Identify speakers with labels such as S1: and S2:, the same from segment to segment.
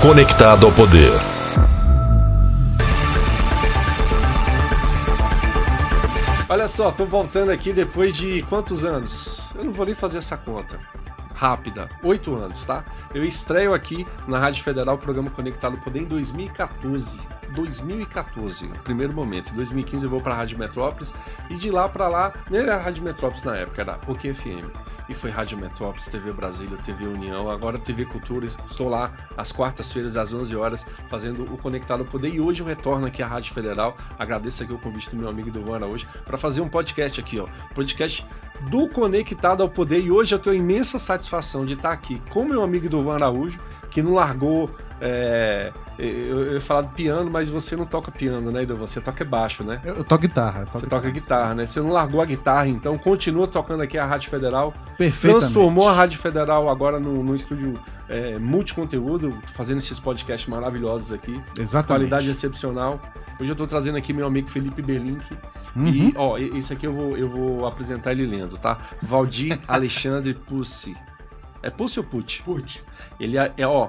S1: Conectado ao poder.
S2: Olha só, tô voltando aqui depois de quantos anos? Eu não vou nem fazer essa conta. Rápida, oito anos, tá? Eu estreio aqui na Rádio Federal o programa Conectado ao Poder em 2014. 2014, no primeiro momento. Em 2015 eu vou pra Rádio Metrópolis e de lá pra lá, nem era Rádio Metrópolis na época, era PUC FM. E foi Rádio Metrópolis, TV Brasília, TV União, agora TV Cultura. Estou lá às quartas-feiras, às 11 horas, fazendo o Conectado ao Poder. E hoje eu retorno aqui à Rádio Federal. Agradeço aqui o convite do meu amigo Duvana hoje para fazer um podcast aqui, ó. Podcast do Conectado ao Poder. E hoje eu tenho imensa satisfação de estar aqui com meu amigo Dovan Araújo, que não largou. é, eu, eu ia falar de piano, mas você não toca piano, né, Dovan? Você toca baixo, né?
S3: Eu, eu toco guitarra. eu toco
S2: Você
S3: guitarra.
S2: toca guitarra, né? Você não largou a guitarra, então continua tocando aqui a Rádio Federal.
S3: Perfeitamente.
S2: Transformou a Rádio Federal agora no, no estúdio é, multiconteúdo, fazendo esses podcasts maravilhosos aqui.
S3: Exatamente.
S2: Qualidade assim. excepcional. Hoje eu tô trazendo aqui meu amigo Felipe Belink.
S3: Uhum.
S2: E, ó, e- esse aqui eu vou, eu vou apresentar ele lendo, tá? Valdir Alexandre Pussi. É Pussi ou Pucci? Pucci. Ele é, é, ó.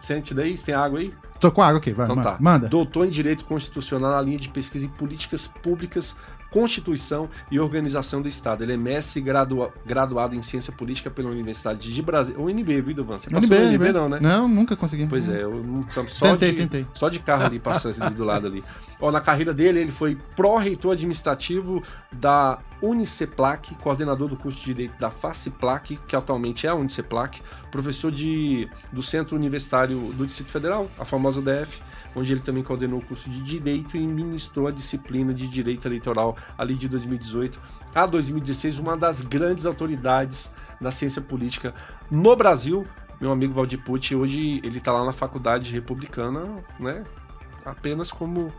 S2: Sente daí? Você tem água aí?
S3: Tô com água aqui, vai.
S2: Então
S3: ma-
S2: tá.
S3: Manda.
S2: Doutor em Direito Constitucional na linha de pesquisa em políticas públicas, Constituição e Organização do Estado. Ele é mestre gradua- graduado em Ciência Política pela Universidade de Brasília. UNB, viu, Duvan? Você passou
S3: NB,
S2: UNB, UNB,
S3: NB.
S2: não, né?
S3: Não, nunca consegui.
S2: Pois é, eu não- só, só
S3: Tentei,
S2: de,
S3: tentei.
S2: só de carro ali passando esse do lado ali. Ó, na carreira dele, ele foi pró-reitor administrativo da Uniceplac, coordenador do curso de direito da Faciplac, que atualmente é a Uniceplac, professor de, do Centro Universitário do Distrito Federal, a famosa DF, onde ele também coordenou o curso de direito e ministrou a disciplina de direito eleitoral ali de 2018 a 2016, uma das grandes autoridades da ciência política no Brasil. Meu amigo Valdir Pucci, hoje ele está lá na faculdade republicana, né? Apenas como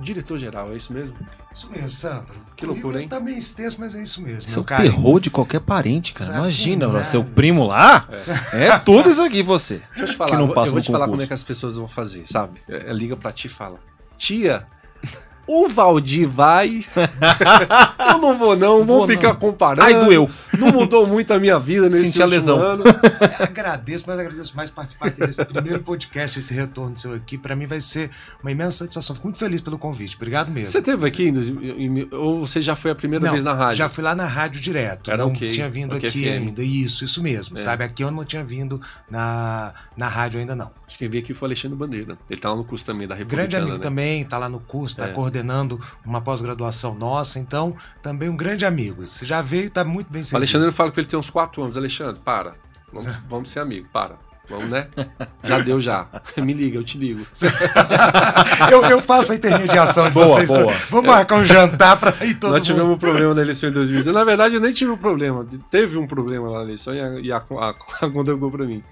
S2: diretor-geral, é isso mesmo?
S4: Isso mesmo, Sandro.
S2: Que loucura, hein?
S4: Tá meio extenso, mas é isso mesmo.
S5: Isso é
S4: meu
S5: o
S4: caro.
S5: terror de qualquer parente, cara.
S4: Exato,
S5: Imagina, né?
S4: nada.
S5: seu primo lá é. tudo isso aqui, você.
S2: Deixa eu te falar,
S5: Que não
S2: eu-
S5: passa
S2: eu vou
S5: no
S2: te falar
S5: concurso.
S2: como é que as pessoas vão fazer, sabe? É, é, Liga pra ti e fala, tia, o Valdir vai, eu não vou não, vou,
S5: Vou não.
S2: ficar comparando.
S5: Ai, doeu.
S2: Não mudou muito a minha vida nesse
S5: Senti a
S2: último
S5: lesão.
S2: ano.
S4: Agradeço, mas agradeço mais participar aqui desse primeiro podcast, esse retorno seu aqui. Pra mim vai ser uma imensa satisfação. Fico muito feliz pelo convite. Obrigado mesmo.
S2: Você teve aqui, em dois- em- em- ou você já foi a primeira
S4: Não,
S2: vez na rádio?
S4: Já fui lá na rádio direto.
S2: Era
S4: não
S2: ok,
S4: tinha vindo
S2: ok
S4: aqui
S2: FM.
S4: ainda. Isso, isso mesmo.
S2: É.
S4: Sabe? Aqui eu não tinha vindo na, na rádio ainda, não.
S2: Acho que quem veio aqui foi o Alexandre Bandeira, ele tá lá no curso também da né? República.
S4: Grande amigo também, tá lá no curso, tá
S2: É.
S4: coordenando uma pós-graduação nossa, então também um grande amigo. Você já veio e tá muito bem
S2: O
S4: servido.
S2: Alexandre eu falo que ele tem uns 4 anos. Alexandre, para. Vamos, vamos ser amigo, para. Vamos, né? Já deu, já. Me liga, eu te ligo.
S4: eu, eu faço a intermediação de
S5: Boa,
S4: vocês.
S5: boa.
S4: dois. Vou marcar um jantar pra ir todo
S2: Nós
S4: mundo.
S2: tivemos um problema na eleição em 2019. Na verdade, eu nem tive um problema. Teve um problema na eleição e a, e a, a, a conta ficou pra mim.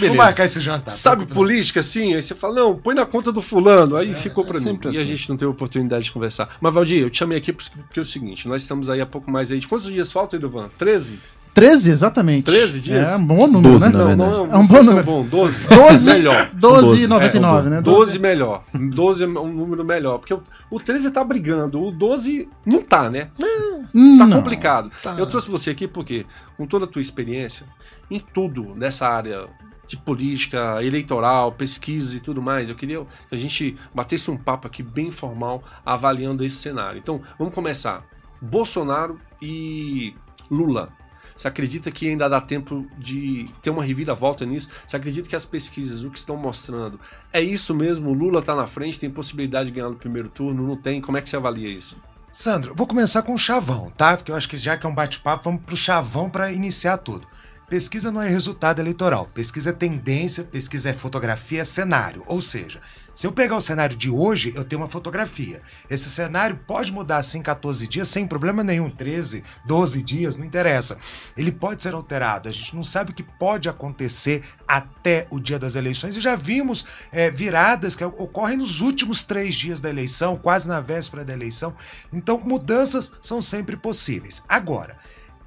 S4: Vou marcar esse
S5: Tá,
S4: jantar. tá
S2: Sabe política, assim? Aí você fala, não, põe na conta do fulano. Aí ficou pra
S5: é
S2: mim.
S5: sempre
S2: E a
S5: assim.
S2: gente não teve oportunidade de conversar. Mas, Valdir, eu te chamei aqui porque porque é o seguinte, nós estamos aí há pouco mais aí. de Quantos dias faltam, Eduvan? 13?
S3: 13, exatamente.
S2: 13 dias?
S3: É um bom número,
S5: Doze,
S3: né?
S5: na
S2: Não,
S5: verdade.
S2: não,
S3: É um
S2: não
S3: bom
S2: sei se é
S3: número.
S2: bom. 12?
S3: 12,
S2: Melhor. É,
S3: 12,99, né?
S2: 12 melhor. 12 é um número melhor. Porque o, o 13 tá brigando, o 12 não tá, né? Tá
S3: Não.
S2: complicado. Eu trouxe você aqui porque, com toda a tua experiência, em tudo nessa área de política, eleitoral, pesquisa e tudo mais, eu queria que a gente batesse um papo aqui bem formal avaliando esse cenário. Então, vamos começar. Bolsonaro e Lula. Você acredita que ainda dá tempo de ter uma reviravolta nisso? Você acredita que as pesquisas, o que estão mostrando, é isso mesmo? O Lula tá na frente, tem possibilidade de ganhar no primeiro turno, não tem? Como é que você avalia isso?
S4: Sandro, eu vou começar com o chavão, tá? Porque eu acho que já que é um bate-papo, vamos pro chavão pra iniciar tudo. Pesquisa não é resultado eleitoral, pesquisa é tendência, pesquisa é fotografia, é cenário. Ou seja, se eu pegar o cenário de hoje, eu tenho uma fotografia. Esse cenário pode mudar assim em 14 dias, sem problema nenhum, 13, 12 dias, não interessa. Ele pode ser alterado, a gente não sabe o que pode acontecer até o dia das eleições e já vimos é, viradas que ocorrem nos últimos três dias da eleição, quase na véspera da eleição. Então, mudanças são sempre possíveis. Agora,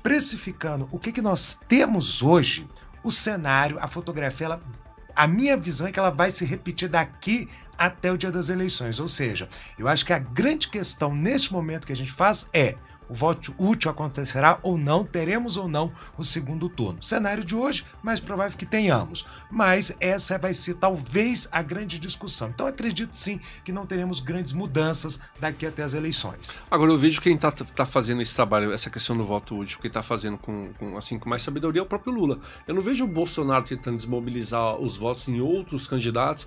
S4: precificando o que, que nós temos hoje, o cenário, a fotografia, ela- a minha visão é que ela vai se repetir daqui até o dia das eleições. Ou seja, eu acho que a grande questão neste momento que a gente faz é o voto útil acontecerá ou não, teremos ou não o segundo turno. Cenário de hoje, mais provável que tenhamos, mas essa vai ser talvez a grande discussão. Então acredito sim que não teremos grandes mudanças daqui até as eleições.
S2: Agora eu vejo quem está tá fazendo esse trabalho, essa questão do voto útil, quem está fazendo com, com, assim, com mais sabedoria é o próprio Lula. Eu não vejo o Bolsonaro tentando desmobilizar os votos em outros candidatos,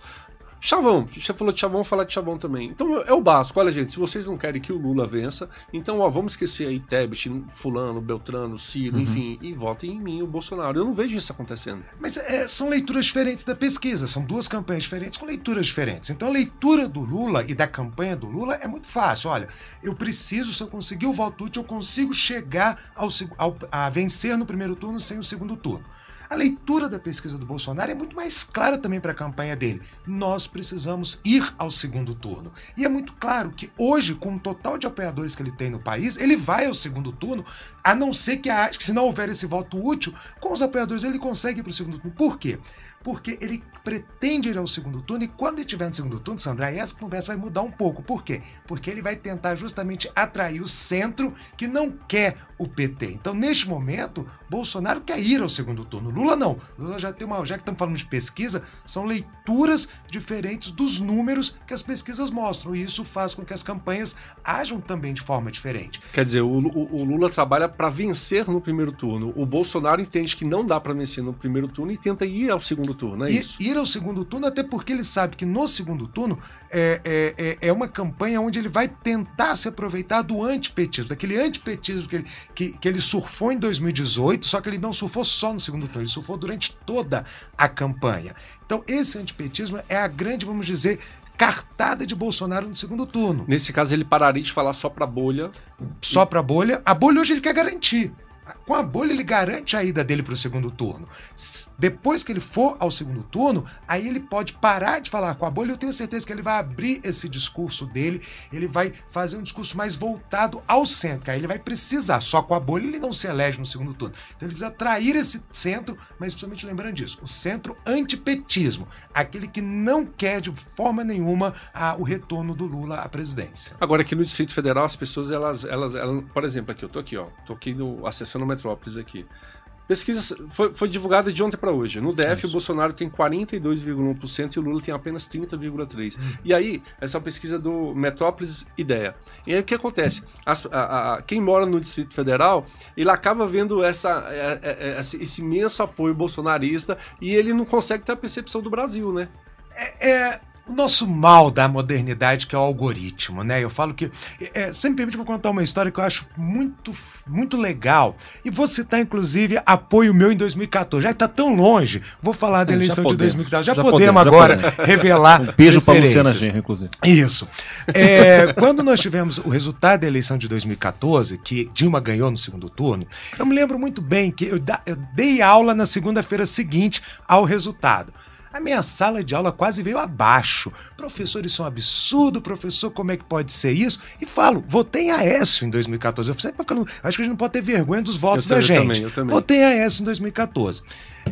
S2: Chavão, você falou de Chavão, vou falar de Chavão também. Então é o básico. Olha, gente, se vocês não querem que o Lula vença, então ó, vamos esquecer aí Tebet, Fulano, Beltrano, Ciro, uhum. enfim, e votem em mim, o Bolsonaro. Eu não vejo isso acontecendo.
S4: Mas é, são leituras diferentes da pesquisa, são duas campanhas diferentes com leituras diferentes. Então a leitura do Lula e da campanha do Lula é muito fácil. Olha, eu preciso, se eu conseguir o voto útil, eu consigo chegar ao, ao, a vencer no primeiro turno sem o segundo turno. A leitura da pesquisa do Bolsonaro é muito mais clara também para a campanha dele. Nós precisamos ir ao segundo turno. E é muito claro que hoje, com o total de apoiadores que ele tem no país, ele vai ao segundo turno, a não ser que, a, que se não houver esse voto útil, com os apoiadores ele consegue ir para o segundo turno. Por quê? Porque ele pretende ir ao segundo turno e quando ele estiver no segundo turno, Sandra, aí essa conversa vai mudar um pouco. Por quê? Porque ele vai tentar justamente atrair o centro que não quer o PT. Então, neste momento, Bolsonaro quer ir ao segundo turno. Lula não. Lula já tem uma. Já que estamos falando de pesquisa, são leituras diferentes dos números que as pesquisas mostram. E isso faz com que as campanhas ajam também de forma diferente.
S2: Quer dizer, o, o, o Lula trabalha para vencer no primeiro turno. O Bolsonaro entende que não dá para vencer no primeiro turno e tenta ir ao segundo turno, é
S4: e,
S2: isso?
S4: Ir ao segundo turno, até porque ele sabe que no segundo turno é, é, é uma campanha onde ele vai tentar se aproveitar do antipetismo, daquele antipetismo que ele, que, que ele surfou em 2018, só que ele não surfou só no segundo turno, ele surfou durante toda a campanha. Então, esse antipetismo é a grande, vamos dizer, cartada de Bolsonaro no segundo turno.
S2: Nesse caso, ele pararia de falar só para bolha.
S4: Só para bolha. A bolha hoje ele quer garantir. Com a bolha, ele garante a ida dele para o segundo turno. Depois que ele for ao segundo turno, aí ele pode parar de falar com a bolha. Eu tenho certeza que ele vai abrir esse discurso dele, ele vai fazer um discurso mais voltado ao centro, que aí ele vai precisar. Só com a bolha ele não se elege no segundo turno. Então ele precisa atrair esse centro, mas principalmente lembrando disso: o centro antipetismo, aquele que não quer de forma nenhuma a, o retorno do Lula à presidência.
S2: Agora, aqui no Distrito Federal, as pessoas, elas, elas, elas por exemplo, aqui, eu tô aqui, ó, tô aqui no, acessando no Metrópolis aqui. Pesquisa foi, foi divulgada de ontem para hoje. No DF, Isso. o Bolsonaro tem 42,1% e o Lula tem apenas 30,3%. Hum. E aí, essa é uma pesquisa do Metrópolis Ideia. E aí, o que acontece? As, a, a, quem mora no Distrito Federal, ele acaba vendo essa, é, é, esse imenso apoio bolsonarista e ele não consegue ter a percepção do Brasil, né?
S4: é, o nosso mal da modernidade que é o algoritmo, né? Eu falo que é, sempre permite eu contar uma história que eu acho muito, muito legal. E vou citar, inclusive, apoio meu em 2014. Já está tão longe. Vou falar da eleição de 2014. Já, já É, podemos, podemos agora já podemos. revelar.
S5: Um beijo para Luciana Genro, inclusive.
S4: Isso. É, quando nós tivemos o resultado da eleição de 2014, que Dilma ganhou no segundo turno, eu me lembro muito bem que eu, da, eu dei aula na segunda-feira seguinte ao resultado. A minha sala de aula quase veio abaixo. Professor, isso é um absurdo, professor, como é que pode ser isso? E falo, votei em Aécio em 2014. Eu sempre eu não, acho que a gente não pode ter vergonha dos votos
S2: eu
S4: da
S2: também,
S4: gente.
S2: Eu também,
S4: Votei em Aécio em 2014.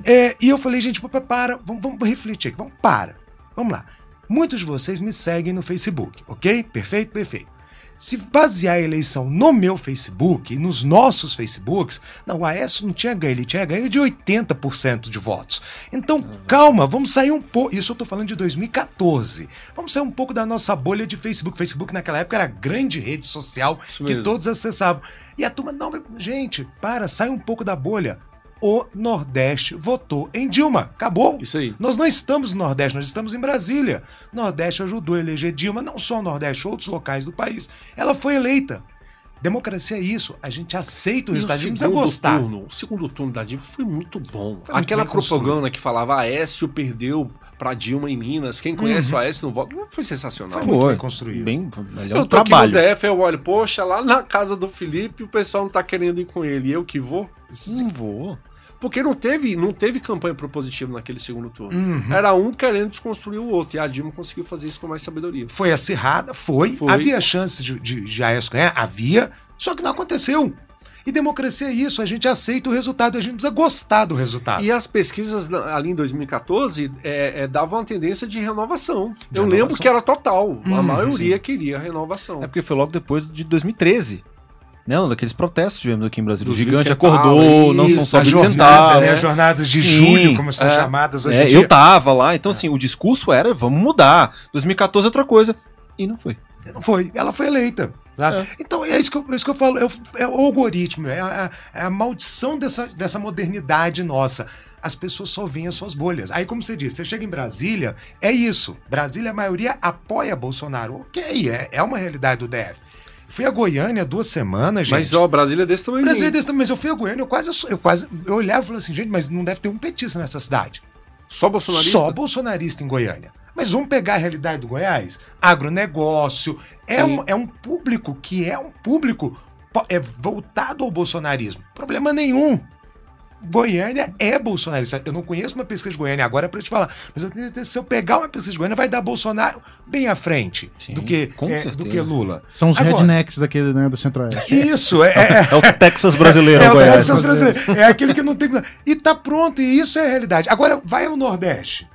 S4: É, e eu falei, gente, para, vamos, vamos refletir aqui, vamos, para. Vamos lá. Muitos de vocês me seguem no Facebook, ok? Perfeito? Perfeito. Se basear a eleição no meu Facebook e nos nossos Facebooks, não, o Aécio não tinha ganho, ele tinha ganho de 80% de votos. Então, Exato. calma, vamos sair um pouco. Isso eu tô falando de 2014. Vamos sair um pouco da nossa bolha de Facebook. Facebook naquela época era a grande rede social Isso que mesmo. todos acessavam. E a turma, não, gente, para, sai um pouco da bolha o Nordeste votou em Dilma. Acabou.
S2: Isso aí.
S4: Nós não estamos no Nordeste, nós estamos em Brasília. O Nordeste ajudou a eleger Dilma, não só o Nordeste, outros locais do país. Ela foi eleita. Democracia é isso, a gente aceita o resultado, não precisa gostar.
S2: Turno, o segundo turno da Dilma foi muito bom. Foi Aquela muito propaganda que falava "Ah, Aécio perdeu para Dilma em Minas, quem conhece uhum. o Aécio no voto, foi sensacional.
S4: Foi muito bem construído.
S5: Bem, melhor um
S2: eu tô trabalho. aqui no DF, eu olho, poxa, lá na casa do Felipe o pessoal não tá querendo ir com ele, e eu que vou?
S5: Não vou.
S2: Porque não teve, não teve campanha propositiva naquele segundo turno. Uhum. Era um querendo desconstruir o outro. E a Dilma conseguiu fazer isso com mais sabedoria.
S4: Foi acirrada, foi. foi. Havia chance de, de, de Aécio ganhar? Havia. Só que não aconteceu. E democracia é isso, a gente aceita o resultado, a gente precisa gostar do resultado.
S2: E as pesquisas ali em 2014 é, é, davam a tendência de renovação. De Eu renovação. lembro que era total. Hum, a maioria sim. queria a renovação.
S5: É porque foi logo depois de 2013. Não, daqueles protestos tivemos aqui em Brasília.
S2: Dos
S5: o gigante
S2: 20
S5: acordou,
S2: centavos,
S5: não são
S2: isso,
S5: só
S4: as
S5: 20
S4: jornadas,
S5: centavos.
S4: né?
S5: né?
S4: As jornadas de
S5: Sim,
S4: julho, como são
S5: é.
S4: chamadas hoje
S5: É,
S4: em dia.
S5: eu tava lá, então assim, o discurso era vamos mudar. 2014 é outra coisa. E não foi.
S4: Não foi. Ela foi eleita. sabe?
S5: É.
S4: Então é isso que eu, é isso que eu falo. É o, é o algoritmo, é a, é a maldição dessa, dessa modernidade nossa. As pessoas só veem as suas bolhas. Aí, como você disse, você chega em Brasília, é isso. Brasília, a maioria apoia Bolsonaro. Ok, é, é uma realidade do DF. Fui a Goiânia duas semanas, gente.
S2: Mas, ó, Brasília é desse tamanho.
S4: Brasileiro desse tamanho, mas eu fui a Goiânia, eu quase, eu quase eu olhava e falava assim, gente, mas não deve ter um petista nessa cidade.
S2: Só bolsonarista?
S4: Só bolsonarista em Goiânia. Mas vamos pegar a realidade do Goiás? Agronegócio. É,
S2: Sim.
S4: um, é um público que é um público po- é voltado ao bolsonarismo. Problema nenhum. Goiânia é bolsonarista. Eu não conheço uma pesquisa de Goiânia agora pra te falar, mas eu tenho certeza que se eu pegar uma pesquisa de Goiânia, vai dar Bolsonaro bem à frente
S5: Sim,
S4: do, que,
S5: com
S4: é,
S5: certeza.
S4: do que Lula.
S3: São os
S4: Agora-
S3: rednecks daquele, né, do Centro-Oeste.
S4: Isso, é- é,
S5: É o Texas brasileiro,
S4: é, o
S5: Goiás.
S4: Texas brasileiro. É aquele que não tem. E tá pronto, e isso é a realidade. Agora, vai ao Nordeste.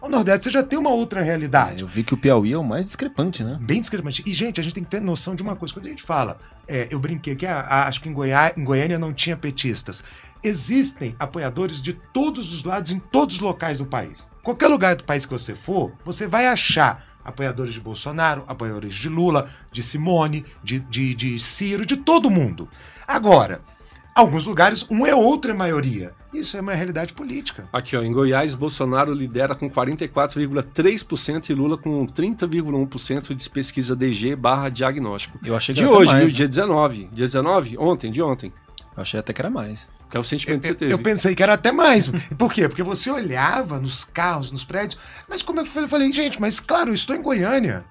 S4: O Nordeste você já tem uma outra
S5: É,
S4: realidade.
S5: eu vi que o Piauí é o mais discrepante, né?
S4: Bem discrepante. E, gente, a gente tem que ter noção de uma coisa. Quando a gente fala, é, eu brinquei que ah, ah, acho que em, Goiá- em Goiânia não tinha petistas. Existem apoiadores de todos os lados, em todos os locais do país. Qualquer lugar do país que você for, você vai achar apoiadores de Bolsonaro, apoiadores de Lula, de Simone, de, de, de Ciro, de todo mundo. Agora, alguns lugares, um é outra maioria. Isso é uma realidade política.
S2: Aqui, ó, em Goiás, Bolsonaro lidera com 44,3% e Lula com 30,1% de pesquisa DG barra diagnóstico.
S5: Eu achei que
S2: De
S5: era até
S2: hoje,
S5: mais,
S2: viu?
S5: né?
S2: Dia 19. Dia 19? Ontem, de ontem.
S5: Eu achei até que era mais.
S2: Que é o sentimento que você
S4: Eu,
S2: teve.
S4: eu pensei que era até mais. Por quê? Porque você olhava nos carros, nos prédios, mas como eu falei, eu falei, gente, mas claro, eu estou em Goiânia.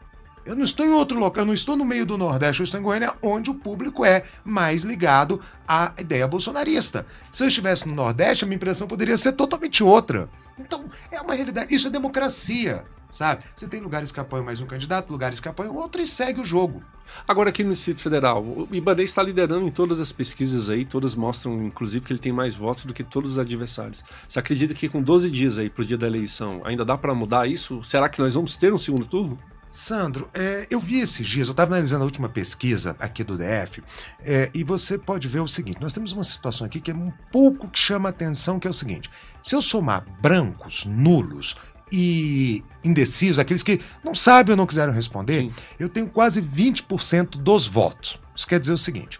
S4: Eu não estou em outro local, eu não estou no meio do Nordeste, eu estou em Goiânia, onde o público é mais ligado à ideia bolsonarista. Se eu estivesse no Nordeste, a minha impressão poderia ser totalmente outra. Então, é uma realidade. Isso é democracia, sabe? Você tem lugares que apoiam mais um candidato, lugares que apoiam outro e segue o jogo.
S2: Agora aqui no Distrito Federal, o Ibanez está liderando em todas as pesquisas aí, todas mostram, inclusive, que ele tem mais votos do que todos os adversários. Você acredita que com 12 dias aí pro dia da eleição, ainda dá para mudar isso? Será que nós vamos ter um segundo turno?
S4: Sandro, é, eu vi esses dias, eu estava analisando a última pesquisa aqui do DF, é, e você pode ver o seguinte: nós temos uma situação aqui que é um pouco que chama a atenção, que é o seguinte: se eu somar brancos, nulos e indecisos, aqueles que não sabem ou não quiseram responder,
S2: Sim.
S4: eu tenho quase 20% dos votos. Isso quer dizer o seguinte: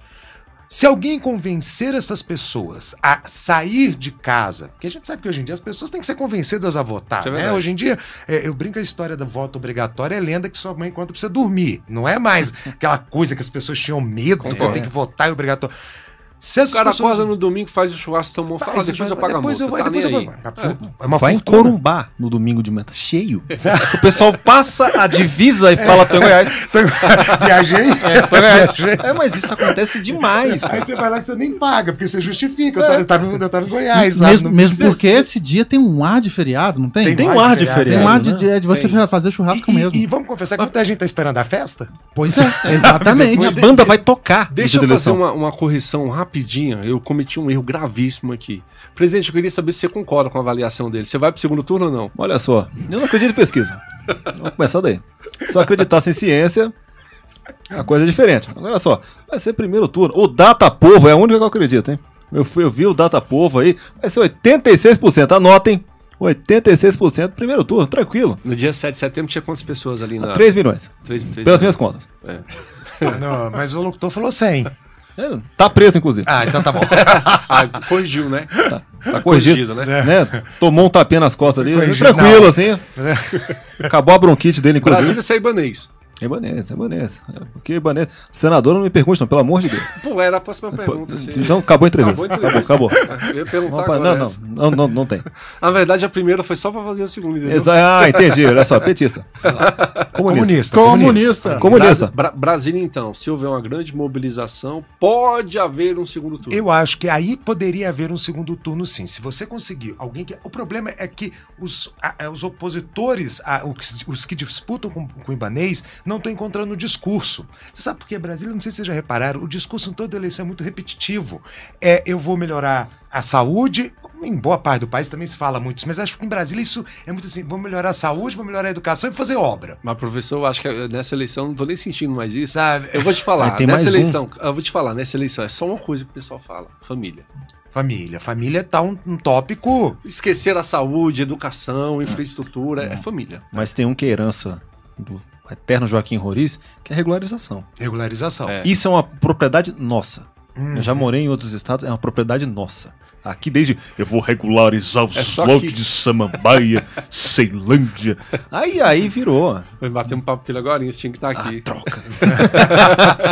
S4: se alguém convencer essas pessoas a sair de casa, porque a gente sabe que hoje em dia as pessoas têm que ser convencidas a votar,
S2: Isso é
S4: né?
S2: verdade.
S4: Hoje em dia, é, eu brinco a história da voto obrigatória é lenda que sua mãe conta pra você dormir. Não é mais aquela coisa que as pessoas tinham medo, que eu
S5: Concordo.
S4: tenho que votar é obrigatório. Se as
S2: O cara
S4: pessoas-
S2: acorda no domingo, faz o churrasco, toma um
S4: Faz,
S2: fala, depois eu pago a
S4: depois
S2: multa.
S4: eu vou-
S2: tá
S4: depois eu
S2: nem
S4: vou-
S2: aí.
S4: É uma
S5: Vai em
S4: fortuna.
S5: Corumbá no domingo de meta cheio. o pessoal passa a divisa e fala, tô em Goiás.
S4: Então, Viajei?
S5: É, tô em Goiás. É, mas isso acontece demais.
S4: Aí você vai lá que você nem paga, porque você justifica. Eu tava, eu tava, em- eu tava em
S2: Ah,
S4: Goiás, sabe?
S3: mesmo
S4: Não
S3: mesmo
S4: precisa-
S3: porque esse dia tem um ar de feriado, não tem?
S4: Tem
S5: Tem
S4: mais
S5: um ar
S4: de feriado,
S5: diferente.
S3: Tem um ar de,
S5: né?
S3: de- de você fazer churrasco
S4: E- e-
S3: mesmo.
S4: E, vamos confessar que muita gente tá esperando a festa?
S3: Pois é, exatamente.
S5: A banda vai tocar. no
S2: Deixa
S5: dia
S2: eu
S5: da
S2: fazer
S5: eleição.
S2: uma, uma correção rapidinha. Eu cometi um erro gravíssimo aqui. Presidente, eu queria saber se você concorda com a avaliação dele. Você vai pro segundo turno ou não?
S5: Olha só, eu não acredito em pesquisa. Vamos começar daí. Se eu acreditasse em ciência, é uma coisa diferente. Agora olha só, vai ser primeiro turno. O Data Povo é a única que eu acredito, hein? Eu, fui, eu vi o Data Povo aí, vai ser 86%. Anotem, 86% primeiro turno, tranquilo.
S2: No dia 7 de setembro tinha quantas pessoas ali na.
S5: 3 milhões,
S2: Tá. Três- três
S5: pelas minhas
S2: milhões.
S5: contas.
S2: É.
S4: Não, mas o locutor falou 100.
S5: É, Tá preso, inclusive.
S4: Ah, então tá bom.
S2: Ah, corrigiu, né?
S5: Tá, tá corrigido.
S2: né?
S5: Né? Tomou um tapinha nas costas ali,
S4: Corrigido,
S5: tranquilo
S4: não.
S5: assim.
S2: É.
S5: Acabou a bronquite dele, inclusive.
S2: Brasília sai banês.
S5: É Ibanez, é Ibanez. É, Porque Ibanez. Senador, não me pergunte, não, pelo amor de Deus.
S2: Pô, era a próxima pergunta. assim.
S5: Então acabou a entrevista.
S2: Acabou, a entrevista. Ah,
S5: Acabou, acabou.
S2: Eu ia perguntar
S5: Não,
S2: agora é
S5: não, não,
S2: essa.
S5: não, não, não tem.
S2: Na verdade, a primeira foi só pra fazer a segunda, entendeu?
S5: Exa- ah, entendi. Olha só, petista. Comunista.
S4: Comunista.
S3: Comunista.
S5: Comunista.
S2: Bra- Bra- Brasília, então, se houver uma grande mobilização, pode haver um segundo turno.
S4: Eu acho que aí poderia haver um segundo turno, sim. Se você conseguir alguém que. é, O problema é que os, a- a- os opositores, a- o que- os, que disputam com, com o Ibanês, não estou encontrando discurso. Você sabe por que Brasília? Não sei se vocês já repararam, o discurso em toda eleição é muito repetitivo. É eu vou melhorar a saúde, em boa parte do país também se fala muito isso, mas acho que em Brasília isso é muito assim, vou melhorar a saúde, vou melhorar a educação e fazer obra.
S2: Mas, professor, eu acho que eh, nessa eleição eu não tô nem sentindo mais isso.
S4: Sabe?
S2: Eu vou te falar,
S5: Vai ter Ah,
S2: nessa
S5: mais um.
S2: eleição, eu vou te falar, nessa eleição é só uma coisa que o pessoal fala: família.
S4: Família. Família tá um, um tópico.
S2: Esquecer a saúde, educação, infraestrutura, é família.
S5: Mas tem um que é herança do eterno Joaquim Roriz, que é regularização.
S4: Regularização.
S2: É.
S5: Isso é uma propriedade nossa.
S4: Hum.
S5: Eu já
S2: Uhum.
S5: morei em outros estados, é uma propriedade nossa. Aqui desde eu vou regularizar os
S2: É só
S5: lotes
S2: aqui.
S5: de Samambaia, Ceilândia. Aí aí virou.
S2: Eu bater um papo com ele agora, isso tinha que
S5: Ah,
S2: estar aqui.
S5: Troca.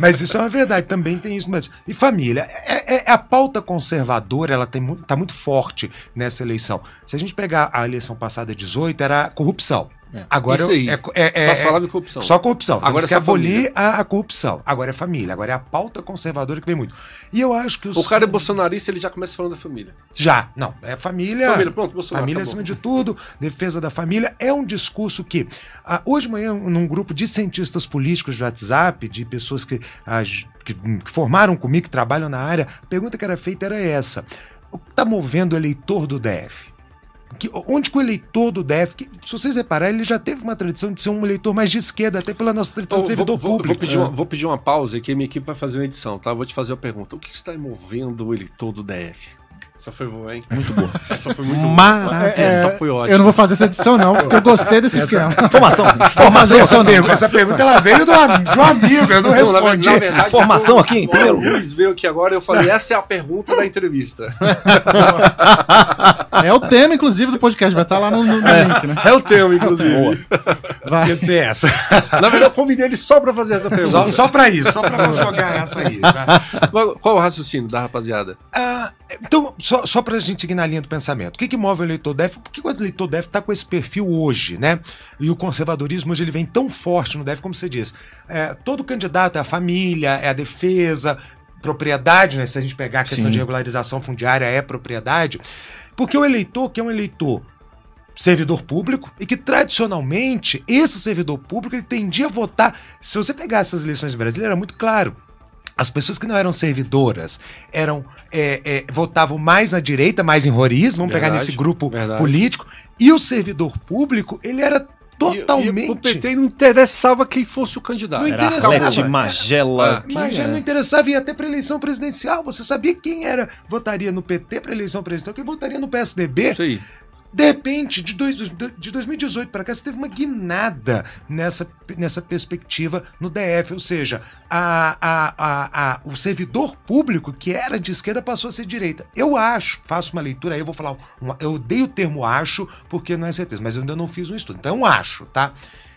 S4: Mas isso é uma verdade, também tem isso mesmo. E família, é, é- é a pauta conservadora, ela tem muito, tá muito forte nessa eleição. Se a gente pegar a eleição passada 18, era corrupção.
S5: É,
S4: Agora
S2: isso aí.
S4: É, é- é-
S2: só se falava em corrupção.
S4: Só corrupção. Temos
S2: Agora é
S4: que
S2: só
S4: abolir a, a corrupção. Agora é família, agora é a pauta conservadora que vem muito. E eu acho que os.
S2: O cara é bolsonarista, ele já começa falando da família.
S4: Já, não. É família.
S2: Família, pronto, Bolsonaro.
S4: Família
S2: acabou.
S4: acima de tudo, defesa da família. É um discurso que. ah, hoje de manhã, num grupo de cientistas políticos de WhatsApp, de pessoas que, ah, j- que, hum, que formaram comigo, que trabalham na área, a pergunta que era feita era essa: o que está movendo o eleitor do DF? Que- onde que o eleitor do DF, que, se vocês repararem, ele já teve uma tradição de ser um eleitor mais de esquerda, até pela nossa
S2: Então,
S4: tradição
S2: eu
S4: de
S2: vou,
S4: servidor
S2: vou-
S4: público.
S2: vou pedir uma, vou pedir uma pausa aqui, minha equipe vai fazer uma edição, tá? Vou te fazer uma pergunta. O que tá está movendo ele todo DF? Essa foi boa, hein? Muito boa. Essa foi muito boa.
S3: Maravilha.
S2: Essa foi ótima.
S3: Eu não vou fazer essa edição, não, porque eu gostei desse esquema.
S5: Formação.
S3: Fazer
S5: Formação.
S3: essa
S4: essa,
S3: não.
S4: pergunta, essa pergunta ela veio de, uma, de um amigo, eu não
S2: na ver-
S4: respondi.
S2: na verdade,
S5: Formação aqui, em
S2: o
S5: primeiro
S2: Luiz veio aqui agora e eu falei, essa é a pergunta da entrevista.
S3: É o tema, inclusive, do podcast. Vai estar lá no, no link, né?
S2: É o tema, inclusive.
S3: Vai.
S4: Esqueci essa.
S2: Na verdade, eu convidei ele só pra fazer essa
S4: Só,
S2: pergunta.
S4: só pra isso, só pra jogar essa aí. Tá?
S2: Qual, qual o raciocínio da rapaziada?
S4: Ah, então, só, só para a gente seguir na linha do pensamento, o que, que move o eleitor DEF? Por que que o eleitor DEF está com esse perfil hoje, né? E o conservadorismo hoje ele vem tão forte no DEF, como você diz. É, todo candidato é a família, é a defesa, propriedade, né? Se a gente pegar a questão
S5: Sim.
S4: de regularização fundiária, é propriedade. Porque o eleitor, que é um eleitor servidor público e que tradicionalmente esse servidor público ele tendia a votar. Se você pegar essas eleições brasileiras, era muito claro. As pessoas que não eram servidoras eram é, é, votavam mais à direita, mais em Roriz, vamos pegar
S2: Verdade,
S4: nesse grupo
S2: verdade.
S4: político. E o servidor público, ele era
S2: E- e o
S4: totalmente.
S2: PT não interessava quem fosse o candidato.
S4: Não
S5: Era
S4: interessava.
S5: Arlete, Magela.
S2: É.
S4: Mas já não interessava e até para eleição presidencial. Você sabia quem era votaria no PT para eleição presidencial, quem votaria no PSDB.
S2: Isso aí.
S4: De repente, de, dois, de 2018 para cá, você teve uma guinada nessa, nessa perspectiva no DF. Ou seja, a, a, a, a- o servidor público que era de esquerda passou a ser direita. Eu acho, faço uma leitura aí, eu vou falar. um- eu odeio o termo acho, porque não é certeza, mas eu ainda não fiz um estudo. Então, eu acho, tá?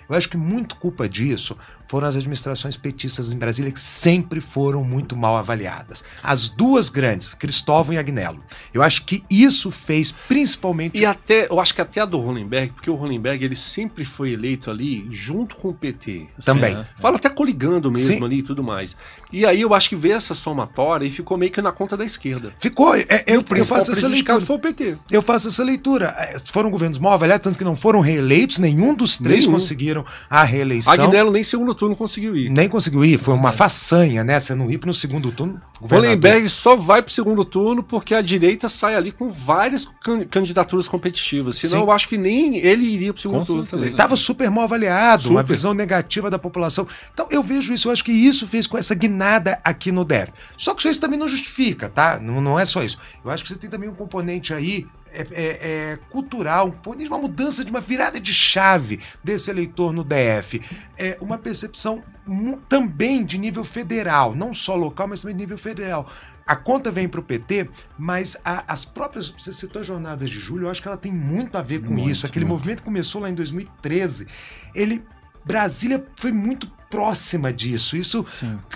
S4: Eu acho que muito culpa disso foram as administrações petistas em Brasília que sempre foram muito mal avaliadas. As duas grandes, Cristóvão e Agnello. Eu acho que isso fez principalmente
S2: E até, eu acho que até a do Hollenberg, porque o Hollenberg ele sempre foi eleito ali junto com o PT. assim,
S4: também.
S5: né?
S2: Fala até coligando mesmo
S4: Sim.
S2: ali e tudo mais. E aí eu acho que veio essa somatória e ficou meio que na conta da esquerda.
S4: Ficou, é- é- eu, eu faço essa
S2: prejudicado
S4: leitura.
S2: foi o PT.
S4: Eu faço essa leitura. É, Foram governos mal avaliados, tanto que não foram reeleitos, nenhum dos três
S2: Nenhum.
S4: conseguiram a reeleição.
S2: Agnello nem segundo turno conseguiu ir.
S4: Nem conseguiu ir, foi uma façanha, né? Você não ir no segundo turno. governador.
S2: Hollenberg só vai pro segundo turno porque a direita sai ali com várias can- candidaturas competitivas. Senão
S4: Sim.
S2: eu acho que nem ele iria pro segundo
S5: Com
S2: turno
S5: certeza.
S2: também.
S4: Ele estava super mal avaliado, uma
S2: Super.
S4: visão negativa da população. Então eu vejo isso, eu acho que isso fez com essa guinada aqui no DEF. Só que isso também não justifica, tá? Não, não é só isso. Eu acho que você tem também um componente aí é, é- é cultural, um componente, uma mudança de uma virada de chave desse eleitor no DF. É uma percepção mu- também de nível federal, não só local, mas também de nível federal. A conta vem para o PT, mas a- as próprias. Você citou as jornadas de julho, eu acho que ela tem muito a ver com isso. Aquele movimento que começou lá em 2013, ele. Brasília foi muito próxima disso. Isso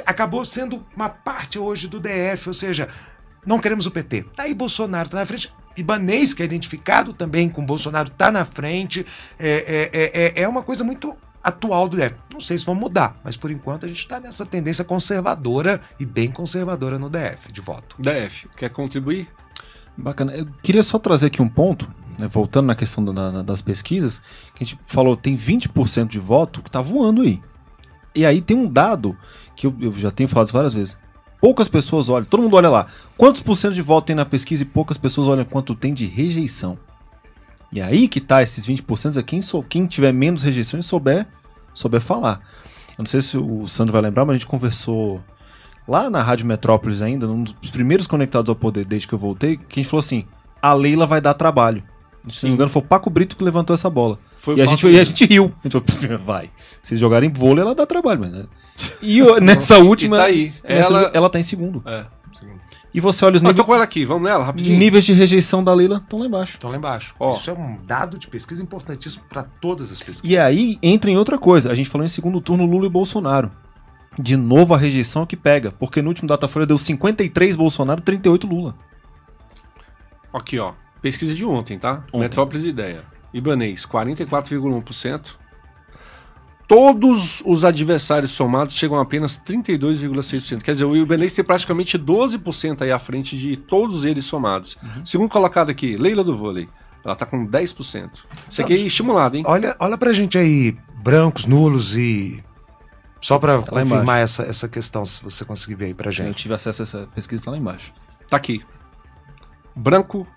S4: acabou sendo uma parte hoje do DF, ou seja, não queremos o PT. Tá aí Bolsonaro, tá na frente. Ibanês, que é identificado também com Bolsonaro, tá na frente. É, é- é- é- é uma coisa muito atual do DF. Não sei se vão mudar, mas por enquanto a gente tá nessa tendência conservadora e bem conservadora no DF de voto.
S2: DF, quer contribuir?
S5: Bacana. Eu queria só trazer aqui um ponto né, voltando na questão do- da- da- das pesquisas, que a gente falou tem 20% de voto que tá voando aí. E aí tem um dado que eu, eu já tenho falado isso várias vezes. Poucas pessoas olham, todo mundo olha lá. Quantos por cento de voto tem na pesquisa e poucas pessoas olham quanto tem de rejeição. E aí que tá esses 20% é quem, sou, quem tiver menos rejeição e souber, souber falar. Eu não sei se o Sandro vai lembrar, mas a gente conversou lá na Rádio Metrópolis ainda, num dos primeiros conectados ao poder desde que eu voltei, que a gente falou assim: a Leila vai dar trabalho. Se não me engano, foi o Paco Brito que levantou essa bola.
S2: Foi o
S5: e, a
S2: Paco
S5: gente, e a
S2: Brito.
S5: gente riu. A gente falou, vai. Se eles jogarem vôlei, ela dá trabalho, mas. né? E o- nessa última.
S2: tá aí.
S5: nessa-
S2: Ela-
S5: ela... tá em segundo.
S2: É.
S5: E você olha os
S2: Não, eu
S5: níveis,
S2: tô com ela aqui, vamos nela, rapidinho.
S5: níveis de rejeição da Leila estão lá embaixo.
S4: Estão lá embaixo.
S2: Ó.
S4: Isso é um dado de pesquisa importantíssimo para todas as pesquisas.
S5: E aí entra em outra coisa. A gente falou em segundo turno Lula e Bolsonaro. De novo a rejeição é que pega, porque no último Datafolha deu 53 Bolsonaro, 38 Lula.
S2: Aqui, ó. Pesquisa de ontem, tá?
S5: Ontem.
S2: Metrópolis Ideia. Ibanês, 44,1%. Todos os adversários somados chegam a apenas 32,6%. Quer dizer, o Ibanês tem praticamente 12% aí à frente de todos eles somados.
S5: Uhum.
S2: Segundo colocado aqui, Leila do Vôlei. Ela tá com 10%. Isso aqui é estimulado, hein?
S4: Olha, olha pra gente aí, brancos, nulos e. Só pra
S2: Tá
S5: lá
S4: confirmar essa, essa questão, se você conseguir ver aí pra
S5: Eu
S4: gente.
S5: tive acesso a essa pesquisa tá lá embaixo.
S2: Tá aqui. Branco,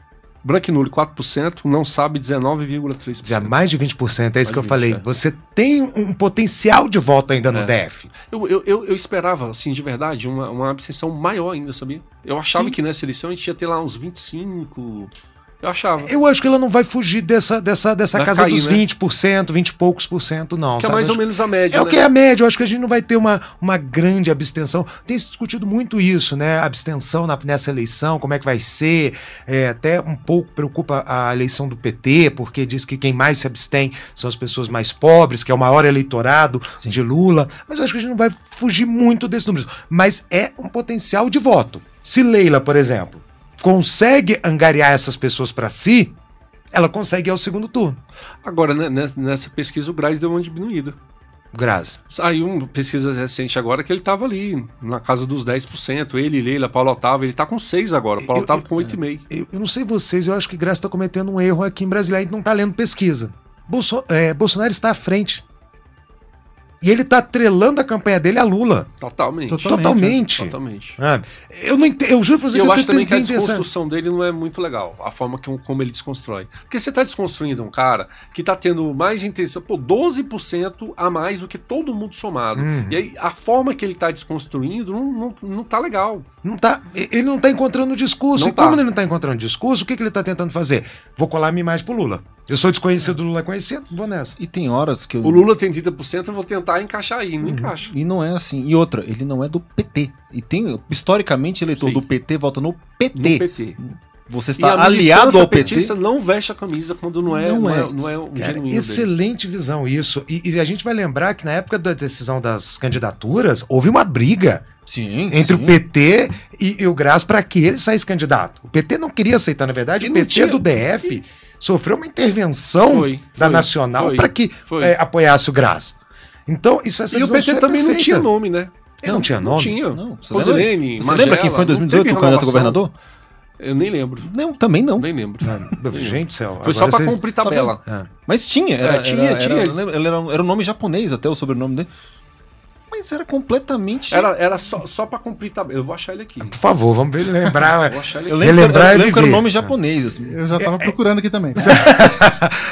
S2: branco e nulo, 4%. Não sabe, 19,3%.
S4: Quer Dizer, mais de 20%, é isso que eu
S2: de
S4: falei.
S2: 20%.
S4: Você tem um potencial de voto ainda no
S2: É.
S4: DF.
S2: Eu, eu, eu, eu esperava, assim, de verdade, uma, uma abstenção maior ainda, sabia? Eu achava que nessa eleição a gente ia ter lá uns 25. Eu achava.
S4: Eu acho que ela É, não vai fugir dessa, dessa, dessa
S2: Vai
S4: casa
S2: cair,
S4: dos
S2: né?
S4: 20%, 20 e poucos por cento, não.
S2: que é
S4: sabe?
S2: mais ou
S4: Acho-
S2: menos a média.
S4: É o
S2: né?
S4: que é a média, eu acho que a gente não vai ter uma, uma grande abstenção. Tem se discutido muito isso, né? Abstenção na- nessa eleição, como é que vai ser. É, até um pouco preocupa a eleição do PT, porque diz que quem mais se abstém são as pessoas mais pobres, que é o maior eleitorado
S5: Sim.
S4: de Lula. Mas eu acho que a gente não vai fugir muito desses números. Mas é um potencial de voto. Se Leila, por exemplo, consegue angariar essas pessoas para si, ela consegue ir ao segundo turno.
S2: Agora, né, nessa, nessa pesquisa, o Graz deu uma diminuída.
S4: Grazi.
S2: Saiu uma pesquisa recente agora que ele tava ali, na casa dos 10%. Ele, Leila, Paulo Otávio, ele tá com 6 agora. Paulo
S4: Eu-
S2: Otávio com 8,5.
S4: Eu, eu não sei vocês, eu acho que Graça está cometendo um erro aqui em Brasília. A gente não está lendo pesquisa. Bolso- é, Bolsonaro está à frente. E ele está atrelando a campanha dele a Lula.
S2: Totalmente.
S3: Total-
S4: Totalmente.
S2: Totalmente.
S4: Sabe? Eu, não ente- é eu juro pra
S2: E
S4: você
S2: eu
S4: tô
S2: acho também que a
S4: tentando pensar.
S2: desconstrução dele não é muito legal, a forma que, um, como ele desconstrói. Porque você tá desconstruindo um cara que tá tendo mais intenção, pô, 12% a mais do que todo mundo somado.
S4: Uhum.
S2: E aí a forma que ele tá desconstruindo não, não, não tá legal.
S4: Não tá, e- ele não está encontrando o discurso.
S2: Não
S4: e como
S2: tá.
S4: ele não está encontrando o discurso, o que, que ele está tentendo fazer? Vou colar minha imagem pro Lula. Eu sou desconhecido, o Lula é conhecido, vou nessa.
S5: E tem horas que eu.
S2: O Lula tem 30%, eu vou tentar encaixar aí,
S4: Uhum.
S2: não encaixa.
S5: E não é assim. E outra, ele não é do PT. E tem, historicamente, eleitor
S2: Sim.
S5: do PT vota no
S2: No
S5: PT.
S2: PT.
S5: Você
S4: Tá
S2: E a
S5: está
S2: militância
S5: aliado ao PT.
S2: petista não veste a camisa quando não é,
S5: Não
S2: não é.
S5: é.
S2: não é o
S4: Cara,
S2: genuíno deles.
S4: excelente visão isso. E, e a gente vai lembrar que na época da decisão das candidaturas, houve uma briga.
S5: Sim.
S4: entre
S5: sim.
S4: o PT e, e o Graz para que ele saísse candidato. O PT não queria aceitar, na verdade,
S2: E
S4: o
S2: não
S4: PT
S2: tinha-
S4: do DF sofreu uma intervenção
S2: Foi,
S4: da
S2: foi,
S4: Nacional
S2: foi,
S4: para que
S2: foi.
S4: eh, apoiasse o Graz. Então, isso é essa
S2: E o
S4: visão
S2: PT
S4: sua é
S2: também não
S4: perfeita.
S2: tinha nome, né?
S4: Ele não, tinha nome.
S2: Não tinha.
S5: Não, você
S2: Pozzolini,
S5: lembra, você lembra quem foi em
S2: Magela, não
S5: 2018
S2: teve
S5: o candidato a
S2: renovação.
S5: governador?
S2: Eu nem lembro.
S5: Não, também não.
S2: Nem lembro.
S4: Gente do céu.
S2: Foi só
S4: agora
S2: pra
S4: vocês-
S5: Tá
S2: cumprir tabela.
S5: Mas tinha, era,
S2: É, tinha,
S5: era,
S2: tinha.
S5: Era, eu lembro, ele era, um- era um nome japonês até o sobrenome dele. Mas era completamente.
S2: Era, era só, só pra cumprir tabela. Eu vou achar ele aqui.
S4: Por favor, vamos ver ele lembrar.
S2: Vou achar ele
S5: Eu lembro,
S2: aqui.
S5: que
S4: Relembrar
S5: era-
S4: é
S5: eu lembro que era um
S4: viver.
S5: nome japonês. Assim.
S3: Eu já tava procurando aqui também.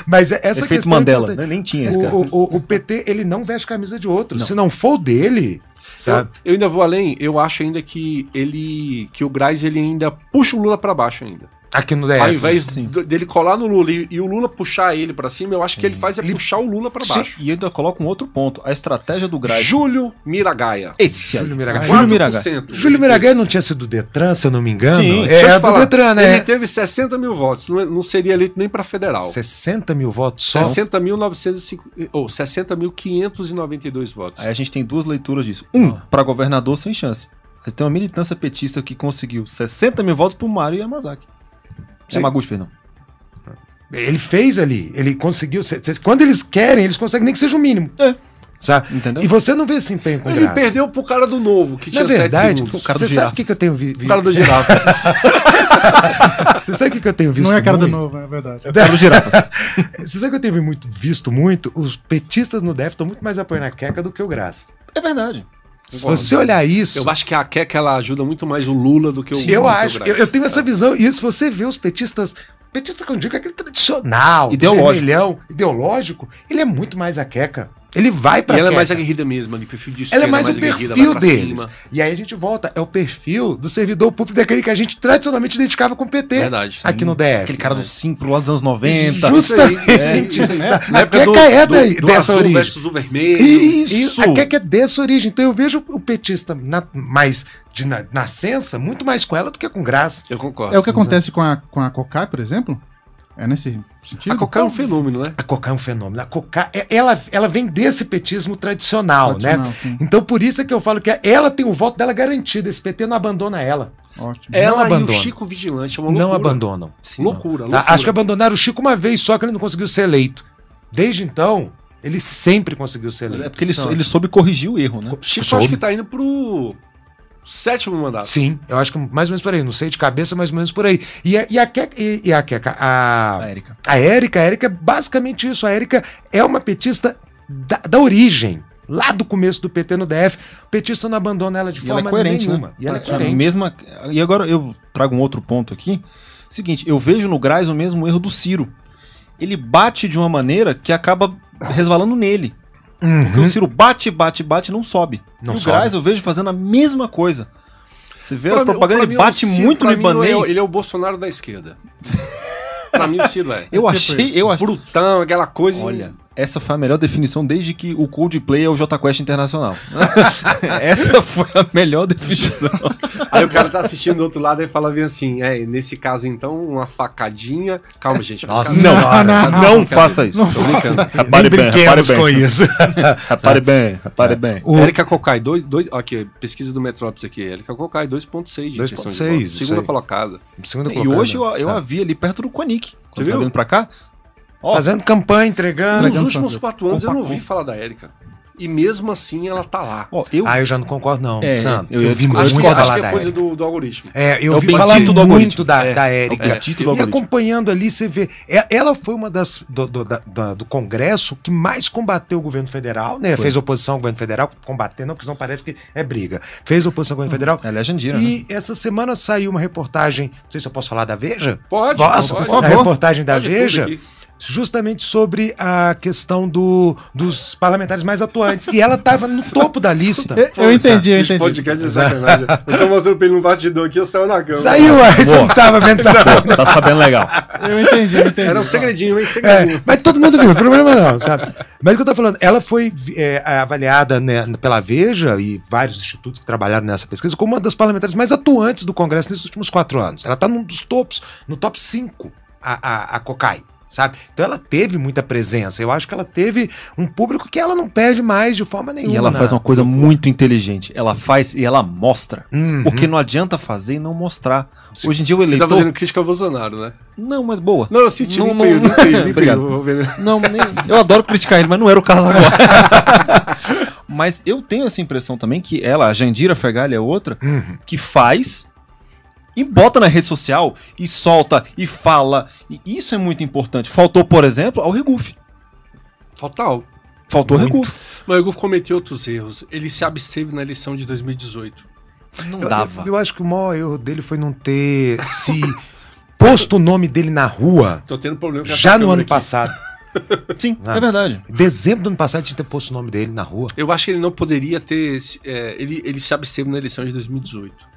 S4: Mas é- essa
S5: Efeito
S4: questão é
S5: Mandela.
S4: importante.
S5: né? Nem tinha esse cara.
S4: O, o- o- o PT, ele não veste camisa de outro. Se não for o dele, sabe?
S2: Eu, eu ainda vou além, eu acho ainda que ele. que o Graz ele ainda puxa o Lula pra baixo ainda.
S4: Aqui no DF.
S2: Ao invés
S5: sim.
S2: do- dele colar no Lula e, e o Lula puxar ele pra cima, eu acho que ele faz é puxar o Lula pra
S4: Sim.
S2: baixo.
S5: E eu ainda coloco um outro ponto. A estratégia do Graz.
S2: Júlio Miragaia.
S5: Esse aí.
S4: Júlio Miragaia.
S5: Júlio Miragaia.
S2: 4%.
S4: Júlio Miragai não tinha sido do Detran, se eu não me engano?
S5: Sim.
S2: Deixa eu
S4: é,
S2: te
S4: do
S2: falar,
S4: Detran, né?
S2: Ele teve 60 mil votos, não, é- não seria eleito nem pra federal.
S4: 60 mil votos só?
S2: 60.905 ou 60.592 votos.
S5: Aí a gente tem duas leituras disso. Um, pra governador sem chance. Aí tem uma militância petista que conseguiu 60 mil votos pro Mário Yamazaki.
S4: Sim.
S5: Yamaguchi, perdão.
S4: Ele fez ali, ele conseguiu. cê- cê- Quando eles querem, eles conseguem nem que seja o mínimo.
S5: É.
S4: sabe?
S5: Entendeu?
S4: E você não vê esse empenho com
S2: Ele
S4: graça.
S2: perdeu pro cara do novo, que
S4: Na
S2: tinha sete
S4: verdade,
S2: segundos.
S5: cara
S4: você
S5: do
S4: sabe o
S5: girafa.
S4: que, que eu tenho vi-
S2: O
S4: visto?
S2: cara do girafa.
S4: Você sabe o que, que eu tenho visto?
S3: Não é a cara do
S4: muito?
S3: novo, é verdade.
S5: Cara do girafas.
S4: Você sabe que eu tenho muito, visto muito? Os petistas no DEF estão muito mais apoiando a queca do que o Graça.
S5: É verdade.
S4: Se você olhar isso.
S2: Eu acho que a Keca ela ajuda muito mais o Lula do que o do que
S4: Eu
S2: o
S4: acho,
S2: Graça.
S4: eu, eu tenho essa visão. E se você vê os petistas, petista que eu digo é aquele tradicional,
S5: Ideológico.
S4: vermelhão, ideológico, ele é muito mais a queca. Ele vai pra
S2: E ela é
S4: queca.
S2: mais aguerrida mesmo, ali, perfil de esquerda,
S4: Ela é mais o
S2: aguerrida,
S4: perfil
S2: vai pra
S4: deles.
S2: cima.
S4: E aí a gente volta, é o perfil do servidor público daquele que a gente tradicionalmente identificava com o PT.
S2: Verdade.
S4: Aqui no DF.
S5: Aquele cara do simples lá dos anos 90.
S2: É
S4: Justamente.
S5: isso aí, né?
S4: A queca é daí-
S2: do
S4: dessa
S2: azul
S4: origem.
S2: versus o vermelho.
S4: Isso!
S5: Isso.
S4: A queca é dessa origem. Então eu vejo o petista na- mais de na- nascença muito mais com ela do que com graça.
S2: Eu concordo.
S3: É o que acontece com a, com a Cocai, por exemplo? É nesse sentido?
S2: A Cocá é um fenômeno, né?
S4: A Cocá é um fenômeno. A Cocá, é- ela, ela vem desse petismo tradicional,
S3: Tradicional,
S4: né?
S3: sim.
S4: Então, por isso é que eu falo que ela tem o voto dela garantido. Esse PT não abandona ela.
S3: Ótimo.
S2: Ela e o
S4: abandona.
S2: Chico Vigilante é uma loucura.
S4: Não abandonam.
S2: Sim, loucura,
S4: Tá?
S2: loucura.
S4: Acho que abandonaram o Chico uma vez só que ele não conseguiu ser eleito. Desde então, ele sempre conseguiu ser
S5: É
S4: eleito.
S5: porque ele, sou- ele soube corrigir o erro, né?
S2: O Chico
S4: Soube.
S2: acho que tá indo pro sétimo mandato.
S4: Sim, eu acho que mais ou menos por aí. Não sei de cabeça, mais ou menos por aí. E a, e a Keca. E, e a Keca. A,
S5: A Érica.
S4: a Érica, a Érica é basicamente isso. A Érica é uma petista da, da origem. Lá do começo do PT no DF, o petista não abandona ela de
S5: E
S4: forma
S5: ela é coerente,
S4: nenhuma.
S5: né?
S4: E ela é
S5: A
S4: coerente.
S5: mesma... E agora eu trago um outro ponto aqui. Seguinte, eu vejo no Graz o mesmo erro do Ciro. Ele bate de uma maneira que acaba resvalando nele. Porque o Ciro bate, bate, bate e não sobe.
S4: Uhum. Não
S5: e o
S4: sobe.
S5: Graz eu vejo fazendo a mesma coisa. Você vê
S2: Pra
S5: a
S2: mim-
S5: propaganda,
S2: pra
S5: ele
S2: mim, é
S5: bate
S2: o Ciro,
S5: muito no
S2: pra mim, não é-
S5: Ibanez.
S2: Ele é o Bolsonaro da esquerda. pra mim, o Ciro é.
S5: Eu
S3: tipo
S5: achei,
S3: isso.
S5: eu achei.
S2: Brutão, aquela coisa.
S5: Olha, essa foi a melhor definição desde que o Coldplay é o Jota Quest Internacional. essa foi a melhor definição.
S2: Aí o cara tá assistindo do outro lado e fala bem assim: é, nesse caso então, uma facadinha. Calma, gente.
S4: Nossa,
S2: calma.
S4: Não,
S5: não,
S2: não, não,
S5: faça isso.
S3: não
S5: Tô brincando.
S4: Nem
S5: Repare bem, repare
S4: brinquemos
S5: bem.
S4: com isso.
S5: Repare bem, repare bem.
S4: O-
S2: Érica Cocai, dois, dois, aqui, pesquisa do Metrópolis aqui. Érica Cocai, 2,6 de
S4: 2,6,
S2: intenção de voto.
S4: isso
S2: Segunda
S4: aí.
S2: colocada.
S4: Segunda
S5: E
S4: colocada. né? Tá.
S5: hoje eu, eu a vi ali perto do Conic. Tá. Você
S2: viu?
S5: viu? Ah, é vindo pra cá? Ó,
S4: Fazendo campanha, entregando.
S2: Nos
S5: um
S3: Entregando
S2: últimos
S3: tanto.
S2: quatro anos eu não
S5: Compacou.
S2: ouvi falar da Érica. E mesmo assim ela tá lá.
S5: ó, eu,
S4: Ah, eu já não concordo, não.
S5: É,
S4: Sandro,
S5: eu
S4: eu,
S5: ia
S4: vi
S5: discordar. Eu
S4: muito
S2: acho que,
S5: discordo.
S2: acho
S4: falar
S2: que é
S4: da
S2: coisa
S4: Érica.
S2: do, do algoritmo.
S4: É, eu
S5: É o
S4: vi
S5: bendito
S4: falar
S5: do
S4: muito
S5: algoritmo.
S4: da,
S2: É,
S4: da
S2: é
S4: Érica.
S2: o bendito
S5: do
S4: e
S5: algoritmo.
S4: acompanhando ali, você vê. é- Ela foi uma das. Do, do, da- da- do Congresso que mais combateu o governo federal, né? Fez oposição ao governo federal, combater, não, porque senão parece que é briga. Fez oposição ao governo federal.
S5: ela é Jandira, né?
S4: E essa semana saiu uma reportagem, não sei se eu posso falar da Veja.
S2: Pode,
S4: Nossa,
S2: pode.
S4: por favor. A reportagem da
S2: Pode tudo
S4: Veja,
S2: aqui.
S4: justamente sobre a questão do, dos parlamentares mais atuantes. E ela estava no topo da lista.
S3: Eu- Eu entendi, eu
S2: Esse
S3: entendi.
S2: podcast é sacanagem. Eu tô mostrando pra ele um batidor aqui, eu saio na cama.
S4: Saiu, ué, você não estava vendo. Tá?
S5: Pô, tá sabendo legal.
S3: Eu entendi, eu entendi.
S2: Era um segredinho, hein?
S4: É,
S2: Segredinho.
S4: mas todo mundo viu, problema não, sabe? Mas o que eu tô falando, ela foi é, avaliada né, pela Veja e vários institutos que trabalharam nessa pesquisa como uma das parlamentares mais atuantes do Congresso nesses últimos quatro anos. Ela tá num dos tops, no top 5, a, a, a Cocai. Sabe? Então ela teve muita presença. Eu acho que ela teve um público que ela não perde mais de forma nenhuma.
S5: E ela
S4: né?
S5: faz um uma coisa muito inteligente. Ela faz e ela mostra.
S4: Uhum.
S5: Porque não adianta fazer e não mostrar. Hoje em dia o
S2: Você
S5: eleitor.
S2: tá fazendo crítica ao Bolsonaro, né?
S5: Não, mas boa.
S2: Não, eu senti,
S5: Não,
S2: não, limpei,
S5: não-
S2: limpei, limpei.
S5: Obrigado.
S2: Vou ver. né?
S5: Não, nem, eu adoro criticar ele, mas não era o caso agora. mas eu tenho essa impressão também que ela, a Jandira Fegali é outra, que faz e bota na rede social e solta e fala. E isso é muito importante. Faltou, por exemplo, ao Regufe.
S2: Total.
S5: Faltou o
S4: Muito.
S5: Regufe.
S2: Mas o Golf cometeu outros erros. Ele se absteve na eleição de 2018.
S5: Não
S4: Eu-
S5: dava.
S4: Eu, eu acho que o maior erro dele foi não ter se posto o nome dele na rua
S2: Tô tendo problema com essa
S4: já no
S2: câmera
S4: ano
S2: aqui.
S4: passado.
S5: Sim,
S4: Ah.
S5: é verdade.
S4: Dezembro do ano passado tinha que ter posto o nome dele na rua.
S2: Eu acho que ele não poderia ter. se- é, ele, ele se absteve na eleição de 2018.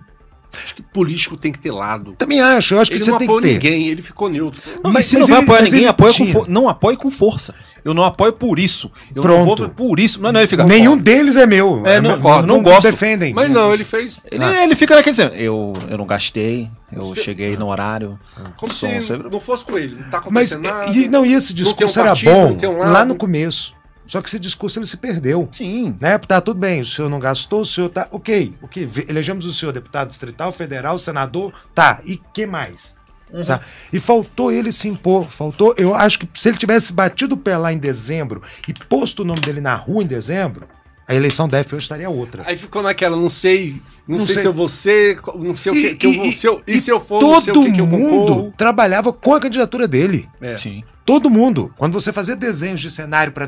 S2: Acho que político tem que ter lado.
S4: Também acho, eu acho que
S2: ele
S4: você
S2: não
S4: tem que
S2: apoiou
S4: ter.
S2: ninguém, ele ficou neutro.
S5: Não,
S4: Mas-
S5: e se não
S4: mas
S5: vai
S4: ele-
S5: apoiar
S4: mas
S5: ninguém,
S4: ele
S5: apoia com
S4: tinha.
S5: for... não apoie com força. Eu não apoio por isso. Eu não
S4: Pronto.
S5: vou por isso. Não, não, ele fica.
S4: Nenhum deles é meu.
S5: É,
S4: Eu
S5: não-
S4: concordo.
S5: não gosto.
S4: defendem.
S2: Mas não, ele fez.
S5: Ele, ele fica naquele assim, eu, eu não gastei, eu cheguei no horário.
S2: Como
S5: som,
S2: se
S5: sei-
S2: não fosse com ele. Não tá
S4: é Mas
S2: acontecendo nada.
S4: e, não, e esse
S2: tem um
S4: discurso era
S2: partido, não
S4: bom
S2: tem um lado.
S4: lá no começo. Só que esse discurso ele se perdeu.
S5: Sim.
S4: Né? Tá tudo bem, o senhor não gastou, o senhor tá. Ok, ok, ve- elegemos o senhor deputado distrital, federal, senador, tá. E que mais? sabe? E faltou ele se impor, faltou. Eu acho que se ele tivesse batido o pé lá em dezembro e posto o nome dele na rua em dezembro, a eleição da FE hoje estaria outra.
S2: Aí ficou naquela, não sei, não,
S4: Não
S2: sei,
S4: sei.
S2: se eu vou ser, não sei o que,
S4: E-
S2: que eu
S4: e-
S2: vou, se eu, e,
S4: e
S2: se eu for, não sei
S4: todo
S2: o que, que eu
S4: mundo
S2: concorro.
S4: trabalhava com a candidatura dele.
S2: É.
S5: Sim.
S4: Todo mundo. Quando você fazia desenhos de cenário para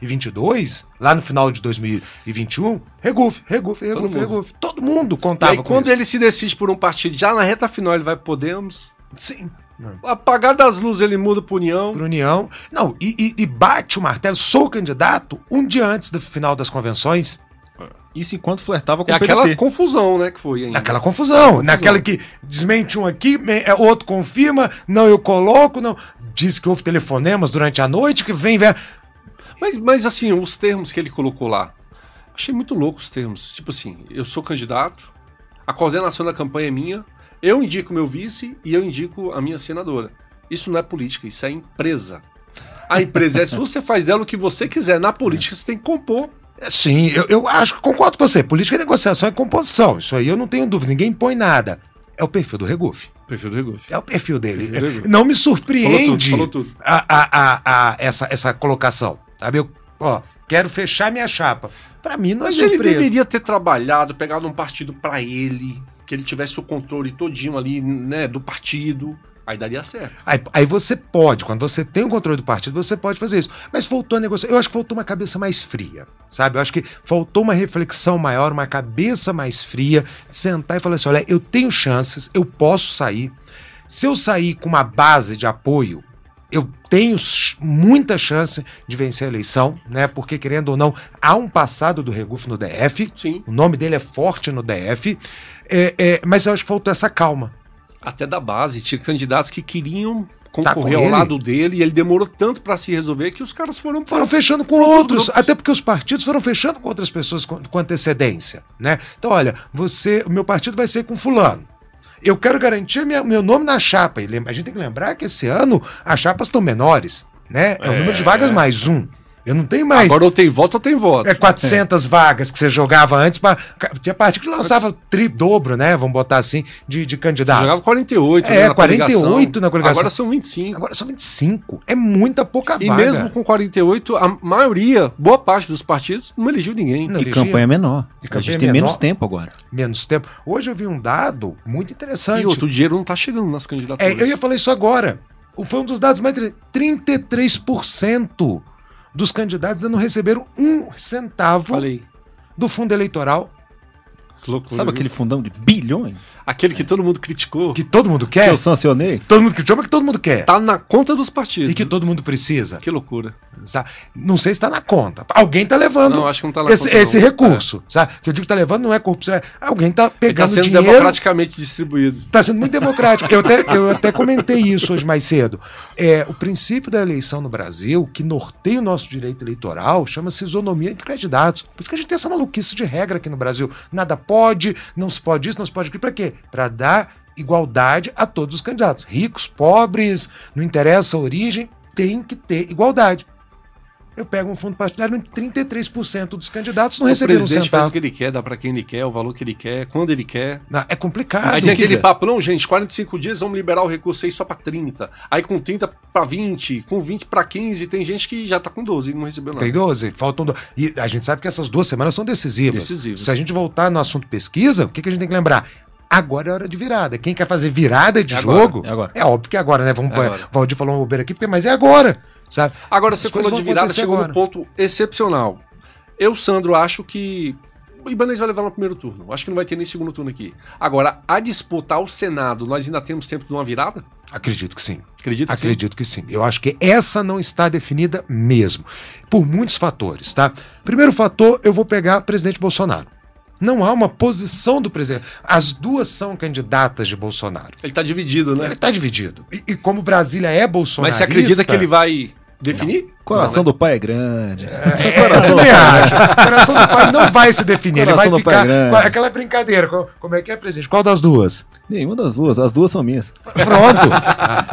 S4: 2022, lá no final de 2021, regufe, regufe, regufe,
S2: mundo.
S4: regufe. Todo mundo
S2: E
S4: contava
S2: aí,
S4: com
S2: quando
S4: isso.
S2: ele se decide por um partido, já na reta final ele vai Podemos,
S4: Sim.
S2: apagar das luzes ele muda pro União.
S4: Por união. Não, e, e- e bate o martelo, sou o candidato um dia antes do final das convenções.
S5: Isso enquanto flertava com
S2: É
S5: o
S2: aquela
S5: PDT.
S2: confusão, né, que foi ainda.
S4: Naquela confusão, naquela que desmente um aqui, me- é, outro confirma, não, eu coloco, não. Diz que houve telefonemas durante a noite, que vem, vem.
S2: Mas, mas assim, os termos que ele colocou lá, achei muito louco os termos. Tipo assim, eu sou candidato, a coordenação da campanha é minha, eu indico meu vice e eu indico a minha senadora. Isso não é política, isso é empresa. A empresa é sua, você faz dela o que você quiser. Na política você tem que compor.
S4: Sim, eu, eu acho que concordo com você. Política é negociação e composição. Isso aí eu não tenho dúvida. Ninguém põe nada. É o perfil do Regufe.
S2: Prefiro o Regufe.
S4: É o perfil dele.
S2: Perfil do Regufe.
S4: Não me surpreende
S2: Falou tudo, falou tudo.
S4: A, a- a- a- essa, essa colocação. Sabe? Eu, ó, quero fechar minha chapa. Pra mim não é
S2: Mas ele
S4: surpresa.
S2: deveria ter trabalhado, pegado um partido pra ele, que ele tivesse o controle todinho ali, né, do partido. Aí daria certo.
S4: Aí, aí você pode, quando você tem o controle do partido, você pode fazer isso. Mas faltou a negociação. Eu acho que faltou uma cabeça mais fria, sabe? Eu acho que faltou uma reflexão maior, uma cabeça mais fria, de sentar e falar assim: olha, eu tenho chances, eu posso sair. Se eu sair com uma base de apoio, eu tenho ch- muita chance de vencer a eleição, né? Porque, querendo ou não, há um passado do Regufo no DF.
S2: Sim.
S4: O nome dele é forte no DF, é, é, mas eu acho que faltou essa calma.
S2: até da base, tinha candidatos que queriam
S4: Tá com
S2: concorrer ao
S4: ele?
S2: lado dele e ele demorou tanto pra se resolver que os caras foram
S4: foram fechando com
S2: Outros
S4: outros,
S2: grupos.
S4: até porque os partidos foram fechando com outras pessoas com, com antecedência, né? Então, olha, você, o meu partido vai ser com fulano. Eu quero garantir minha- meu nome na chapa. E lem- a gente tem que lembrar que esse ano as chapas estão menores, né? É o número de vagas mais um. Eu não tenho mais
S2: Agora ou tem voto ou tem voto.
S4: é 400 vagas que você jogava antes para tinha partido que lançava tri dobro, né? Vamos botar assim de, de
S2: Jogava
S4: candidato.
S2: 48,
S4: É,
S2: né, na
S4: 48
S2: coligação.
S4: na coligação.
S2: Agora são 25.
S4: Agora são 25. É muita pouca
S2: e
S4: vaga.
S2: mesmo com 48, a maioria, boa parte dos partidos, não eligiu ninguém.
S4: Não.
S5: E
S4: elegia.
S5: campanha é menor. a
S4: campanha
S5: gente tem menos
S4: menor.
S5: tempo agora.
S4: menos tempo. Hoje eu vi um dado muito interessante.
S2: E outro, o dinheiro não tá chegando nas
S4: É,
S2: candidaturas.
S4: eu ia falar isso agora. O- Foi um dos dados mais. tre- 33% dos candidatos ainda não receberam um centavo
S2: Falei.
S4: do fundo eleitoral
S2: Que loucura,
S5: Sabe
S2: viu?
S5: aquele fundão de bilhões
S2: Aquele que todo mundo criticou,
S4: É. que todo mundo
S5: que
S4: quer.
S5: eu sancionei?
S4: Todo mundo critica, mas que todo mundo quer.
S2: tá na conta dos partidos.
S4: E que todo mundo precisa.
S2: Que loucura.
S4: sabe? Não sei se está na conta. Alguém está levando
S2: Não, acho que não tá na
S4: esse,
S2: conta, não.
S4: esse recurso. Sabe? O que eu digo que está levando não é corrupção. é Alguém está
S2: Ele tá
S4: pegando
S2: sendo
S4: dinheiro
S2: democraticamente distribuído.
S4: Está Tá sendo muito democrático. Eu até, eu até comentei isso hoje mais cedo. É, o princípio da eleição no Brasil, que norteia o nosso direito eleitoral, chama-se isonomia entre candidatos. Por isso que a gente tem essa maluquice de regra aqui no Brasil. Nada pode, não se pode isso, não se pode aquilo. Para quê? Para dar igualdade a todos os candidatos. Ricos, pobres, não interessa a origem, tem que ter igualdade. Eu pego um fundo partidário, 33% dos candidatos não
S2: o
S4: receberam um
S2: presidente faz o
S4: centavo.
S2: que ele quer, dá pra quem ele quer, o valor que ele quer, quando ele quer.
S4: Não, é complicado.
S2: Aí tem
S5: quiser.
S2: aquele papo, não, gente, 45 dias vamos liberar o recurso aí só pra 30. Aí com 30 pra 20, com 20 pra 15, tem gente que já tá com 12 e não recebeu nada.
S4: Tem 12, faltam. do- E a gente sabe que essas duas semanas são decisivas.
S2: Decisivas.
S4: Se a gente voltar no assunto pesquisa, o que, que a gente tem que lembrar? Agora é hora de virada. Quem quer fazer virada de
S2: É agora,
S4: jogo?
S5: é agora.
S4: óbvio que é agora, né? Vamos,
S2: É agora.
S4: Valdir falou um bobeira aqui, porque- mas é agora, sabe?
S2: Agora
S4: As
S2: você
S4: coisas
S2: falou de
S4: vão
S2: virada,
S4: acontecer
S2: chegou num
S4: agora.
S2: ponto excepcional. Eu, Sandro, acho que o Ibanez vai levar no primeiro turno. Acho que não vai ter nem segundo turno aqui. Agora, a disputar o Senado, nós ainda temos tempo de uma virada?
S4: Acredito que sim.
S2: Acredito que sim.
S4: Acredito que sim. Eu acho que essa não está definida mesmo. Por muitos fatores, tá? Primeiro fator, eu vou pegar presidente Bolsonaro. Não há uma posição do presidente. As duas são candidatas de Bolsonaro.
S2: Ele tá dividido, né?
S4: Ele é está dividido. E, e como Brasília é
S2: Mas
S4: bolsonarista...
S2: você acredita que ele vai definir?
S5: Coração
S2: Não, né?
S5: do pai é grande.
S4: É, eu também acho. O coração do pai não vai se definir.
S5: Coração
S4: ele vai
S5: do pai
S4: ficar...
S5: grande.
S4: com Aquela brincadeira. co- Como é que é, presidente? Qual das duas?
S5: Nenhuma das duas. As duas são minhas.
S4: Pronto.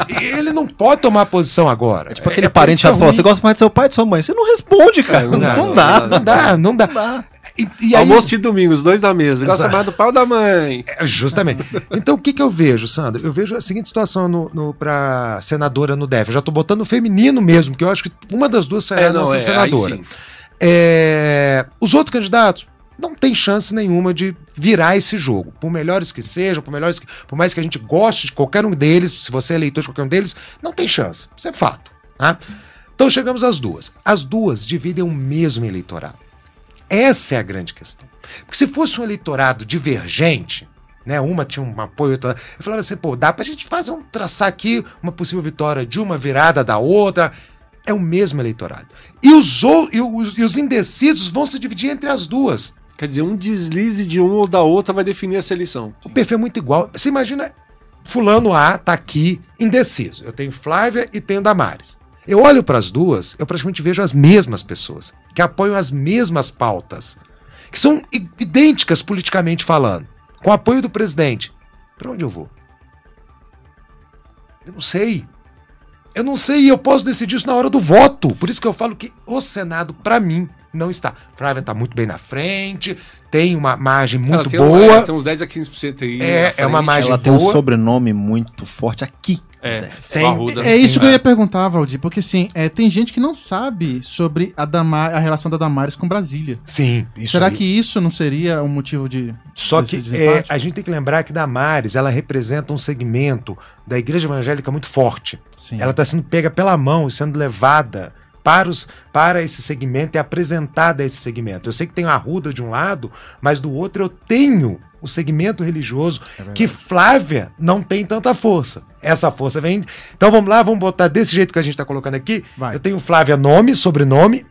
S4: E ele não pode tomar posição agora.
S5: É tipo aquele parente chato que fala: você gosta mais de seu pai e de sua mãe? Você não responde, cara. Não,
S4: dá,
S5: dá.
S4: Não dá, não dá.
S5: Não dá.
S4: E, e aí-
S2: Almoço de domingo, os dois na mesa. Gosta
S4: Exato.
S2: mais do pau da mãe.
S4: É, Justamente. Então, o que, que eu vejo, Sandro? Eu vejo a seguinte situação no, no, para senadora no DEF. Eu já tô botando o feminino mesmo, que eu acho que uma das duas será a nossa senadora.
S2: É, aí sim.
S4: É, os outros candidatos não tem chance nenhuma de virar esse jogo. Por melhores que sejam, por melhores que, por mais que a gente goste de qualquer um deles, se você é eleitor de qualquer um deles, não tem chance. Isso é fato. tá? Então chegamos às duas. As duas dividem o mesmo eleitorado. Essa é a grande questão. Porque se fosse um eleitorado divergente, né, uma tinha um apoio, outra- eu falava assim, pô, dá pra gente fazer um traçar aqui uma possível vitória de uma virada da outra. É o mesmo eleitorado. E os, ou- e os, e os indecisos vão se dividir entre as duas.
S2: Quer dizer, um deslize de um ou da outra vai definir essa eleição.
S4: O perfil é muito igual. Você imagina, fulano A tá aqui indeciso. Eu tenho Flávia e tenho Damares. Eu olho para as duas, eu praticamente vejo as mesmas pessoas, que apoiam as mesmas pautas, que são i- idênticas politicamente falando, com o apoio do presidente. Para onde eu vou? Eu não sei. Eu não sei e eu posso decidir isso na hora do voto. Por isso que eu falo que o Senado, para mim, não está. Flávia tá muito bem na frente, tem uma margem
S2: Ela
S4: muito
S2: tem uma-
S4: boa.
S2: é, tem uns 10 a 15% aí. na
S4: É,
S2: frente.
S4: é uma margem
S5: Ela tem um
S4: boa.
S5: sobrenome muito forte aqui.
S2: É,
S4: Tem-
S2: Arruda.
S3: É isso que eu
S2: É.
S3: ia perguntar, Valdir, porque assim, é, tem gente que não sabe sobre a, Dama- a relação da Damares com Brasília.
S4: Sim, isso
S3: Será
S4: aí.
S3: que isso não seria um motivo de.
S4: Só
S3: desse
S4: que é,
S3: desempate?
S4: a gente tem que lembrar que Damares, ela representa um segmento da igreja evangélica muito forte.
S3: Sim.
S4: Ela está sendo pega pela mão e sendo levada para, os, para esse segmento e apresentada a esse segmento. Eu sei que tem a Arruda de um lado, mas do outro eu tenho o segmento religioso
S3: É
S4: que Flávia não tem tanta força. Essa força vem. Então vamos lá, vamos botar desse jeito que a gente está colocando aqui.
S3: Vai.
S4: Eu tenho Flávia nome, sobrenome.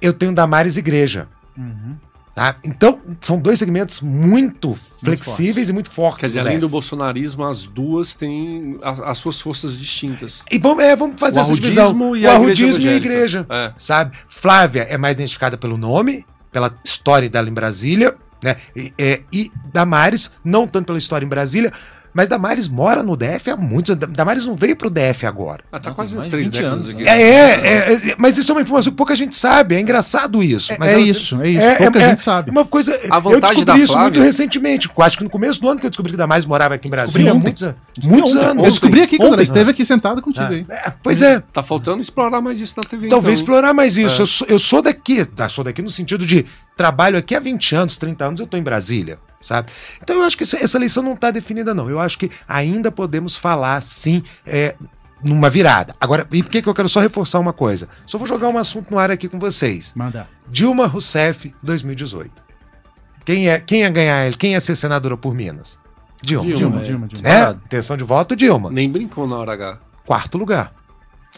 S4: Eu tenho Damares igreja.
S3: Uhum.
S4: Tá? Então, são dois segmentos muito, flexíveis e muito fortes. né?
S2: Quer dizer,
S4: do
S2: além do
S4: leve.
S2: bolsonarismo, as duas têm a- as suas forças distintas.
S4: E vamos, é, vamos fazer
S2: O
S4: essa divisão.
S2: arrudismo e
S4: o
S2: a
S4: arrudismo e a
S2: igreja
S4: igreja.
S2: evangélica. É.
S4: Sabe? Flávia é mais identificada pelo nome, pela história dela em Brasília, né? E, é, e Damares, não tanto pela história em Brasília, mas Damares mora no DF há muitos anos. Damares não veio pro DF agora.
S2: Ah, tá
S5: Não,
S2: quase
S5: tem mais
S2: três
S5: 20
S2: décadas
S5: anos,
S2: aqui.
S5: né?
S4: É, é, é, é, mas isso é uma informação que pouca gente sabe. É engraçado isso.
S3: É-
S4: mas
S3: é
S4: ela-
S3: isso, é isso. Pouca gente sabe.
S4: Uma coisa.
S2: A
S4: eu
S2: vantagem
S4: descobri
S2: da
S4: isso
S2: Flávia-
S4: muito recentemente. Acho que no começo do ano que eu descobri que Damares morava aqui em
S3: Descobri
S4: Brasília. Há
S3: ontem.
S4: muitos, an- muitos
S5: ontem.
S3: Eu
S4: anos.
S3: descobri aqui quando
S5: ontem.
S3: ela esteve aqui sentada contigo aí.
S4: É, pois é.
S2: Tá faltando explorar mais isso na TV.
S4: Talvez
S2: então, hein?
S4: explorar mais isso. Eu, sou, eu sou daqui, tá? sou daqui no sentido de trabalho aqui há 20 anos, 30 anos, eu tô em Brasília, sabe? Então eu acho que essa, essa eleição não tá definida, não. Eu acho que ainda podemos falar, sim, é, numa virada. Agora, e por que que eu quero só reforçar uma coisa? Só vou jogar um assunto no ar aqui com vocês.
S3: Manda.
S4: Dilma Rousseff, 2018. Quem é quem ia ganhar ele? Quem ia ser senadora por Minas? Dilma.
S2: Dilma.
S3: Dilma,
S2: é.
S3: Dilma, Dilma.
S4: Né? Intenção de voto, Dilma.
S2: Nem brincou na hora H.
S4: Quarto lugar.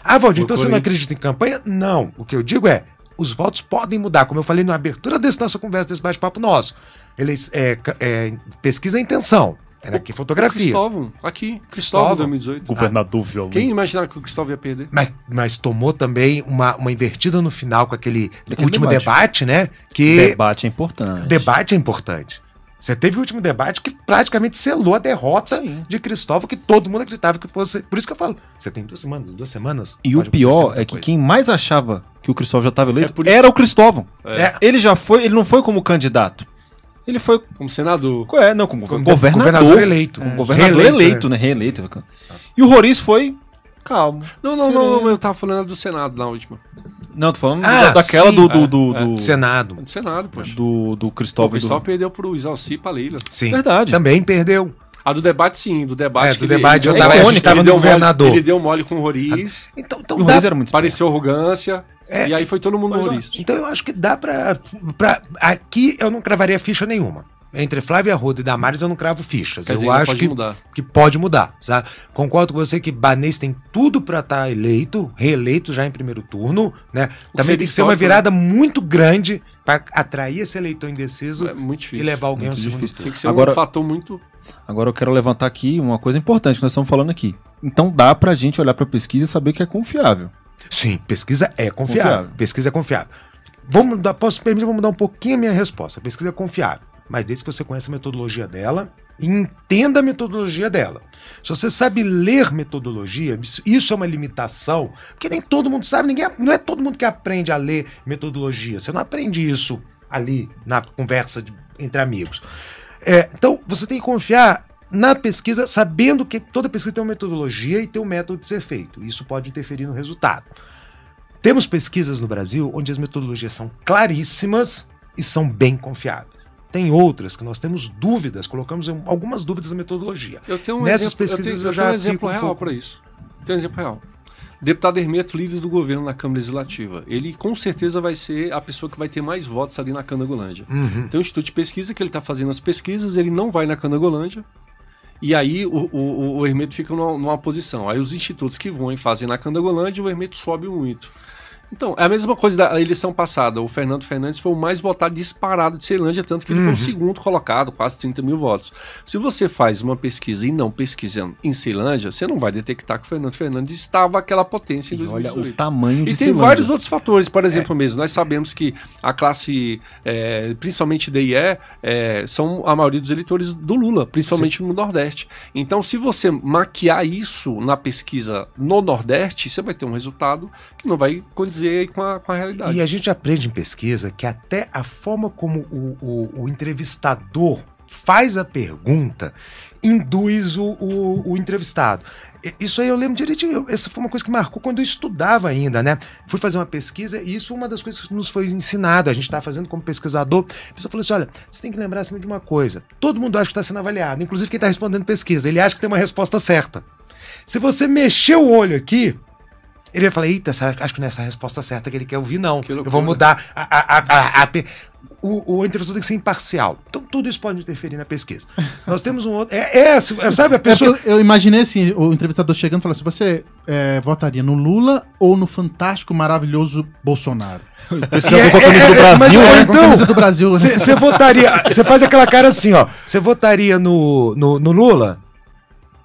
S4: Ah, Valdir, então
S2: Por-
S4: você
S2: por
S4: não
S2: aí.
S4: acredita em campanha? Não. O que eu digo é, os votos podem mudar, como eu falei na abertura dessa nossa conversa, desse bate-papo nosso. Ele, é, ca- é, pesquisa a intenção. É aqui fotografia.
S2: Cristóvão, aqui. Cristóvão,
S4: Cristóvão.
S2: 2018.
S5: Governador violento.
S2: Ah. Quem imaginava que o Cristóvão ia perder?
S4: Mas, mas tomou também uma, uma invertida no final com aquele último
S5: debate.
S4: debate, né? Que
S5: Debate é importante.
S4: debate é importante. Você teve o último debate que praticamente selou a derrota
S5: Sim.
S4: de Cristóvão, que todo mundo acreditava que fosse. Por isso que eu falo, você tem duas semanas, duas semanas.
S5: E
S4: pode
S5: o pior
S4: acontecer muita
S5: é que
S4: coisa.
S5: quem mais achava que o Cristóvão já estava eleito
S2: É por isso-
S5: era o Cristóvão.
S2: É.
S4: É.
S5: Ele já foi, ele não foi como candidato. Ele foi.
S2: Como senador.
S5: co- É, não, como,
S4: Como
S5: governador.
S4: governador eleito.
S5: Como
S4: É.
S5: governador
S4: Reeleito,
S5: eleito, né? Reeleito. E o Roriz foi. Calmo.
S2: Não, não,
S5: sereno.
S2: não, eu tava falando do Senado na última.
S5: Não, tô falando
S4: Ah,
S5: da- daquela
S4: sim.
S5: do. Do,
S2: É,
S5: do, do,
S4: Senado.
S2: Do Senado, poxa.
S4: É,
S5: do, do
S2: O
S5: Cristóvão. e do-
S2: Cristóvão perdeu pro Isalci e pra Leila.
S4: Sim.
S5: Verdade.
S4: Também perdeu.
S2: A do debate, sim, do debate.
S4: É, do
S2: que ele-
S4: debate,
S5: eu
S2: ele-
S5: tava- a gente
S2: ele
S4: tava no
S2: deu mole-
S4: governador.
S2: Ele deu mole com o Roriz,
S4: Então,
S5: E o
S4: então, dá,
S5: Roriz era muito. esperto.
S2: pareceu arrogância, e aí foi todo mundo no
S5: Mas, ó,
S2: Roriz.
S4: então É. eu acho que dá pra, pra. Aqui eu não cravaria ficha nenhuma. Entre Flávia Arruda e Damares eu não cravo fichas.
S2: Quer
S4: eu
S2: dizer, ainda
S4: acho
S2: pode
S4: que,
S2: mudar.
S4: que pode mudar. Sabe? Concordo com você que Banês tem tudo pra estar eleito, reeleito já em primeiro turno. né? Também
S2: seria
S4: tem que ser uma
S2: histórico,
S4: virada muito grande pra atrair esse eleitor indeciso
S2: É muito
S4: e
S2: difícil.
S4: levar alguém ao
S5: Muito
S4: segundo
S5: difícil.
S4: turno.
S2: Tem que ser um
S5: Agora-
S2: fator muito.
S5: Agora eu quero levantar aqui uma coisa importante que nós estamos falando aqui. Então dá pra gente olhar pra pesquisa e saber que é confiável.
S4: Sim, pesquisa é confiável.
S5: Confiável.
S4: Pesquisa é confiável. Vamos mudar, posso permitir, vou mudar um pouquinho a minha resposta. Pesquisa é confiável, mas desde que você conheça a metodologia dela e entenda a metodologia dela. Se você sabe ler metodologia, isso- isso é uma limitação, porque nem todo mundo sabe, ninguém, não é todo mundo que aprende a ler metodologia. Você não aprende isso ali na conversa de- entre amigos. É, então, você tem que confiar na pesquisa, sabendo que toda pesquisa tem uma metodologia e tem um método de ser feito. Isso pode interferir no resultado. Temos pesquisas no Brasil onde as metodologias são claríssimas e são bem confiáveis. Tem outras que nós temos dúvidas, colocamos em- algumas dúvidas na metodologia.
S2: Eu tenho um
S4: Nessas
S2: exemplo, eu
S4: pesquisas
S2: tenho-
S4: eu
S2: eu
S4: já
S2: tenho um
S4: fico
S2: exemplo
S4: um
S2: real
S4: pouco-
S2: para isso. Tem um exemplo real. Deputado Hermeto, líder do governo na Câmara Legislativa. Ele com certeza vai ser a pessoa que vai ter mais votos ali na Candangolândia.
S5: Uhum.
S2: Tem um instituto de pesquisa que ele está fazendo as pesquisas, ele não vai na Candangolândia. E aí o, o, o Hermeto fica numa, numa posição. Aí os institutos que vão e fazem na Candangolândia, o Hermeto sobe muito. Então, é a mesma coisa da eleição passada. O Fernando Fernandes foi o mais votado disparado de Ceilândia, tanto que ele
S5: Uhum.
S2: foi o segundo colocado, quase 30 mil votos. Se você faz uma pesquisa e não pesquisa em Ceilândia, você não vai detectar que o Fernando Fernandes estava aquela potência em
S5: E olha o
S2: 2018.
S5: tamanho de
S2: E tem
S5: Ceilândia.
S2: vários outros fatores,
S4: É.
S2: por exemplo, mesmo. Nós sabemos que a classe, é, principalmente D e E, é, são a maioria dos eleitores do Lula, principalmente no Nordeste. Então, se você maquiar isso na pesquisa no Nordeste, você vai ter um resultado que não vai condizer aí com a, com a realidade.
S4: E a gente aprende em pesquisa que até a forma como o, o- o entrevistador faz a pergunta induz o, o- o entrevistado. E- Isso aí eu lembro direitinho. eu- Essa foi uma coisa que marcou quando eu estudava ainda, né? Fui fazer uma pesquisa e isso foi uma das coisas que nos foi ensinado. A gente estava fazendo como pesquisador. A pessoa falou assim: olha, você tem que lembrar sempre de uma coisa. Todo mundo acha que está sendo avaliado, inclusive quem está respondendo pesquisa. Ele acha que tem uma resposta certa. Se você mexer o olho aqui, ele vai falar: Eita, será, que- acho que não é essa a resposta certa que ele quer ouvir, não.
S2: Que
S4: Eu
S2: loucura.
S4: vou mudar. A, a, a, a, a pe- o, o entrevistador tem que ser imparcial. Então, tudo isso pode interferir na pesquisa. Nós temos um outro. É, é, sabe, a
S3: É porque
S4: pessoa.
S3: eu- eu imaginei assim, o entrevistador chegando e falando assim: você é, votaria no Lula ou no fantástico, maravilhoso Bolsonaro?
S5: Pesquisador com a camisa do Brasil,
S4: é, mas-
S5: né?
S3: é,
S4: então,
S3: com a camisa do Brasil, né?
S4: Você votaria. Você faz aquela cara assim, ó. Você votaria no, no, no Lula?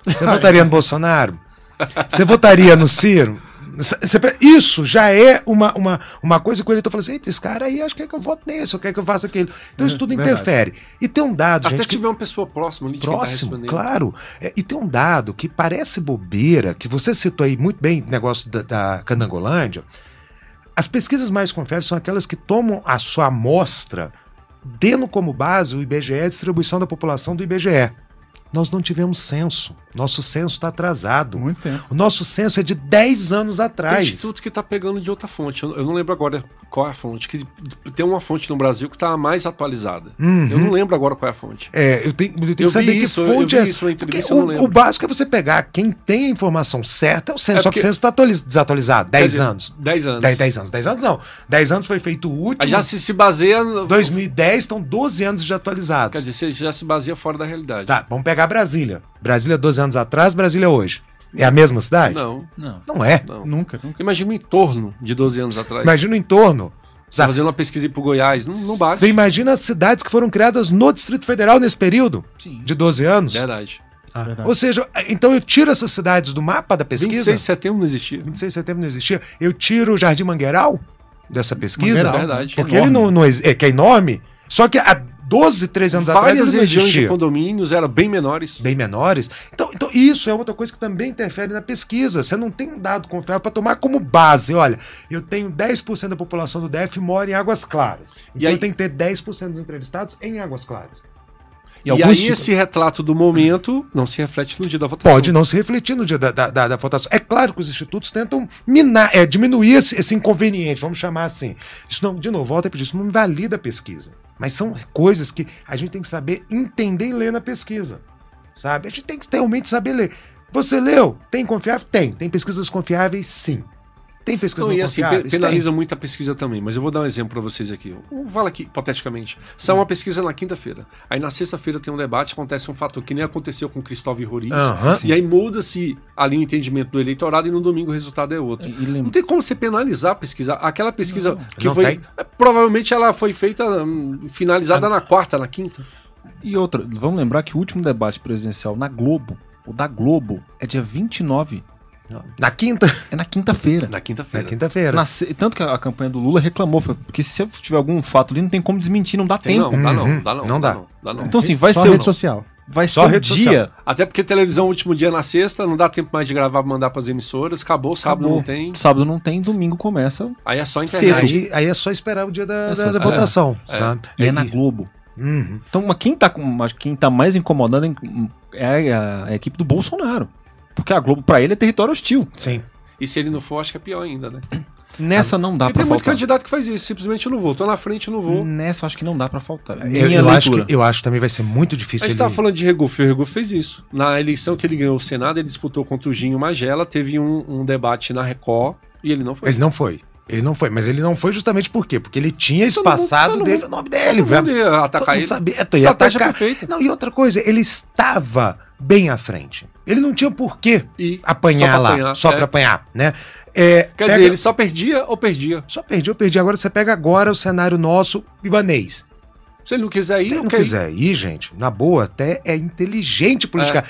S4: Você votaria no Bolsonaro? Você votaria no Ciro? Cê- cê pe- isso já é uma, uma, uma coisa que o eleitor fala assim: eita, esse cara aí acho que quer que eu vote nesse, eu quero que eu faça aquele. Então isso tudo
S3: verdade.
S4: interfere. E tem um dado,
S2: Até
S4: gente. que-
S2: tiver uma pessoa próxima ali de quem tá
S4: Próximo,
S2: respondendo.
S4: claro. É, e tem um dado que parece bobeira, que você citou aí muito bem o negócio da, da Candangolândia. As pesquisas mais confiáveis são aquelas que tomam a sua amostra, tendo como base o IBGE, a distribuição da população do IBGE. Nós não tivemos censo. Nosso censo está atrasado.
S3: Muito tempo.
S4: O nosso censo é de 10 anos
S2: Tem
S4: atrás.
S2: instituto que tá pegando de outra fonte. Eu eu não lembro agora qual é a fonte. Que tem uma fonte no Brasil que tá a mais atualizada.
S4: Uhum.
S2: Eu não lembro agora qual é a fonte.
S4: É, eu tenho, eu tenho que
S2: Eu
S4: saber
S2: vi
S4: que
S2: isso, eu- eu
S4: fonte
S2: vi
S4: é essa.
S2: isso na entrevista,
S4: Porque
S2: eu não
S4: o,
S2: lembro.
S4: o básico é você pegar quem tem a informação certa, é o censo.
S2: É
S4: Só que o
S2: porque-
S4: censo está atualiz- desatualizado. 10
S2: dizer,
S4: anos.
S2: 10 anos.
S4: 10, 10 anos, 10 anos não. 10 anos foi feito o
S2: Aí
S4: último.
S2: já se, se baseia. no-
S4: 2010 estão 12 anos de atualizados.
S2: Quer dizer, você já se baseia fora da realidade.
S4: Tá, vamos pegar Brasília. Brasília 12 anos atrás, Brasília hoje. É a mesma cidade?
S2: Não,
S5: Não.
S4: Não é.
S2: não.
S3: Nunca, nunca.
S2: Imagina o entorno de 12 anos atrás.
S4: Imagina o entorno.
S2: Tá
S4: Sabe?
S2: fazendo uma pesquisa para pro Goiás. Não, não bate.
S4: Você imagina as cidades que foram criadas no Distrito Federal nesse período?
S5: Sim.
S4: De 12 anos?
S2: Verdade.
S4: Ah,
S3: Verdade.
S4: Ou seja, então eu tiro essas cidades do mapa da pesquisa?
S2: 26 de setembro não existia.
S4: 26 de setembro não existia. Eu tiro o Jardim Mangueiral dessa pesquisa.
S3: Mangueiral,
S2: é verdade.
S4: Porque
S3: enorme.
S4: ele não, não exi- é, que é enorme. Só que há 12, 13 anos atrás
S2: Várias
S4: ele não
S2: regiões de
S4: existia.
S2: condomínios eram bem menores.
S4: Bem menores. Então, então, isso é outra coisa que também interfere na pesquisa. Você não tem um dado confiável para tomar como base. Olha, eu tenho 10% da população do DF mora em Águas Claras. Então,
S2: aí-
S4: eu tenho que ter 10% dos entrevistados em Águas Claras.
S2: E,
S5: alguns
S2: aí
S5: ficam-
S2: esse retrato do momento não se reflete no dia da votação.
S4: Pode não se refletir no dia da, da, da- da votação. É claro que os institutos tentam minar, é, diminuir esse, esse inconveniente, vamos chamar assim. Isso não, de novo, volta a pedir, isso não invalida a pesquisa. Mas são coisas que a gente tem que saber entender e ler na pesquisa. Sabe? A gente tem que realmente saber ler. Você leu? Tem confiável? Tem. Tem pesquisas confiáveis? Sim. Tem
S5: Então,
S4: pesquisas
S2: Não,
S4: não,
S2: e assim, pe-
S4: confiáveis?
S2: penaliza muito a pesquisa também, mas eu vou dar um exemplo pra vocês aqui. Fala aqui, hipoteticamente. Sai uma pesquisa na quinta-feira. Aí na sexta-feira tem um debate, acontece um fator que nem aconteceu com Cristóvão e Roriz.
S4: Aham.
S2: E aí muda-se ali o entendimento do eleitorado e no domingo o resultado é outro.
S5: E
S2: Não
S5: lembra...
S2: tem como você penalizar a pesquisa. Aquela pesquisa que
S4: Não
S2: foi.
S4: tem.
S2: Provavelmente ela foi feita, hum, finalizada na quarta, na quinta.
S5: E outra, vamos lembrar que o último debate presidencial na Globo, o da Globo, é dia 29.
S4: Tem. Na quinta?
S5: É na quinta-feira.
S2: Na
S4: Na
S2: quinta-feira.
S4: quinta-feira.
S5: É. Na se- Tanto que a a campanha do Lula reclamou, foi- porque se tiver algum fato ali, não tem como desmentir, não dá
S2: Tem,
S5: tempo.
S2: não, dá não,
S4: Uhum.
S2: dá não.
S4: Não dá.
S2: Não, dá não.
S5: Então, assim, vai
S3: Só
S5: ser.
S3: rede social.
S5: Vai
S4: Só
S5: ser um
S4: rede
S5: dia.
S2: Até porque televisão último dia na sexta, não dá tempo mais de gravar, mandar pras emissoras, acabou, sábado
S5: Acabou.
S2: não tem.
S5: Sábado não tem, domingo começa.
S2: Aí é só
S5: Cedo.
S2: internet.
S4: Aí, aí é só esperar o dia da,
S5: É só
S4: da- da
S5: esperar.
S4: votação, sabe?
S5: E é
S4: Aí-
S5: na Globo.
S4: Uhum.
S5: Então, mas quem tá, com- mas quem tá mais incomodando é- é a, a equipe do Bolsonaro. Porque a Globo, pra ele, é território hostil.
S4: Sim.
S2: E se ele não for, acho que é pior ainda, né?
S5: Nessa não dá
S2: Porque tem
S5: pra
S2: muito
S5: faltar.
S2: candidato que faz isso, simplesmente eu não vou. Tô na frente, eu não vou.
S5: Nessa eu acho que não dá pra faltar.
S4: Eu,
S5: Minha
S4: eu acho
S5: leitura.
S4: que, eu acho que também vai ser muito
S2: A
S4: difícil
S2: gente
S4: ele...
S2: tava tá falando de Regofe, o Regofe fez isso. Na eleição que ele ganhou o Senado, ele disputou contra o Ginho Magela, teve um, um debate na Record e ele não foi.
S4: Ele não foi. Ele não foi, mas ele não foi justamente por quê? Porque ele tinha
S2: Todo mundo-
S4: espaçado
S2: todo mundo-
S4: dele o nome dele,
S2: Todo mundo
S4: velho.
S2: ia
S4: Todo
S2: atacar
S4: mundo
S2: ele.
S4: sabia, É, tu ia
S2: Estratégia
S4: atacar.
S2: perfeita.
S4: Não, e outra coisa, ele estava bem à frente. Ele não tinha por que
S2: E
S4: apanhar
S2: só pra
S4: lá,
S2: apanhar,
S4: só
S2: é.
S4: pra apanhar, né? É,
S2: Quer
S4: pega-
S2: dizer, ele só perdia ou perdia.
S4: Só perdi, eu perdi. Agora você pega agora o cenário nosso libanês.
S2: Se ele não quiser ir,
S4: Se ele não
S2: quer ir.
S4: quiser ir, gente, na boa, até é inteligente política.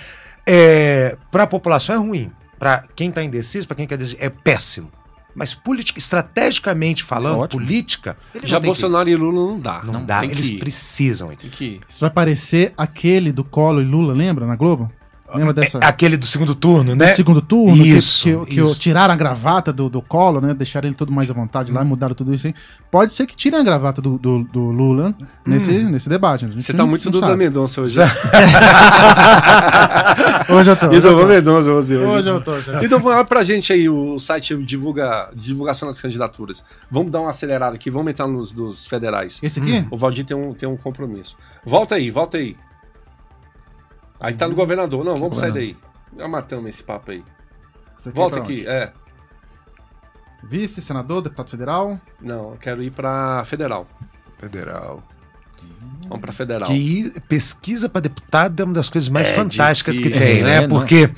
S4: É, pra população é ruim. Pra quem tá indeciso, pra quem quer decidir, é péssimo. Mas política, estrategicamente falando,
S5: Ótimo.
S4: política, ele
S2: Já
S4: não tem que ir.
S2: Bolsonaro e Lula não dá.
S4: Não, dá,
S2: tem
S4: eles
S2: que ir.
S4: precisam.
S2: Tem que ir.
S3: Isso vai parecer aquele do Collor e Lula, lembra? Na Globo? Lembra dessa?
S4: É aquele do segundo turno, né?
S3: do segundo turno, que-
S4: Isso,
S3: que, que,
S4: isso.
S3: tiraram a gravata do, do Collor, né? Deixaram ele todo mais à vontade lá, mudaram tudo isso aí. Pode ser que tirem a gravata do, do, do Lula né? nesse, nesse debate. né? a gente
S2: Você tá
S3: não-
S2: muito
S3: não
S2: Duda
S3: sabe.
S2: Mendonça hoje. né?
S3: Hoje eu tô.
S2: E
S3: Hoje eu
S2: Duda
S3: tô.
S2: Mendonça hoje. né?
S3: Hoje eu tô, já.
S2: Então vai lá pra gente aí o site divulga, de divulgação das candidaturas. Vamos dar uma acelerada aqui, vamos entrar nos dos federais.
S3: Esse aqui?
S2: O Valdir tem um, tem um compromisso. Volta aí, volta aí. Aí tá no governador. Não, vamos sair daí. Já matamos esse papo aí.
S3: Esse aqui
S2: Volta
S3: pra onde?
S2: aqui. É.
S3: Vice, senador, deputado federal.
S2: Não, eu quero ir pra federal.
S4: Federal.
S2: Vamos pra federal.
S4: Que pesquisa pra deputado é uma das coisas mais
S2: É
S4: fantásticas que
S2: difícil,
S4: tem,
S5: né?
S4: né? Porque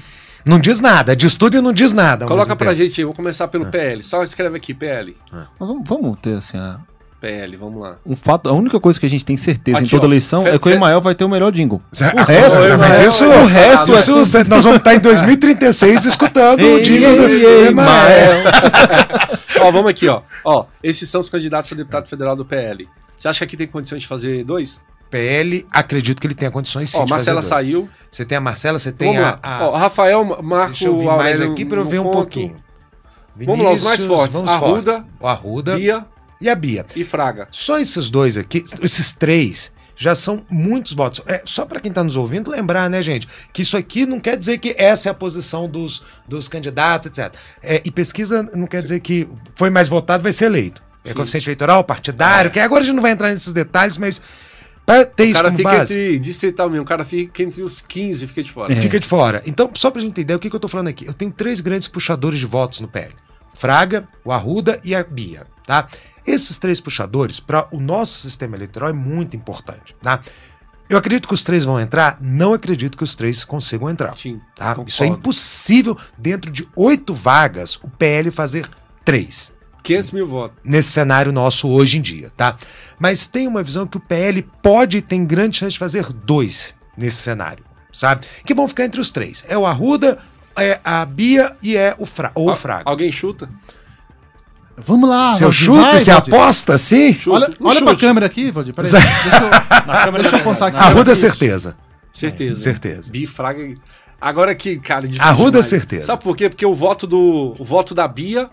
S4: não diz nada, diz tudo e não É. diz nada. ao
S2: Coloca
S4: mesmo
S2: pra
S4: tempo.
S2: gente, eu vou começar pelo PL. Só escreve aqui, PL.
S5: Mas vamos, vamos ter, assim, a-
S2: PL, vamos lá.
S5: um fato. A única coisa que a gente tem certeza
S2: Aqui,
S5: em toda
S2: ó,
S5: eleição
S2: fe-
S5: é que o
S2: fe-
S5: Emael vai ter o melhor jingle.
S4: Zé- Ah, Zé, mas
S2: Emael,
S4: isso,
S2: é
S4: o
S2: errado,
S4: resto, isso, Zé, nós vamos estar em 2036 escutando o Dingo do Emael.
S2: ó, vamos aqui, ó. Ó, esses são os candidatos a deputado federal do PL. Você acha que aqui tem condições de fazer dois?
S4: PL, acredito que ele tenha condições sim.
S2: ó,
S4: de
S2: Marcela
S4: fazer dois.
S2: saiu.
S4: Você tem a Marcela, você tem
S2: vamos
S4: a.
S2: lá.
S4: a-
S2: Ó, Rafael, Marco,
S4: deixa eu vir mais
S2: Aurélio
S4: aqui pra eu
S2: no
S4: ver um
S2: ponto,
S4: pouquinho.
S2: Vamos lá, os mais
S4: Vinícius,
S2: fortes.
S4: vamos
S2: Arruda,
S4: fortes. O Arruda
S2: Bia
S4: e a Bia.
S2: e Fraga.
S4: Só esses dois aqui, esses três, já são muitos votos. É, só para quem está nos ouvindo lembrar, né, gente, que isso aqui não quer dizer que essa é a posição dos, dos candidatos, etc. É, e pesquisa não quer dizer que foi mais votado vai ser eleito. É
S2: Sim. É.
S4: coeficiente eleitoral, partidário, que agora a gente não vai entrar nesses detalhes, mas para ter
S2: O
S4: isso
S2: cara
S4: como
S2: fica
S4: base,
S2: entre distrital mesmo, o cara fica entre os 15 e fica de fora.
S5: É.
S4: fica de fora. Então, só pra gente entender o que, que eu tô falando aqui, eu tenho três grandes puxadores de votos no PL. Fraga, o Arruda e a Bia, tá? Esses três puxadores, para o nosso sistema eleitoral, é muito importante, tá? Eu acredito que os três vão entrar, não acredito que os três consigam entrar.
S2: Sim,
S4: tá?
S2: concordo.
S4: Isso é impossível dentro de oito vagas o PL fazer três
S2: 500 mil votos.
S4: nesse cenário nosso hoje em dia, tá? Mas tem uma visão que o PL pode e tem grande chance de fazer dois nesse cenário, sabe? Que vão ficar entre os três. É o Arruda, é a Bia e é o Fra ou o
S2: Al-
S4: Fraga.
S2: Ah, Alguém chuta?
S3: Vamos lá,
S4: Seu
S3: Valdir,
S4: chute,
S3: Ah, vai,
S4: você
S3: Valdir.
S4: aposta, sim?
S2: Chuta.
S3: Olha,
S2: Um
S3: olha pra
S2: chute.
S3: câmera aqui, Valdir. Peraí.
S4: Zé-
S3: Deixa eu, deixa eu contar aqui.
S4: Arruda,
S3: Isso.
S4: certeza.
S2: Certeza.
S4: Certeza.
S2: Bi Fraga. Agora que, cara, difícil
S4: Arruda,
S2: demais.
S4: certeza.
S2: Sabe por quê? Porque o voto do. O voto da Bia.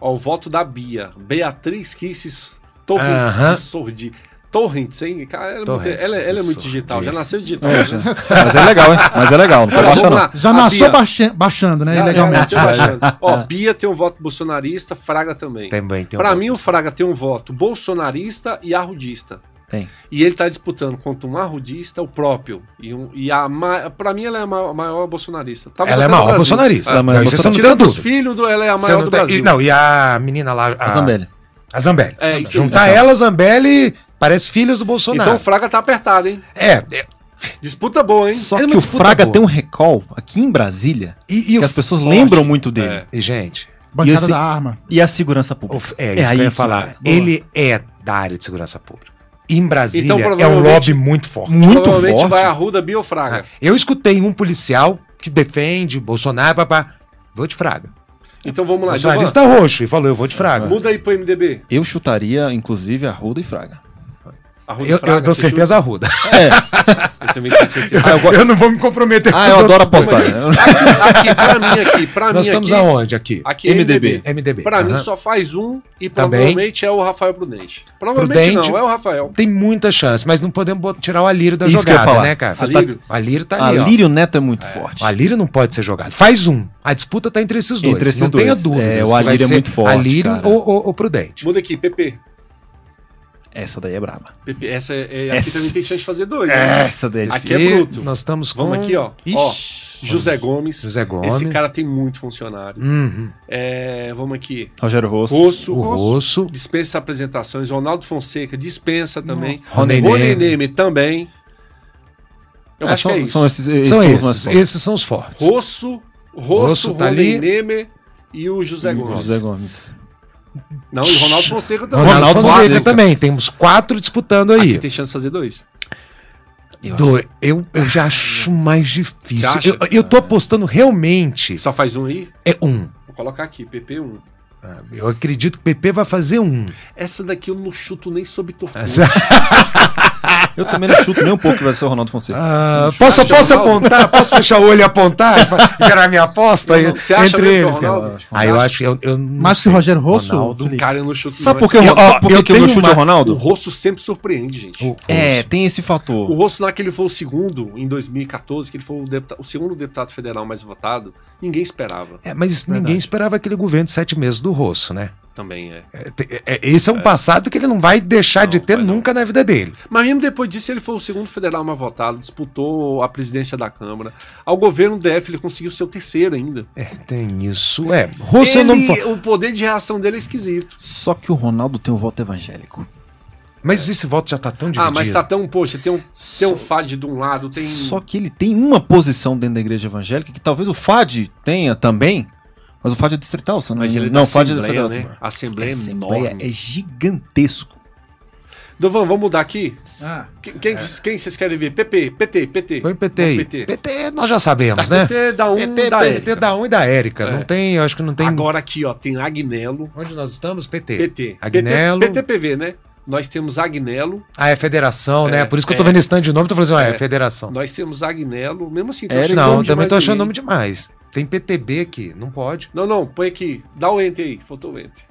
S2: Ó, o voto da Bia. Beatriz Kisses Torrents
S4: Aham.
S2: de Sordi. Torrents, hein? Cara, ela, é muito-
S4: Torrents
S2: ela, é- ela é
S4: de
S2: muito
S4: Sordi.
S2: digital. Já nasceu digital. né?
S5: É,
S2: já.
S5: Mas é legal, hein? Mas é legal, não pode
S2: Agora,
S5: baixar
S2: vamos
S5: não.
S2: lá.
S3: Já
S2: A
S3: nasceu
S2: Bia.
S3: baixa- baixando, né?
S2: Já- já
S3: ilegalmente.
S2: nasceu baixando. Ó, Bia tem um voto bolsonarista, Fraga também.
S4: Também tem um
S2: Pra
S4: voto
S2: mim, o Fraga tem um voto bolsonarista e arrudista.
S5: Tem.
S2: E ele tá disputando contra um arrudista, o próprio. E, um, e a ma- pra mim, ela é a ma- maior bolsonarista. Talvez
S4: Ela é
S2: até do
S4: maior
S2: tá Brasil.
S4: bolsonarista.
S5: Ela é maior
S4: Não, isso você não tem
S2: Tirando os
S4: dúvida.
S2: filhos, do- ela é a
S4: Você
S2: maior
S4: não
S2: do
S4: tem- e,
S2: Brasil.
S4: não, e a menina lá, a,
S5: A Zambelli.
S4: a Zambelli.
S2: É, isso aí.
S4: Juntar ela, Zambelli, parece filhas do Bolsonaro.
S2: Então o Fraga tá apertado, hein?
S4: é, é,
S2: Disputa boa, hein?
S5: Só
S4: É uma
S5: que o
S4: disputa
S5: Fraga
S4: boa.
S5: tem um recall aqui em Brasília
S4: e, e
S5: que
S4: o-
S5: as pessoas lembram muito dele.
S2: É.
S4: e, gente,
S3: Bancada
S5: E esse-
S3: da arma.
S5: E a segurança
S4: O
S5: pública.
S4: f- É, isso
S5: aí
S4: que eu ia
S5: que-
S4: falar.
S5: Boa.
S4: Ele é da área de segurança pública. Em Brasília
S2: Então,
S4: é um
S2: provavelmente-
S4: lobby muito forte. É.
S5: muito
S2: Provavelmente
S5: forte.
S2: vai Arruda, Bia ou Fraga.
S4: Eu escutei um policial que defende Bolsonaro, papá. Vou de fraga.
S2: Então vamos lá, Giovana.
S4: Bolsonarista roxo e falou, eu vou de fraga.
S2: Muda aí pro MDB.
S5: Eu chutaria, inclusive, a Ruda e Fraga.
S2: Arruda
S4: Eu, eu
S2: Fraga,
S4: dou
S2: você
S4: certeza arruda.
S2: chuta? Eu também tenho certeza.
S5: Ah, eu, go-
S4: Eu não vou me comprometer
S5: ah, eu
S4: os
S5: adoro
S4: outros dois.
S5: apostar. né?
S2: Aqui, aqui, pra mim aqui, pra mim
S4: Nós estamos
S2: aqui,
S4: aonde aqui?
S2: aqui é
S5: MDB.
S2: MDB.
S4: MDB.
S2: Pra
S4: Aham.
S2: mim só faz um e
S4: Tá bem.
S2: provavelmente é o Rafael Prudente. Provavelmente
S4: Prudente.
S2: não, é o Rafael.
S4: Tem muita chance, mas não podemos bot- tirar o Alírio da
S5: Isso que eu ia
S4: jogada,
S5: falar.
S4: né, cara?
S2: Você tá-
S4: O Alírio tá ali, ó.
S5: Alírio Neto é muito forte.
S4: O Alírio não pode ser jogado. Faz um. A disputa tá entre esses dois.
S5: Entre esses
S4: não tenha
S5: dois.
S4: dúvidas.
S5: É, o
S4: que vai
S5: Alírio é
S4: ser
S5: muito forte,
S4: Alírio
S5: cara.
S4: ou, ou- ou Prudente.
S2: Muda aqui, PP.
S5: Essa daí é braba.
S2: PP, essa é, é- aqui
S5: Essa.
S2: também tem chance de fazer dois. né?
S5: Essa daí é
S2: Aqui
S5: difícil.
S2: é
S4: E
S2: bruto.
S4: Nós estamos com
S2: Vamos aqui, ó. Ó,
S3: Ixi.
S2: José Gomes.
S4: José Gomes.
S2: Esse cara tem muito funcionário.
S4: Uhum.
S2: É, vamos aqui.
S5: Rogério Rosso.
S2: Rosso.
S4: O Rosso.
S2: Dispensa apresentações. Ronaldo Fonseca dispensa também.
S4: Rony
S2: Rony
S4: Neme.
S2: Neme também. Eu
S5: É,
S2: acho
S5: são,
S2: que é isso.
S5: são esses, esses
S4: São
S5: os
S4: esses.
S5: mais fortes.
S4: Esses são os fortes.
S2: Rosso,
S4: Rosso
S2: Rosso,
S4: tá
S2: Rony
S4: ali.
S2: Neme e o José Gomes.
S5: José Gomes.
S2: Não, e o Ronaldo Fonseca também.
S4: Ronaldo,
S5: Ronaldo
S4: Fonseca,
S5: Fonseca.
S4: também. Temos quatro disputando aí.
S2: Aqui tem chance de fazer dois.
S5: Eu
S4: Do- eu, eu já acho mais difícil.
S2: Você acha?
S4: Eu, eu tô apostando realmente.
S2: Só faz um aí?
S4: É um.
S2: Vou colocar aqui, PP1.
S4: Ah, Eu acredito que o PP vai fazer um.
S2: Essa daqui eu não chuto nem sob tortura.
S5: é Eu também não chuto nem um pouco que vai ser o Ronaldo Fonseca.
S4: Ah,
S2: Você
S4: posso
S2: acha,
S4: posso
S2: Ronaldo?
S4: apontar? Posso fechar o olho e apontar? E virar minha aposta
S2: Eu não- você acha
S4: entre
S2: mesmo, é
S4: eles, cara?
S2: Ronaldo?
S4: Ah, eu acho que eu, eu não
S3: Mas se
S4: sei.
S3: o Rogério Rosso,
S5: Ronaldo,
S3: Felipe,
S2: Cara, eu não chuto
S5: Sabe
S2: não,
S5: por que,
S2: essa-
S5: eu,
S4: ó,
S5: sabe por que
S4: eu
S5: que eu não
S4: tenho
S5: chute
S4: uma-
S5: o Ronaldo?
S2: O Rosso sempre surpreende, gente.
S4: O-
S5: É, tem esse
S2: O
S5: fator.
S2: Rosso, naquele ele foi o segundo, em 2014, que ele foi o, deputa- o segundo deputado federal mais votado, ninguém esperava.
S4: É, mas ninguém
S3: Verdade.
S4: esperava aquele governo de sete meses do Rosso, né?
S2: Também é.
S4: É, te- é, Esse é um passado que ele não vai deixar de
S2: Não,
S4: ter
S2: vai não.
S4: nunca na vida dele.
S2: Mas mesmo depois disso, ele foi o segundo federal mais votado, disputou a presidência da Câmara. Ao governo DF, ele conseguiu ser o terceiro ainda.
S4: É, tem isso. É, Rosso eu não.
S2: Ele-
S4: fa-
S2: O poder de reação dele é esquisito.
S5: Só que o Ronaldo tem um voto evangélico.
S4: Mas esse voto já tá tão
S2: Ah,
S4: dividido.
S2: mas tá tão, poxa, tem um, tem
S5: Só-
S2: um FAD de um lado, tem.
S5: Só que ele tem uma posição dentro da igreja evangélica que talvez o FAD tenha também, mas o FAD é distrital, se eu não
S2: Mas
S5: me
S2: ele é
S5: engano.
S2: da
S5: não, o FAD é federal.
S2: Assembleia, né? A
S5: A
S2: Assembleia, é
S5: Assembleia
S2: enorme.
S5: é gigantesco.
S2: Dovan, vamos mudar aqui?
S3: Ah,
S2: Quem, quem, quem vocês querem ver? PP, PT, PT.
S4: Põe PT aí.
S2: Vamos PT.
S4: PT. nós já
S2: Tá,
S4: sabemos, né?
S2: PT dá um,
S4: PT,
S2: dá
S4: PT
S2: Érica.
S4: da um e da Érica. Não tem, eu acho que não tem.
S2: É. Agora aqui, ó, tem Agnello,
S4: Onde nós estamos? PT.
S2: PT.
S4: Agnello.
S2: PT, PTPV, né? Nós temos Agnello,
S4: Ah, é federação, né?
S2: É,
S4: Por isso que eu
S2: é.
S4: tô vendo esse tanto de nome, tô falando assim, ah, é,
S2: É.
S4: federação.
S2: nós temos Agnello, mesmo assim, tô
S5: Érica.
S2: achando
S4: Não,
S2: nome
S4: também
S2: demais
S4: tô achando
S2: ninguém.
S4: nome demais. Tem PTB aqui, não pode.
S2: Não, não, põe aqui, dá o enter aí, faltou o enter.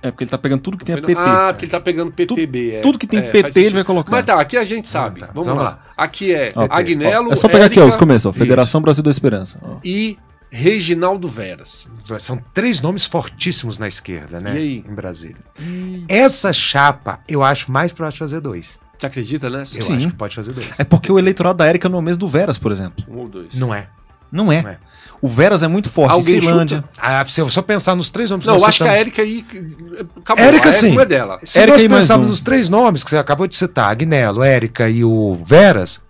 S5: É porque ele tá pegando tudo que tem a
S2: Foi no-
S5: PT.
S2: Ah, porque ele tá pegando PTB. é.
S5: tudo que tem
S2: É,
S5: PT
S2: faz
S5: ele
S2: sentido.
S5: vai colocar.
S2: Mas tá, aqui a gente sabe.
S4: Ah, tá.
S2: Vamos,
S4: Vamos
S2: lá. Aqui é
S5: Ó,
S2: Agnello,
S5: ó, é só pegar aqui, ó, os
S2: Érica
S5: começos, ó. Federação Brasil da Esperança. ó.
S2: e Reginaldo Veras.
S4: São três nomes fortíssimos na esquerda, né?
S2: E aí?
S4: Em Brasília. Essa chapa, eu acho mais pra fazer dois.
S2: Você acredita nessa?
S4: Eu
S5: Sim.
S4: acho que pode fazer dois.
S5: É porque o eleitorado da Érica não é o mesmo do Veras, por exemplo.
S2: Um ou dois.
S4: Não é.
S5: Não é.
S4: Não é.
S5: O Veras é muito forte.
S2: Alguém
S5: Islândia.
S2: chuta?
S4: Ah, se eu só pensar nos três nomes
S2: Não, eu
S4: nós
S2: acho que a
S4: citamos-
S2: Érica aí. Acabou,
S4: Érica,
S2: a
S4: tá- sim.
S2: não é dela.
S4: Se
S5: Érica
S4: nós
S5: e mais
S4: pensarmos
S5: um.
S4: nos três nomes que você acabou de citar, Agnello, Érica e o Veras,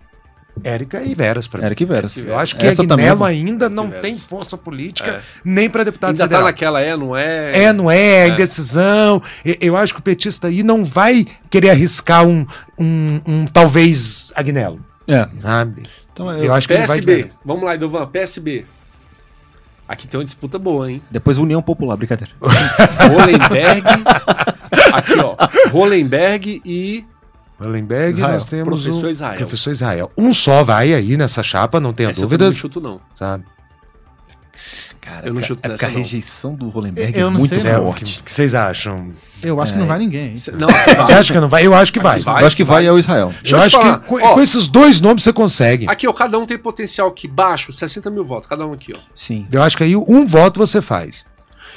S4: Érica e Veras pra mim.
S5: Érica e Veras.
S4: Eu acho que
S5: Essa também. é
S4: Agnello ainda não
S2: Veras.
S4: tem força política
S2: É.
S4: nem para deputado
S2: Ainda tá
S4: federal.
S2: naquela, é, não é?
S4: É, não é, é indecisão. E- Eu acho que o petista aí não vai querer arriscar um, um, um talvez Agnello,
S5: É.
S4: sabe?
S5: Então,
S4: Eu,
S5: eu-
S4: acho que ele vai de
S2: PSB.
S4: Veras.
S2: Vamos lá, Edovan, PSB. Aqui tem uma disputa boa, hein?
S5: Depois União Popular, brincadeira.
S2: Rolenberg. aqui, ó. Rolenberg e.
S4: Wallenberg,
S5: Israel.
S4: nós temos
S2: Professor
S4: o
S2: Israel.
S4: Professor Israel. Um só vai aí nessa chapa, não tenha
S2: Essa é eu
S4: dúvidas,
S2: não chuto, não.
S4: sabe?
S5: Cara,
S2: Eu não
S5: ca-
S2: chuto
S5: é
S2: nessa,
S5: porque a
S2: não.
S5: rejeição do Rolenberg
S3: Eu
S5: é
S3: não
S5: muito
S3: sei,
S4: É, o que
S5: forte.
S4: o que vocês acham?
S3: eu acho que
S5: É,
S3: não vai ninguém. hein?
S2: Cê- Não, é
S4: Você acha que não vai? Eu acho que vai.
S2: vai.
S5: eu acho que vai é o Israel.
S2: Deixa
S4: Eu
S2: eu te
S4: acho
S2: falar.
S4: que com,
S2: Ó.
S4: com esses dois nomes você consegue.
S2: Aqui, ó, cada um tem potencial aqui baixo, 60 mil votos, cada um aqui, ó.
S5: Sim.
S4: Eu acho que aí um voto você faz.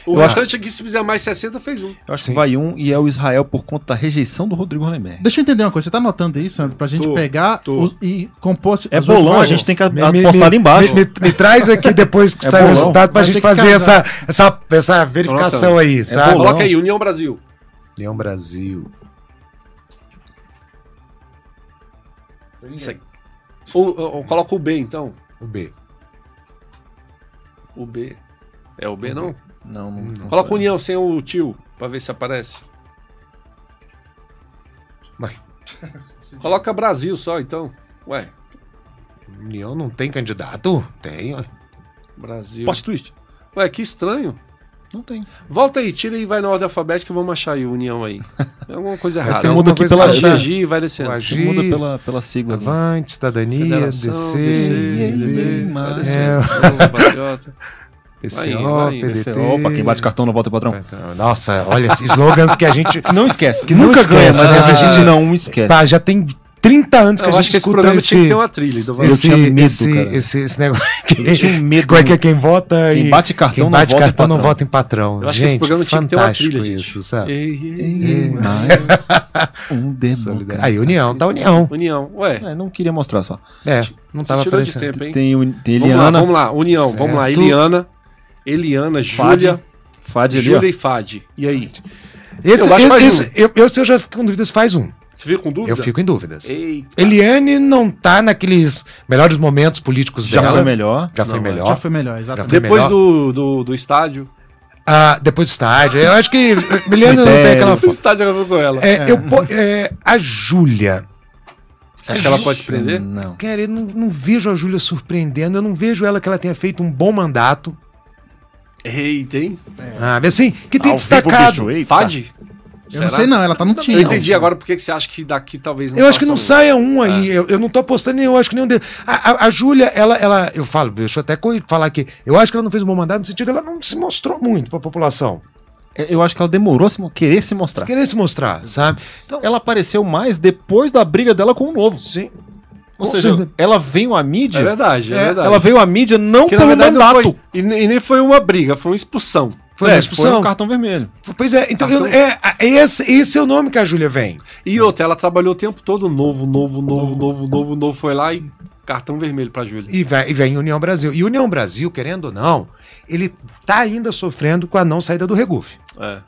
S2: O
S5: Eu
S2: restante aqui, se fizer mais 60, fez um.
S5: Eu acho
S4: Sim.
S5: que vai um e é o Israel por conta da rejeição do Rodrigo Rolenberg.
S3: Deixa eu entender uma coisa, você tá anotando isso, Sandro, pra gente
S2: Tô,
S3: pegar
S2: tô.
S3: o- e compor... as
S5: É
S3: oito
S5: bolão, a
S3: vagas?
S5: gente tem que
S4: Me-
S5: apostar
S4: me-
S5: ali embaixo.
S4: Me, me traz aqui depois que
S5: É
S4: sai o
S5: bolão.
S4: resultado pra
S3: Vai
S4: gente
S3: ter que
S4: fazer essa,
S3: casar.
S4: essa, essa verificação
S2: Anotando.
S4: aí, sabe?
S5: bolão.
S2: Coloca aí, União Brasil.
S4: Leão Brasil.
S2: Isso aí. Ou, ou- ou coloca o B, então.
S4: O B.
S2: O B. É o B, não?
S5: Não, não, não
S2: Coloca
S5: sei.
S2: União sem o tio, pra ver se aparece.
S4: Vai.
S2: Coloca Brasil só, então. Ué,
S4: União não tem candidato? Tem, ó.
S2: Brasil.
S5: Post twist.
S2: Ué, que estranho.
S5: Não tem.
S2: Volta aí, tira e vai na ordem alfabética e vamos achar aí, união aí. É alguma coisa errada.
S5: você
S2: alguma
S5: muda aqui
S2: coisa
S5: pela
S2: errada.
S5: G.
S2: Agir e vai descendo.
S4: O Agir.
S5: Você muda é pela, pela sigla. né? ali.
S4: Avante, cidadania,
S2: Federação,
S4: DC,
S2: DCIB,
S4: IB,
S2: vai
S5: mas-
S2: descendo. Novo, patriota. Vai indo,
S4: PCO,
S2: vai indo.
S4: PDT.
S5: é, Opa, quem bate cartão não volta, patrão.
S4: Então, Nossa, olha, esses slogans que a gente.
S5: Não esquece.
S4: Que
S5: Nunca
S4: não
S5: ganha,
S4: esquece,
S5: mas
S4: né?
S5: a gente
S4: Ah,
S5: não esquece.
S4: Pá, já tem 30 anos que
S2: Eu
S4: a
S2: acho
S4: gente
S2: que esse
S4: escuta
S2: programa tinha que
S4: esse.
S2: ter uma trilha. Então vai.
S5: Eu
S4: Esse,
S5: tinha medo,
S4: esse,
S5: cara.
S4: esse, esse negócio. que-
S5: Eu tinha medo.
S4: Como é que é quem vota
S5: Quem
S4: em-
S5: bate cartão
S4: quem
S5: não
S4: bate
S5: vota em
S4: cartão não
S5: patrão.
S4: vota em patrão.
S2: Eu acho que esse
S4: Gente,
S2: programa tinha que ter uma trilha,
S4: fantástico
S2: gente.
S4: Isso, sabe?
S2: Ei, ei,
S4: Ei,
S3: Mas um demônio.
S4: Solidariedade. Aí, união, tá união.
S2: União. Ué,
S5: É, não queria mostrar só.
S4: É, não tava
S2: tirou de
S4: aparecendo.
S2: tempo, hein?
S5: Tem, o- tem
S2: Vamos lá,
S5: Eliana,
S2: vamos lá. União, vamos lá.
S4: Certo.
S2: Eliana, Eliana,
S5: Fad,
S2: Júlia,
S5: Fad ali, ó.
S2: Júlia e Fad. E aí?
S4: Esse,
S2: Eu acho um.
S4: esse,
S2: que
S4: esse- eu, eu, se eu já fico com dúvidas faz um.
S2: Você fica com dúvida?
S4: Eu fico em dúvidas.
S2: Eita.
S4: Eliane não tá naqueles melhores momentos políticos
S5: Já
S4: dela.
S5: foi melhor.
S4: Já foi
S2: Não,
S4: melhor.
S3: Já foi melhor, exatamente.
S4: foi
S2: Depois
S4: melhor.
S2: do, do, do estádio.
S4: Ah, depois do estádio. Eu acho que eh, Eliane não tem
S5: Cemitério.
S4: aquela
S2: O
S4: foto.
S2: estádio acabou com ela.
S4: É, eu po- é, a Júlia.
S2: Você acha que ela pode se prender?
S5: Não.
S4: Cara, eu não, não vejo a Júlia surpreendendo. Eu não vejo ela que ela tenha feito um bom mandato.
S2: Eita, hein?
S4: Sabe? Assim, que tem
S5: Ao vivo,
S4: destacado.
S5: bicho, eita.
S2: Fad?
S3: Eu não sei não, ela tá no time.
S2: Eu entendi agora por que que você acha que daqui talvez não
S4: Eu acho que não
S2: faça um.
S4: saia um aí. Eu, eu não tô apostando nenhum. Eu acho que nenhum deles. A, a- a Júlia, ela, ela. Eu falo, deixa eu até co- falar aqui. Eu acho que ela não fez um bom mandato no sentido que ela não se mostrou muito pra população.
S5: É, Eu acho que ela demorou a se mo- querer se mostrar.
S4: Querer se mostrar, sabe? Então,
S5: Ela apareceu mais depois da briga dela com o novo.
S4: sim.
S5: um Ou
S4: Com
S5: seja,
S4: certeza.
S5: ela veio à mídia.
S2: É verdade, é,
S4: É,
S2: verdade.
S5: Ela veio à mídia não
S2: Que, na
S5: pelo
S4: um
S2: verdade, não
S5: mandato.
S2: foi- e, nem- e nem foi uma briga, foi uma expulsão.
S4: Foi
S5: É,
S4: uma expulsão.
S5: um cartão vermelho.
S4: Pois é, então eu- é, a- esse, esse é o nome que a Júlia vem.
S2: E outra, ela trabalhou o tempo todo novo, novo, novo, novo, novo, novo. Foi lá e cartão vermelho pra Júlia.
S4: E vem, e vem União Brasil. E União Brasil, querendo ou não, ele tá ainda sofrendo com a não saída do Regufe.
S2: É.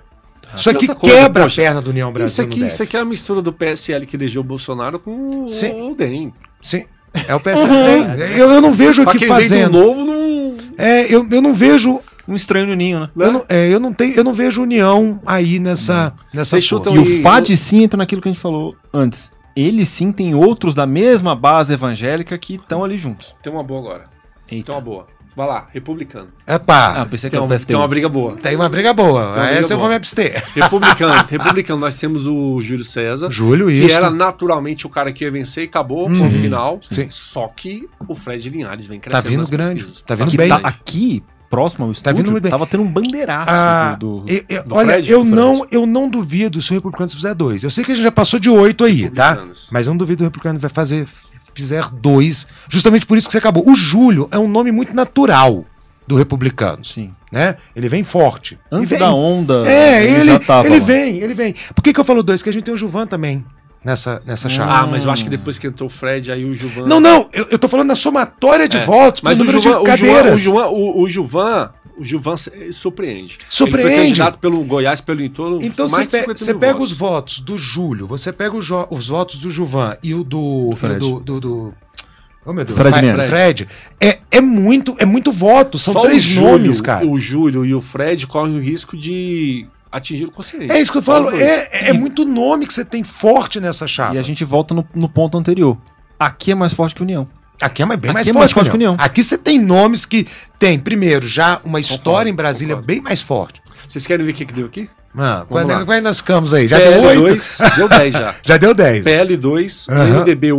S4: Isso
S2: E
S4: aqui
S2: outra coisa,
S4: quebra a perna do União Brasil.
S2: Isso
S4: no
S2: aqui,
S4: DF.
S2: isso aqui é a mistura do PSL que elegeu o Bolsonaro com o-
S4: Sim.
S2: o DEM.
S4: Sim. É o PSL. Eu, eu não vejo
S2: Pra
S4: aqui
S2: quem vem do
S4: fazendo.
S2: novo, não.
S4: É, eu, eu não vejo.
S5: Um estranho no ninho, né?
S4: Eu não, é, eu não tenho, eu não vejo união aí nessa,
S2: Hum.
S4: nessa
S2: Vocês chutam
S5: E
S4: força.
S2: E-
S5: o Fad sim entra naquilo que a gente falou antes. Ele sim tem outros da mesma base evangélica que estão ali juntos.
S2: Tem uma boa agora. Tem
S5: Então,
S2: uma boa. Vai lá, republicano.
S5: ah,
S4: Epá,
S5: pensei que
S2: Tem
S5: era o
S2: uma,
S5: PSDB.
S4: então,
S2: tem uma briga boa.
S4: tem uma briga boa.
S2: Tem uma
S4: Essa
S2: briga
S4: eu
S2: boa.
S4: vou me abster.
S2: Republicano, republicano, nós temos o Júlio César.
S4: Júlio,
S2: que
S4: isso.
S2: era naturalmente o cara que ia vencer e acabou, ponto final.
S4: Uhum. Sim.
S2: Só que o Fred Linhares vem
S4: Tá
S2: crescendo.
S4: vindo
S2: nas
S4: grande.
S2: pesquisas.
S4: Tá vindo
S5: que
S4: bem. Tá
S5: tá aqui, próximo ao estúdio,
S4: vindo muito bem.
S5: tava tendo um bandeiraço
S4: Ah,
S5: do... do-
S4: eu- eu-
S2: do
S4: olha,
S2: Fred,
S4: eu,
S2: do Fred.
S4: não, eu não duvido se o Republicano fizer dois. Eu sei que a gente já passou de oito aí, tá?
S2: Republicanos.
S4: Mas eu não duvido que o Republicano vai fazer, fizer dois. Justamente por isso que você acabou. O Júlio é um nome muito natural do Republicano.
S5: Sim.
S4: Né? Ele vem forte.
S5: Antes
S4: E vem-
S5: da onda,
S4: É, ele,
S5: já tava
S4: ele
S5: lá.
S4: vem, ele vem. Por que, que eu falo dois? Que a gente tem o Juvan também nessa, nessa chave.
S2: Ah, mas eu acho que depois que entrou o Fred, aí o Juvan.
S4: Não, não, eu, eu tô falando da somatória de
S2: É,
S4: votos pro
S2: Mas o
S4: número
S2: Juvan, o,
S4: de
S2: Juvan, o,
S4: cadeiras.
S2: Juvan, o, o Juvan, o Juvan se- ele surpreende. Ele foi
S4: Surpreende.
S2: candidato pelo Goiás, pelo entorno.
S4: Então
S2: mais
S4: você
S2: de
S4: pe-
S2: 50
S4: você
S2: mil
S4: pega
S2: votos.
S4: os votos do Júlio, você pega os, jo- os votos do Juvan e o do. E
S5: Fred.
S4: o do, do, do- oh, meu Deus,
S5: Fred
S4: Fre-
S5: Neves.
S4: Fred. É, é muito, é muito voto. São
S2: Só
S4: três
S2: o Júlio,
S4: nomes, cara.
S2: O Júlio e o Fred correm o risco de atingir o conselheiro.
S4: É isso que eu
S2: Só os
S4: falo.
S2: dois.
S4: É, é muito nome que você tem forte nessa chapa.
S5: E a gente volta no, no ponto anterior. Aqui é mais forte que União.
S4: Aqui é mais- bem
S5: Aqui
S4: mais,
S5: é
S4: forte
S5: mais
S4: que
S5: forte que
S4: União.
S5: União.
S4: Aqui você tem nomes que tem, primeiro, já uma história em Brasília
S2: concordo.
S4: bem mais forte.
S2: Vocês querem ver o que, que deu aqui?
S4: Mano,
S2: Vamos lá.
S4: quando, é quando nós ficamos aí? Já deu oito?
S2: PL2, deu 10 já.
S4: Já deu dez.
S2: PL2,
S4: Aham.
S2: PNDB1,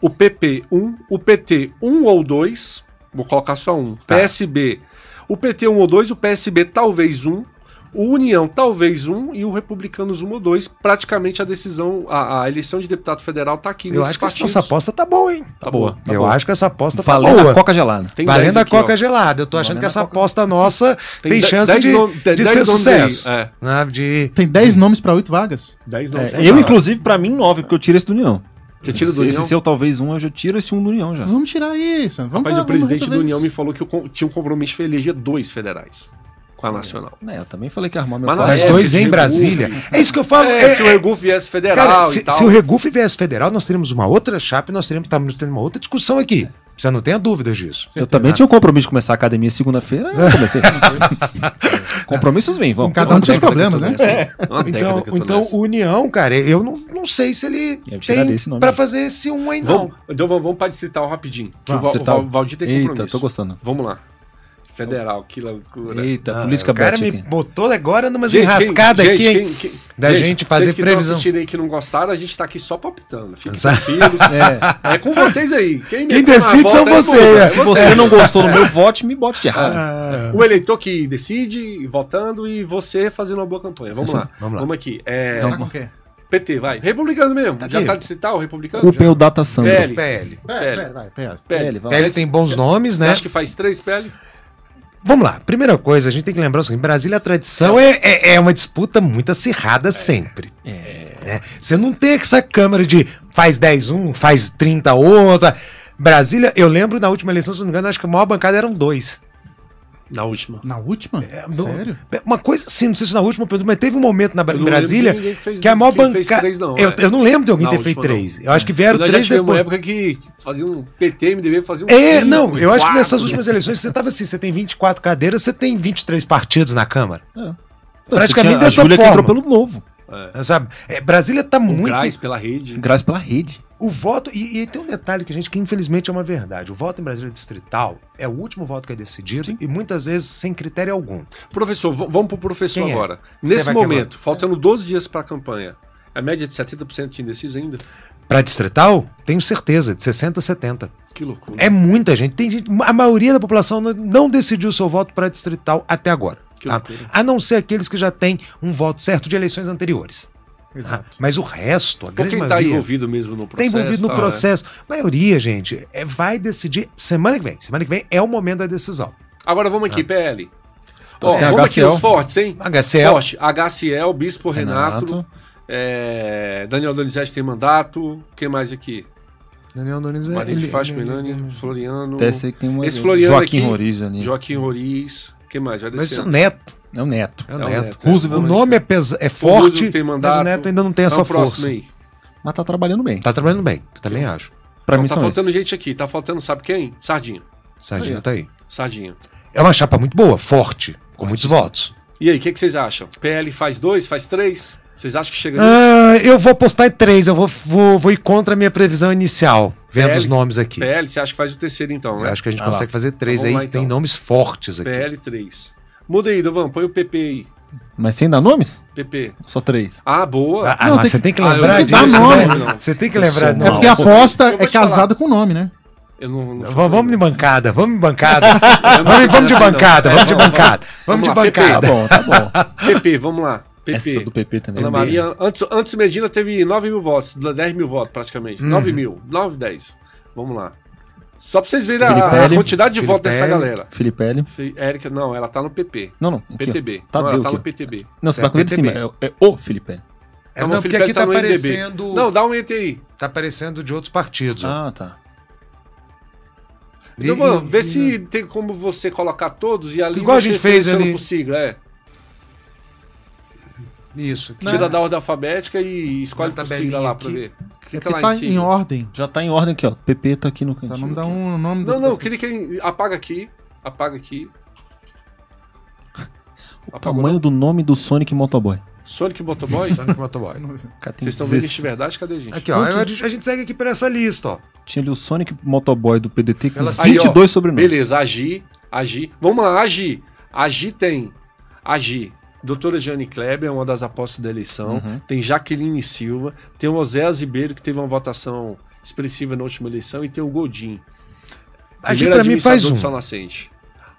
S2: o PP1, o PT1 ou 2, vou colocar só um,
S4: Tá.
S2: PSB, o PT1 ou 2, o PSB talvez 1, o União talvez 1 e o Republicanos 1 ou 2. Praticamente a decisão, a, a eleição de deputado federal tá aqui
S4: Eu
S2: nesses
S4: acho que essa nossa aposta tá boa, hein?
S5: Tá boa. tá
S4: eu
S5: boa.
S4: acho que essa aposta tá
S5: Valendo
S4: boa.
S5: a coca gelada.
S2: Tem
S4: Valendo
S2: 10
S4: a
S2: aqui, ó.
S4: Coca gelada. Eu tô achando
S5: Valendo
S4: que essa
S5: a Coca.
S4: aposta nossa tem,
S2: de-
S4: chance
S2: 10
S4: de,
S2: nome- tem
S4: de
S2: 10
S4: ser
S2: nomes
S4: sucesso.
S2: aí, é.
S4: né? De...
S3: Tem 10
S5: Uhum.
S3: nomes pra 8 vagas.
S2: 10 não.
S5: É,
S2: tem
S5: eu,
S4: Tá.
S2: nada.
S5: inclusive, pra mim, nove, porque eu tiro esse do União.
S2: Você tira do
S5: esse,
S2: União?
S5: Esse seu, talvez um, eu já tiro esse um do União já.
S3: Vamos tirar isso. Vamos
S2: Mas
S4: Ah,
S3: falar,
S2: o presidente
S3: vamos resolver
S2: do União
S3: isso.
S2: me falou que eu com- tinha um compromisso de eleger dois federais com a Nacional.
S5: É, eu também falei que ia arrumar meu
S2: Mas
S5: pau.
S2: na
S4: Mas
S2: É,
S4: dois
S2: de
S4: em
S2: Regufe.
S4: Brasília. É isso que eu falo.
S2: É,
S4: é-
S2: se o
S4: é-
S2: Ergulf viesse federal
S4: Cara,
S2: e
S4: se,
S2: tal.
S4: se o Regufe viesse federal, nós teríamos uma outra chapa e nós teríamos, estamos tendo uma outra discussão aqui. Você não tenha dúvidas disso.
S5: Eu também tinha um compromisso de começar a academia segunda-feira. eu comecei. Compromissos vêm,
S3: Com
S5: vamos.
S3: cada um dos seus
S2: Década que eu tô
S3: problemas, né?
S2: nessa, hein? É uma década
S4: Então,
S2: que eu tô
S4: então
S2: nessa.
S4: o União, cara, eu não, não sei se ele
S5: Eu tiraria
S4: tem
S5: esse nome.
S4: pra fazer esse um aí, não.
S2: Vamos, então vamos, vamos para distrital rapidinho. Que o
S5: Vamos,
S2: Val- o
S5: distrital.
S2: Val- Valdir tem
S5: tá- Eita,
S2: compromisso.
S5: tô gostando.
S2: Vamos lá. Federal, que loucura.
S5: Eita, política
S4: o cara
S5: básica.
S4: ah, me botou agora numa
S2: Gente, quem-
S4: enrascadas
S2: gente,
S4: aqui, hein?
S2: quem- quem-
S4: da gente fazer
S2: vocês que tão
S4: previsão.
S2: assistindo aí que não gostaram, a gente tá aqui só palpitando. Fiquem
S4: Exato.
S2: tranquilos. É. com vocês aí. Quem,
S4: Quem
S2: meteu na
S4: decide
S2: volta
S4: são
S2: é
S4: você,
S2: tudo,
S4: é.
S2: é
S5: Se você não gostou do meu voto, me bote de errado.
S3: É.
S4: Ah,
S2: O eleitor que decide, votando, e você fazendo uma boa campanha. Vamos lá. Vamos
S4: Vamos lá. Então-
S2: aqui. É,
S3: Sabe qual que é?
S2: PT, vai. Republicano mesmo.
S4: Tá
S2: já
S4: aqui.
S2: tá digital, republicano?
S5: Culpem é o Data Sandra.
S2: PL.
S4: PL.
S3: Pera, pera, vai, pera.
S2: PL.
S5: vai.
S4: PL tem bons nomes,
S2: Então, Você
S4: né?
S2: acha que faz três PL?
S4: Vamos lá. Primeira coisa, a gente tem que lembrar o seguinte: Brasília, a tradição é, é, é uma disputa muito acirrada
S2: É.
S4: sempre. né? Você não tem essa câmara de faz 10 um, faz 30 outra. Brasília, eu lembro na última eleição, se não me engano, acho que a maior bancada eram dois.
S2: Na última.
S3: Na última?
S5: É,
S4: não-
S3: Sério?
S4: Uma coisa assim, não sei se na última, mas teve um momento
S2: Eu
S4: na em
S2: não lembro
S4: Brasília
S2: de ninguém que fez-
S4: que a maior
S2: que fez
S4: bancada.
S2: três, não,
S4: eu,
S2: é.
S4: eu não lembro de alguém
S2: Na
S4: ter feito
S2: última, não.
S4: três. Eu acho que vieram
S2: Nós já
S4: três
S2: tivemos
S4: depois.
S2: uma época que fazia um PT, MDB, fazia um.
S4: É,
S2: cinco,
S4: não, eu acho que nessas
S2: quatro.
S4: últimas eleições você tava assim, você tem 24 cadeiras, você tem 23 partidos na Câmara.
S5: Você
S4: praticamente
S5: tinha a
S4: dessa
S5: Júlia que
S4: forma.
S5: entrou pelo novo.
S4: Sabe? É, Brasília tá
S2: O
S4: muito.
S2: Gás pela rede.
S5: Graças pela rede.
S4: O voto. E, e tem um detalhe que, gente, que infelizmente é uma verdade. O voto em Brasília distrital é o último voto que é decidido e muitas vezes sem critério algum.
S2: Professor, v- vamos pro professor
S4: Quem é?
S2: agora.
S4: vai
S2: Nesse
S4: queimar.
S2: momento, faltando 12 dias pra campanha, a média é de 70% de indeciso ainda?
S4: Pra distrital, tenho certeza, de 60 a 70.
S2: Que loucura.
S4: É muita gente. Tem gente. A maioria da população não- não decidiu seu voto para distrital até agora.
S2: Que
S4: tá?
S2: loucura.
S4: A não ser aqueles que já têm um voto certo de eleições anteriores.
S5: Ah,
S4: tá?
S3: Exato.
S4: Mas o resto, a
S2: Ou
S4: grande
S2: quem tá
S4: maioria.
S2: envolvido mesmo no
S4: Tá
S2: processo.
S4: envolvido no
S2: tá,
S4: processo. A maioria, gente, é, vai decidir semana que vem. Semana que vem é o momento da decisão.
S2: né? Agora vamos
S4: Ah.
S2: aqui, PL. Ó,
S5: tem
S2: vamos aqui
S5: HCL.
S2: os fortes, hein?
S4: HCL.
S2: Forte. HCL, Bispo Renato.
S5: Renato.
S2: é, Daniel Donizete tem mandato. Quem mais aqui?
S4: Daniel Donizete.
S2: Marília de
S4: ele-
S2: Fátima,
S4: ele-
S2: Milani, Floriano.
S5: Deve ser que tem uma...
S2: Esse Floriano
S5: Joaquim
S2: aqui-
S5: Roriz ali.
S2: Joaquim Roriz. Quem mais? Vai
S4: Mas isso é
S2: descendo.
S4: o Neto.
S5: É o Neto.
S4: É o
S2: É o
S4: Neto.
S2: Neto, é.
S4: O nome é, pesa- é forte,
S2: Roosevelt tem
S4: mas o
S2: mandato.
S4: Neto ainda não tem essa
S2: Então, próximo
S4: força.
S2: aí.
S5: Mas tá trabalhando bem.
S4: Tá trabalhando bem, também acho.
S5: Pra
S2: Então,
S5: mim
S2: tá
S5: são
S2: faltando
S5: esses.
S2: gente aqui. Tá faltando, sabe quem? Sardinha.
S4: Sardinha
S2: Aí, ó.
S4: tá aí.
S2: Sardinha.
S4: É uma chapa muito boa, forte, com muitos votos.
S2: E aí, o que, que vocês acham? PL faz dois, faz três? Vocês acham que chega nisso?
S4: Ah, eu vou apostar em três, eu vou, vou, vou ir contra a minha previsão inicial, vendo
S2: PL.
S4: os nomes aqui.
S2: PL, você acha que faz o terceiro então,
S4: Eu
S2: né?
S4: acho que a gente
S5: Ah lá.
S4: consegue fazer três aí,
S2: Vamos lá,
S4: tem
S2: então.
S4: nomes fortes aqui.
S2: PL 3. Muda aí, Dovan, põe o PP aí.
S5: Mas sem dar nomes?
S2: PP.
S5: Só três.
S2: Ah, boa.
S4: Ah, ah,
S5: Não,
S4: mas
S5: tem
S4: você
S5: que-
S4: tem que
S2: Ah, eu
S4: lembrar
S2: não
S3: dou
S4: disso,
S3: nome,
S4: né?
S2: não.
S4: Você tem que
S5: Eu
S4: lembrar.
S5: sou
S4: Não,
S3: É porque a
S5: Nossa.
S3: aposta
S2: Eu vou
S3: é
S2: te falar.
S3: casada com o nome, né?
S2: Eu não, não
S4: V- Vamos de bancada, vamos de bancada.
S2: não acredito,
S4: vamos, vamos de
S2: não.
S4: bancada,
S2: É,
S4: vamos de
S2: vamos,
S4: bancada. Vamos
S2: Vamos
S4: de
S2: lá, PP.
S5: Tá
S4: bancada.
S5: bom, tá bom.
S2: PP, vamos lá. PP.
S5: Essa do PP também.
S2: Ana Maria, antes, antes Medina teve 9 mil votos, 10 mil votos
S5: Uhum.
S2: praticamente. 9 mil, 9, 10. Vamos lá. Só pra vocês verem a- a,
S5: Filipelli.
S2: quantidade de votos dessa
S4: Filipelli.
S2: galera.
S5: Felipe L.
S2: Fi- Érica, não, ela tá no PP.
S5: Não, não. aqui, ó.
S2: PTB.
S5: Tá
S2: não,
S5: deu
S2: ela tá
S5: aqui.
S2: no PTB.
S5: Não, você
S4: É
S5: tá com ele de cima.
S4: PTB.
S5: É, é o Felipe L.
S4: É,
S2: mas
S4: não,
S2: o
S4: porque
S2: Filipelli
S4: aqui tá
S2: então no MDB.
S4: aparecendo.
S2: Não, dá um enter aí.
S4: Tá aparecendo de outros partidos. ó.
S5: Ah, tá.
S4: E-
S2: Então, mano,
S4: e-
S2: vê se tem como você colocar todos e ali
S4: Igual a
S2: você
S4: gente fez
S2: seleciona
S4: ali.
S2: por sigla, é.
S4: Isso. aqui. Tá
S2: Tira da ordem alfabética e escolhe
S4: Na
S2: por
S4: tabelinha
S2: sigla lá pra
S4: tá aqui.
S2: ver.
S3: É
S2: Clica
S3: porque
S2: lá
S3: tá
S2: em
S3: em
S2: cima.
S3: ordem.
S5: Já tá em ordem aqui, ó. PP tá aqui no
S3: Tá,
S5: cantinho.
S3: não dá
S5: aqui.
S3: um nome do-
S2: Não, não, clica em. Apaga aqui. Apaga aqui.
S5: O tamanho do nome do Sonic Motoboy.
S2: Sonic Motoboy?
S4: Sonic Motoboy.
S5: Cara, tem
S2: Vocês estão vendo
S5: 16.
S2: isso de verdade? Cadê, gente?
S4: Aqui, ó. A gente, a gente segue aqui por essa lista, ó.
S5: Tinha ali o Sonic Motoboy do PDT com
S4: Ela-
S2: Aí, ó,
S5: 22 sobrenomes.
S2: Beleza, Agi, Agi. Vamos lá, Agi. Agi tem. Agi. Doutora Jane Kleber é uma das apostas da eleição.
S4: Uhum.
S2: Tem Jaqueline Silva. Tem o Oséas Ribeiro, que teve uma votação expressiva na última eleição. E tem o Godin.
S4: A gente,
S2: primeiro
S4: pra mim, faz
S2: administrador
S4: um.
S2: do Sol Nascente.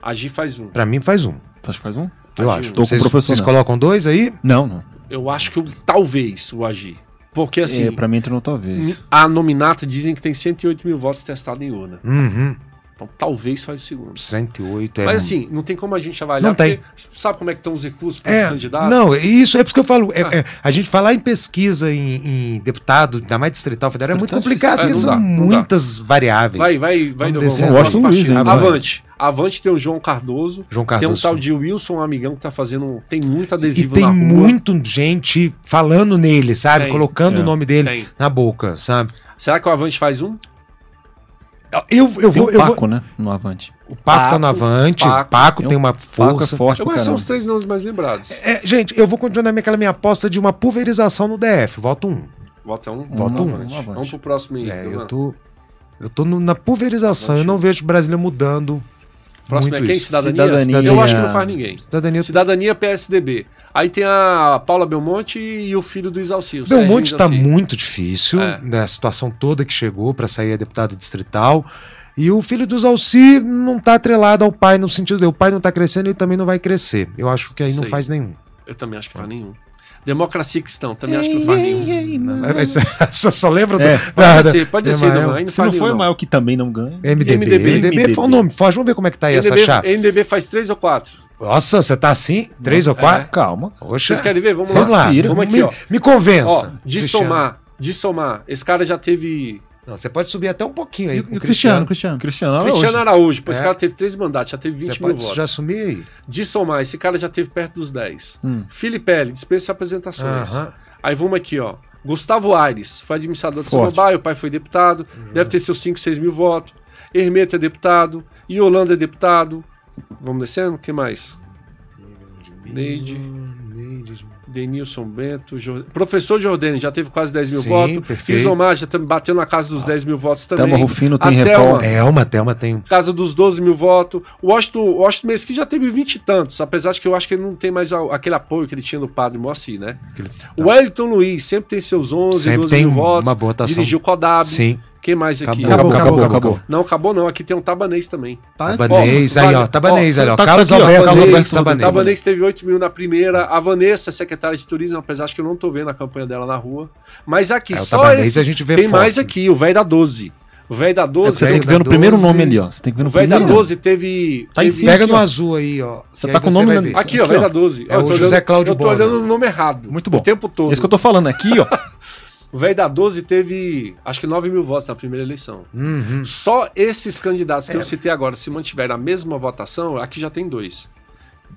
S2: Agi faz um.
S4: Pra mim, faz um.
S5: Acho que faz um?
S2: Faz
S4: Eu acho.
S2: um.
S5: Tô com o
S4: vocês,
S5: professor,
S4: vocês
S5: né?
S4: colocam dois aí?
S5: Não, não.
S2: Eu acho que o- talvez o Agi. Porque assim,
S5: É, pra mim entra no talvez.
S2: a nominata dizem que tem 108 mil votos testados em urna.
S4: Uhum.
S2: Então talvez faz o segundo.
S4: 108 é.
S2: Mas
S4: um-
S2: assim, não tem como a gente avaliar,
S4: Não tem.
S2: porque sabe como é que estão os recursos para
S4: É,
S2: esse candidato?
S4: não, isso é por isso que eu falo. é-
S2: Ah.
S4: é, a gente falar em pesquisa, em, em deputado, ainda mais distrital federal, é muito
S5: Distrital é
S4: complicado, porque
S2: difícil.
S4: são
S2: É, não dá, não dá.
S4: muitas variáveis.
S2: Vai, vai, vai.
S4: Vamos
S2: Dom,
S4: descer.
S2: vamos
S5: Washington
S2: partir.
S5: Luiz ainda.
S2: Avante. Avante tem o João Cardoso.
S4: João
S2: Tem
S4: Cardoso.
S2: um tal de Wilson, um amigão que tá fazendo... Tem muito
S4: E
S2: adesivo
S4: tem
S2: na rua.
S4: muito gente falando nele, sabe?
S2: Tem.
S4: Colocando
S5: É.
S4: o nome dele
S2: Tem.
S4: na boca, sabe?
S2: Será que o Avante faz um?
S4: Eu, eu
S5: Tem
S4: vou.
S5: o
S4: eu vou-
S5: Paco, né? No Avante.
S4: O Paco tá
S2: Paco,
S4: no avante, o
S2: Paco.
S4: Paco
S5: É um
S4: tem uma
S5: Paco é
S4: força.
S5: forte
S2: Eu
S5: pra
S2: acho que são
S5: caramba.
S2: os três nomes mais lembrados.
S4: É, gente, eu vou continuar na minha, aquela minha aposta de uma pulverização no DF. Voto um.
S2: Vota um.
S5: Vota
S2: Vota
S5: um,
S2: um.
S5: um Avante.
S2: Vamos pro próximo aí.
S4: É,
S2: Dovan.
S4: eu tô. Eu tô no- na pulverização, eu não vejo Brasília mudando
S2: Próximo
S4: Muito
S2: é quem?
S4: isso.
S2: Cidadania?
S1: Cidadania.
S2: Eu acho que não faz ninguém.
S4: Cidadania.
S2: Cidadania PSDB. Aí tem a Paula Belmonte e o filho do Isalci. O
S4: Belmonte
S2: Sérgio
S4: está
S2: Isalci.
S4: tá muito difícil,
S2: É.
S4: da situação toda que chegou para sair a deputada distrital. E o filho do Zalci não tá atrelado ao pai no sentido de o pai não tá crescendo e também não vai crescer. Eu acho que aí não
S2: Sei.
S4: faz nenhum.
S2: Eu também acho que faz nenhum. Democracia Cristão, também acho que não faz nenhum.
S4: Né, Mas- é, só, só lembra do,
S5: É,
S4: da-
S2: Pode descer, pode
S4: da-
S2: descer,
S4: da-
S2: Domar, aí não
S5: Se
S2: faz
S5: não
S2: nenhum.
S5: foi o maior que também não ganha.
S4: MDB.
S2: MDB.
S4: MDB, foi o nome. Foge, vamos ver como é que tá aí essa chapa.
S2: MDB, MDB faz três ou quatro.
S4: Nossa, você tá assim? Três ou quatro?
S5: É. Calma.
S4: Oxa.
S2: É. Vocês querem ver? Vamos,
S4: Vamos lá.
S5: Respira.
S2: Vamos aqui,
S4: me,
S2: ó.
S4: me convença.
S2: Ó, de
S4: Cristiano.
S2: somar, de somar. Esse cara já teve.
S4: Não, você pode subir até um pouquinho aí
S3: E
S4: com
S3: o
S4: o Cristiano.
S3: Cristiano,
S5: Cristiano
S3: Cristiano.
S5: Araújo.
S2: Cristiano Araújo, pô, esse
S4: Tá É.
S2: cara teve três mandatos, já teve 20
S4: Você
S2: mil
S4: pode
S2: votos.
S4: já assumir aí.
S2: De somar, esse cara já teve perto dos 10.
S5: Hum.
S2: Filipelli, dispensa apresentações.
S4: Aham.
S2: Aí vamos aqui, ó. Gustavo Aires, foi administrador de
S5: Forte.
S2: Samambaia, o pai foi deputado, deve ter seus 5, 6 mil votos. Hermeto é deputado, Yolanda é deputado. Vamos descendo, o que mais? Neide, Denilson Bento, Jor- professor Jordani já teve quase 10 mil
S4: Sim,
S2: votos.
S4: perfeito.
S2: Fizomar já tam- bateu na casa dos 10 mil votos também.
S5: Ah, Thelma Rufino
S2: A
S5: tem
S2: Thelma,
S5: repórter.
S4: Thelma, Thelma tem. um-
S2: casa dos 12 mil votos. O Washington, o Washington Mesquita já teve 20 e tantos, apesar de que eu acho que ele não tem mais a- aquele apoio que ele tinha no padre Moacir, né? O Wellington Luiz sempre tem seus 11,
S4: Sempre
S2: 12
S4: tem
S2: mil votos.
S4: uma boa votação.
S2: Dirigiu Codab.
S4: Sim.
S2: Quem mais aqui?
S4: Acabou,
S3: Acabou,
S4: acabou,
S3: acabou,
S4: acabou.
S2: Não, acabou não. Aqui tem um tabanês também.
S3: Tá?
S4: Tabanês, aí, ó.
S2: vale-
S4: Tabanês,
S2: ó,
S4: olha, ó.
S5: tá
S4: Carlos
S5: aqui, ó,
S4: Alberto
S5: Carlos
S4: Alberto
S5: Alberto
S4: Tabanês.
S2: Tabanês teve 8 mil na primeira. A Vanessa, secretária de turismo, apesar de que eu não tô vendo a campanha dela na rua. Mas aqui,
S4: É, o
S2: só
S4: Tabanês
S2: esse.
S4: a gente vê
S2: tem
S4: foto. É,
S2: mais aqui, o velho da 12. O velho da
S5: Você
S2: 12.
S5: tem
S4: velho
S5: que
S4: da
S5: ver no primeiro
S4: 12.
S5: nome ali, ó. Você tem que ver
S2: O
S5: no
S2: velho da
S5: primeiro.
S2: 12 teve.
S5: Tá em
S2: teve-
S5: cima.
S4: Pega
S5: aqui,
S4: no
S5: ó.
S4: azul aí, ó.
S5: Você
S4: que
S5: tá
S4: aí
S5: com o nome
S4: vai
S5: na-
S4: ver.
S2: Aqui, ó,
S5: Aqui,
S2: velho
S5: ó.
S2: da 12.
S4: É
S2: Ó,
S4: o José
S2: olhando-
S4: Cláudio
S2: Eu tô
S4: Borba.
S2: olhando o nome errado.
S5: Muito bom.
S2: O tempo todo.
S5: Esse É que eu tô falando aqui, ó.
S2: O velho da 12 teve acho que 9 mil votos na primeira eleição.
S4: Uhum.
S2: Só esses candidatos
S4: É.
S2: que eu citei agora, se mantiverem a mesma votação, aqui já tem dois.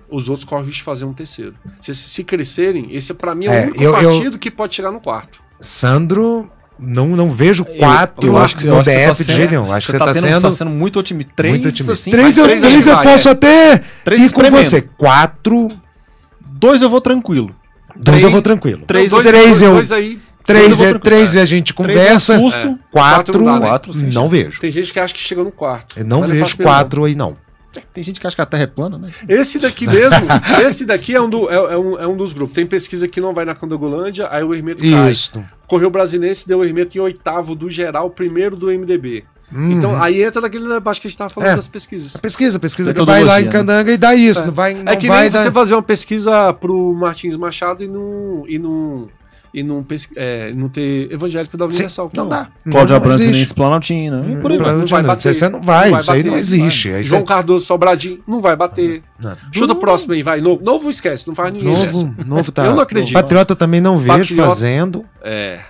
S2: Os outros correm o risco de fazer um terceiro. Se, se crescerem, esse pra mim é o
S4: É,
S2: único
S4: eu- eu-
S2: partido que pode chegar no quarto.
S4: Sandro, não, não vejo quatro
S5: eu acho que eu
S4: no
S5: acho que você
S4: DF
S5: tá
S4: de
S5: sendo-
S4: jeito nenhum. Acho que você tá,
S5: tendo-
S4: sendo.
S5: tá sendo muito otimista. Três,
S4: muito otimista.
S5: assim,
S4: três
S5: mas
S4: eu,
S2: três
S4: três
S2: acho que
S4: eu
S2: vai,
S4: posso até
S5: Três
S4: ir com
S5: espremendo.
S4: você. Quatro,
S5: Dois eu vou tranquilo.
S4: dois eu vou tranquilo.
S5: Três
S2: Então,
S5: eu
S4: dois- um, três eu-
S2: aí.
S4: Três,
S5: eu
S4: é,
S5: vou
S4: três a gente conversa.
S5: Três é um eu assusto.
S4: Quatro,
S2: Quatro não dá, né?
S5: Quatro, sim.
S4: não vejo.
S2: Tem gente que acha que chega no quarto.
S4: Eu não
S2: Mas é
S4: vejo
S2: fácil mesmo,
S4: quatro aí, não.
S5: Tem gente que acha que a Terra é plana, né?
S2: Esse daqui mesmo, esse daqui é um, do- é- é um- é um dos grupos. Tem pesquisa que não vai na Candangolândia, aí o Hermeto cai.
S4: Isso.
S2: Correu Brasinense, deu o Hermeto em oitavo do geral, primeiro do MDB. Então aí entra naquele debate que a gente tava falando
S4: Uhum. É.
S2: das pesquisas.
S4: Pesquisa, pesquisa que vai
S5: Metodologia,
S4: lá em
S5: né?
S4: Candanga e dá isso. Não vai, não
S2: É que
S4: vai
S2: nem você
S4: dar.
S2: fazer uma pesquisa pro Martins Machado e não, e não, e não, pesqui- é, não ter evangélico da
S4: Sim,
S2: Universal.
S4: não dá.
S5: Cláudio
S4: Não
S5: Abrantes nem
S4: existe.
S5: Esplanaltina. E por aí vai.
S4: Não,
S2: Não vai
S4: não,
S2: bater.
S4: Você não vai, isso aí não
S2: bater,
S4: existe.
S2: vai.
S4: Aí
S2: João
S4: você-
S2: Cardoso Sobradinho, não vai bater.
S4: Não.
S2: Chuta o próximo aí, vai. Novo, novo esquece, não faz ninguém. dessa.
S4: Novo, novo tá.
S2: Eu não acredito.
S4: Patriota também não vejo
S2: Patriota.
S4: fazendo.
S2: É.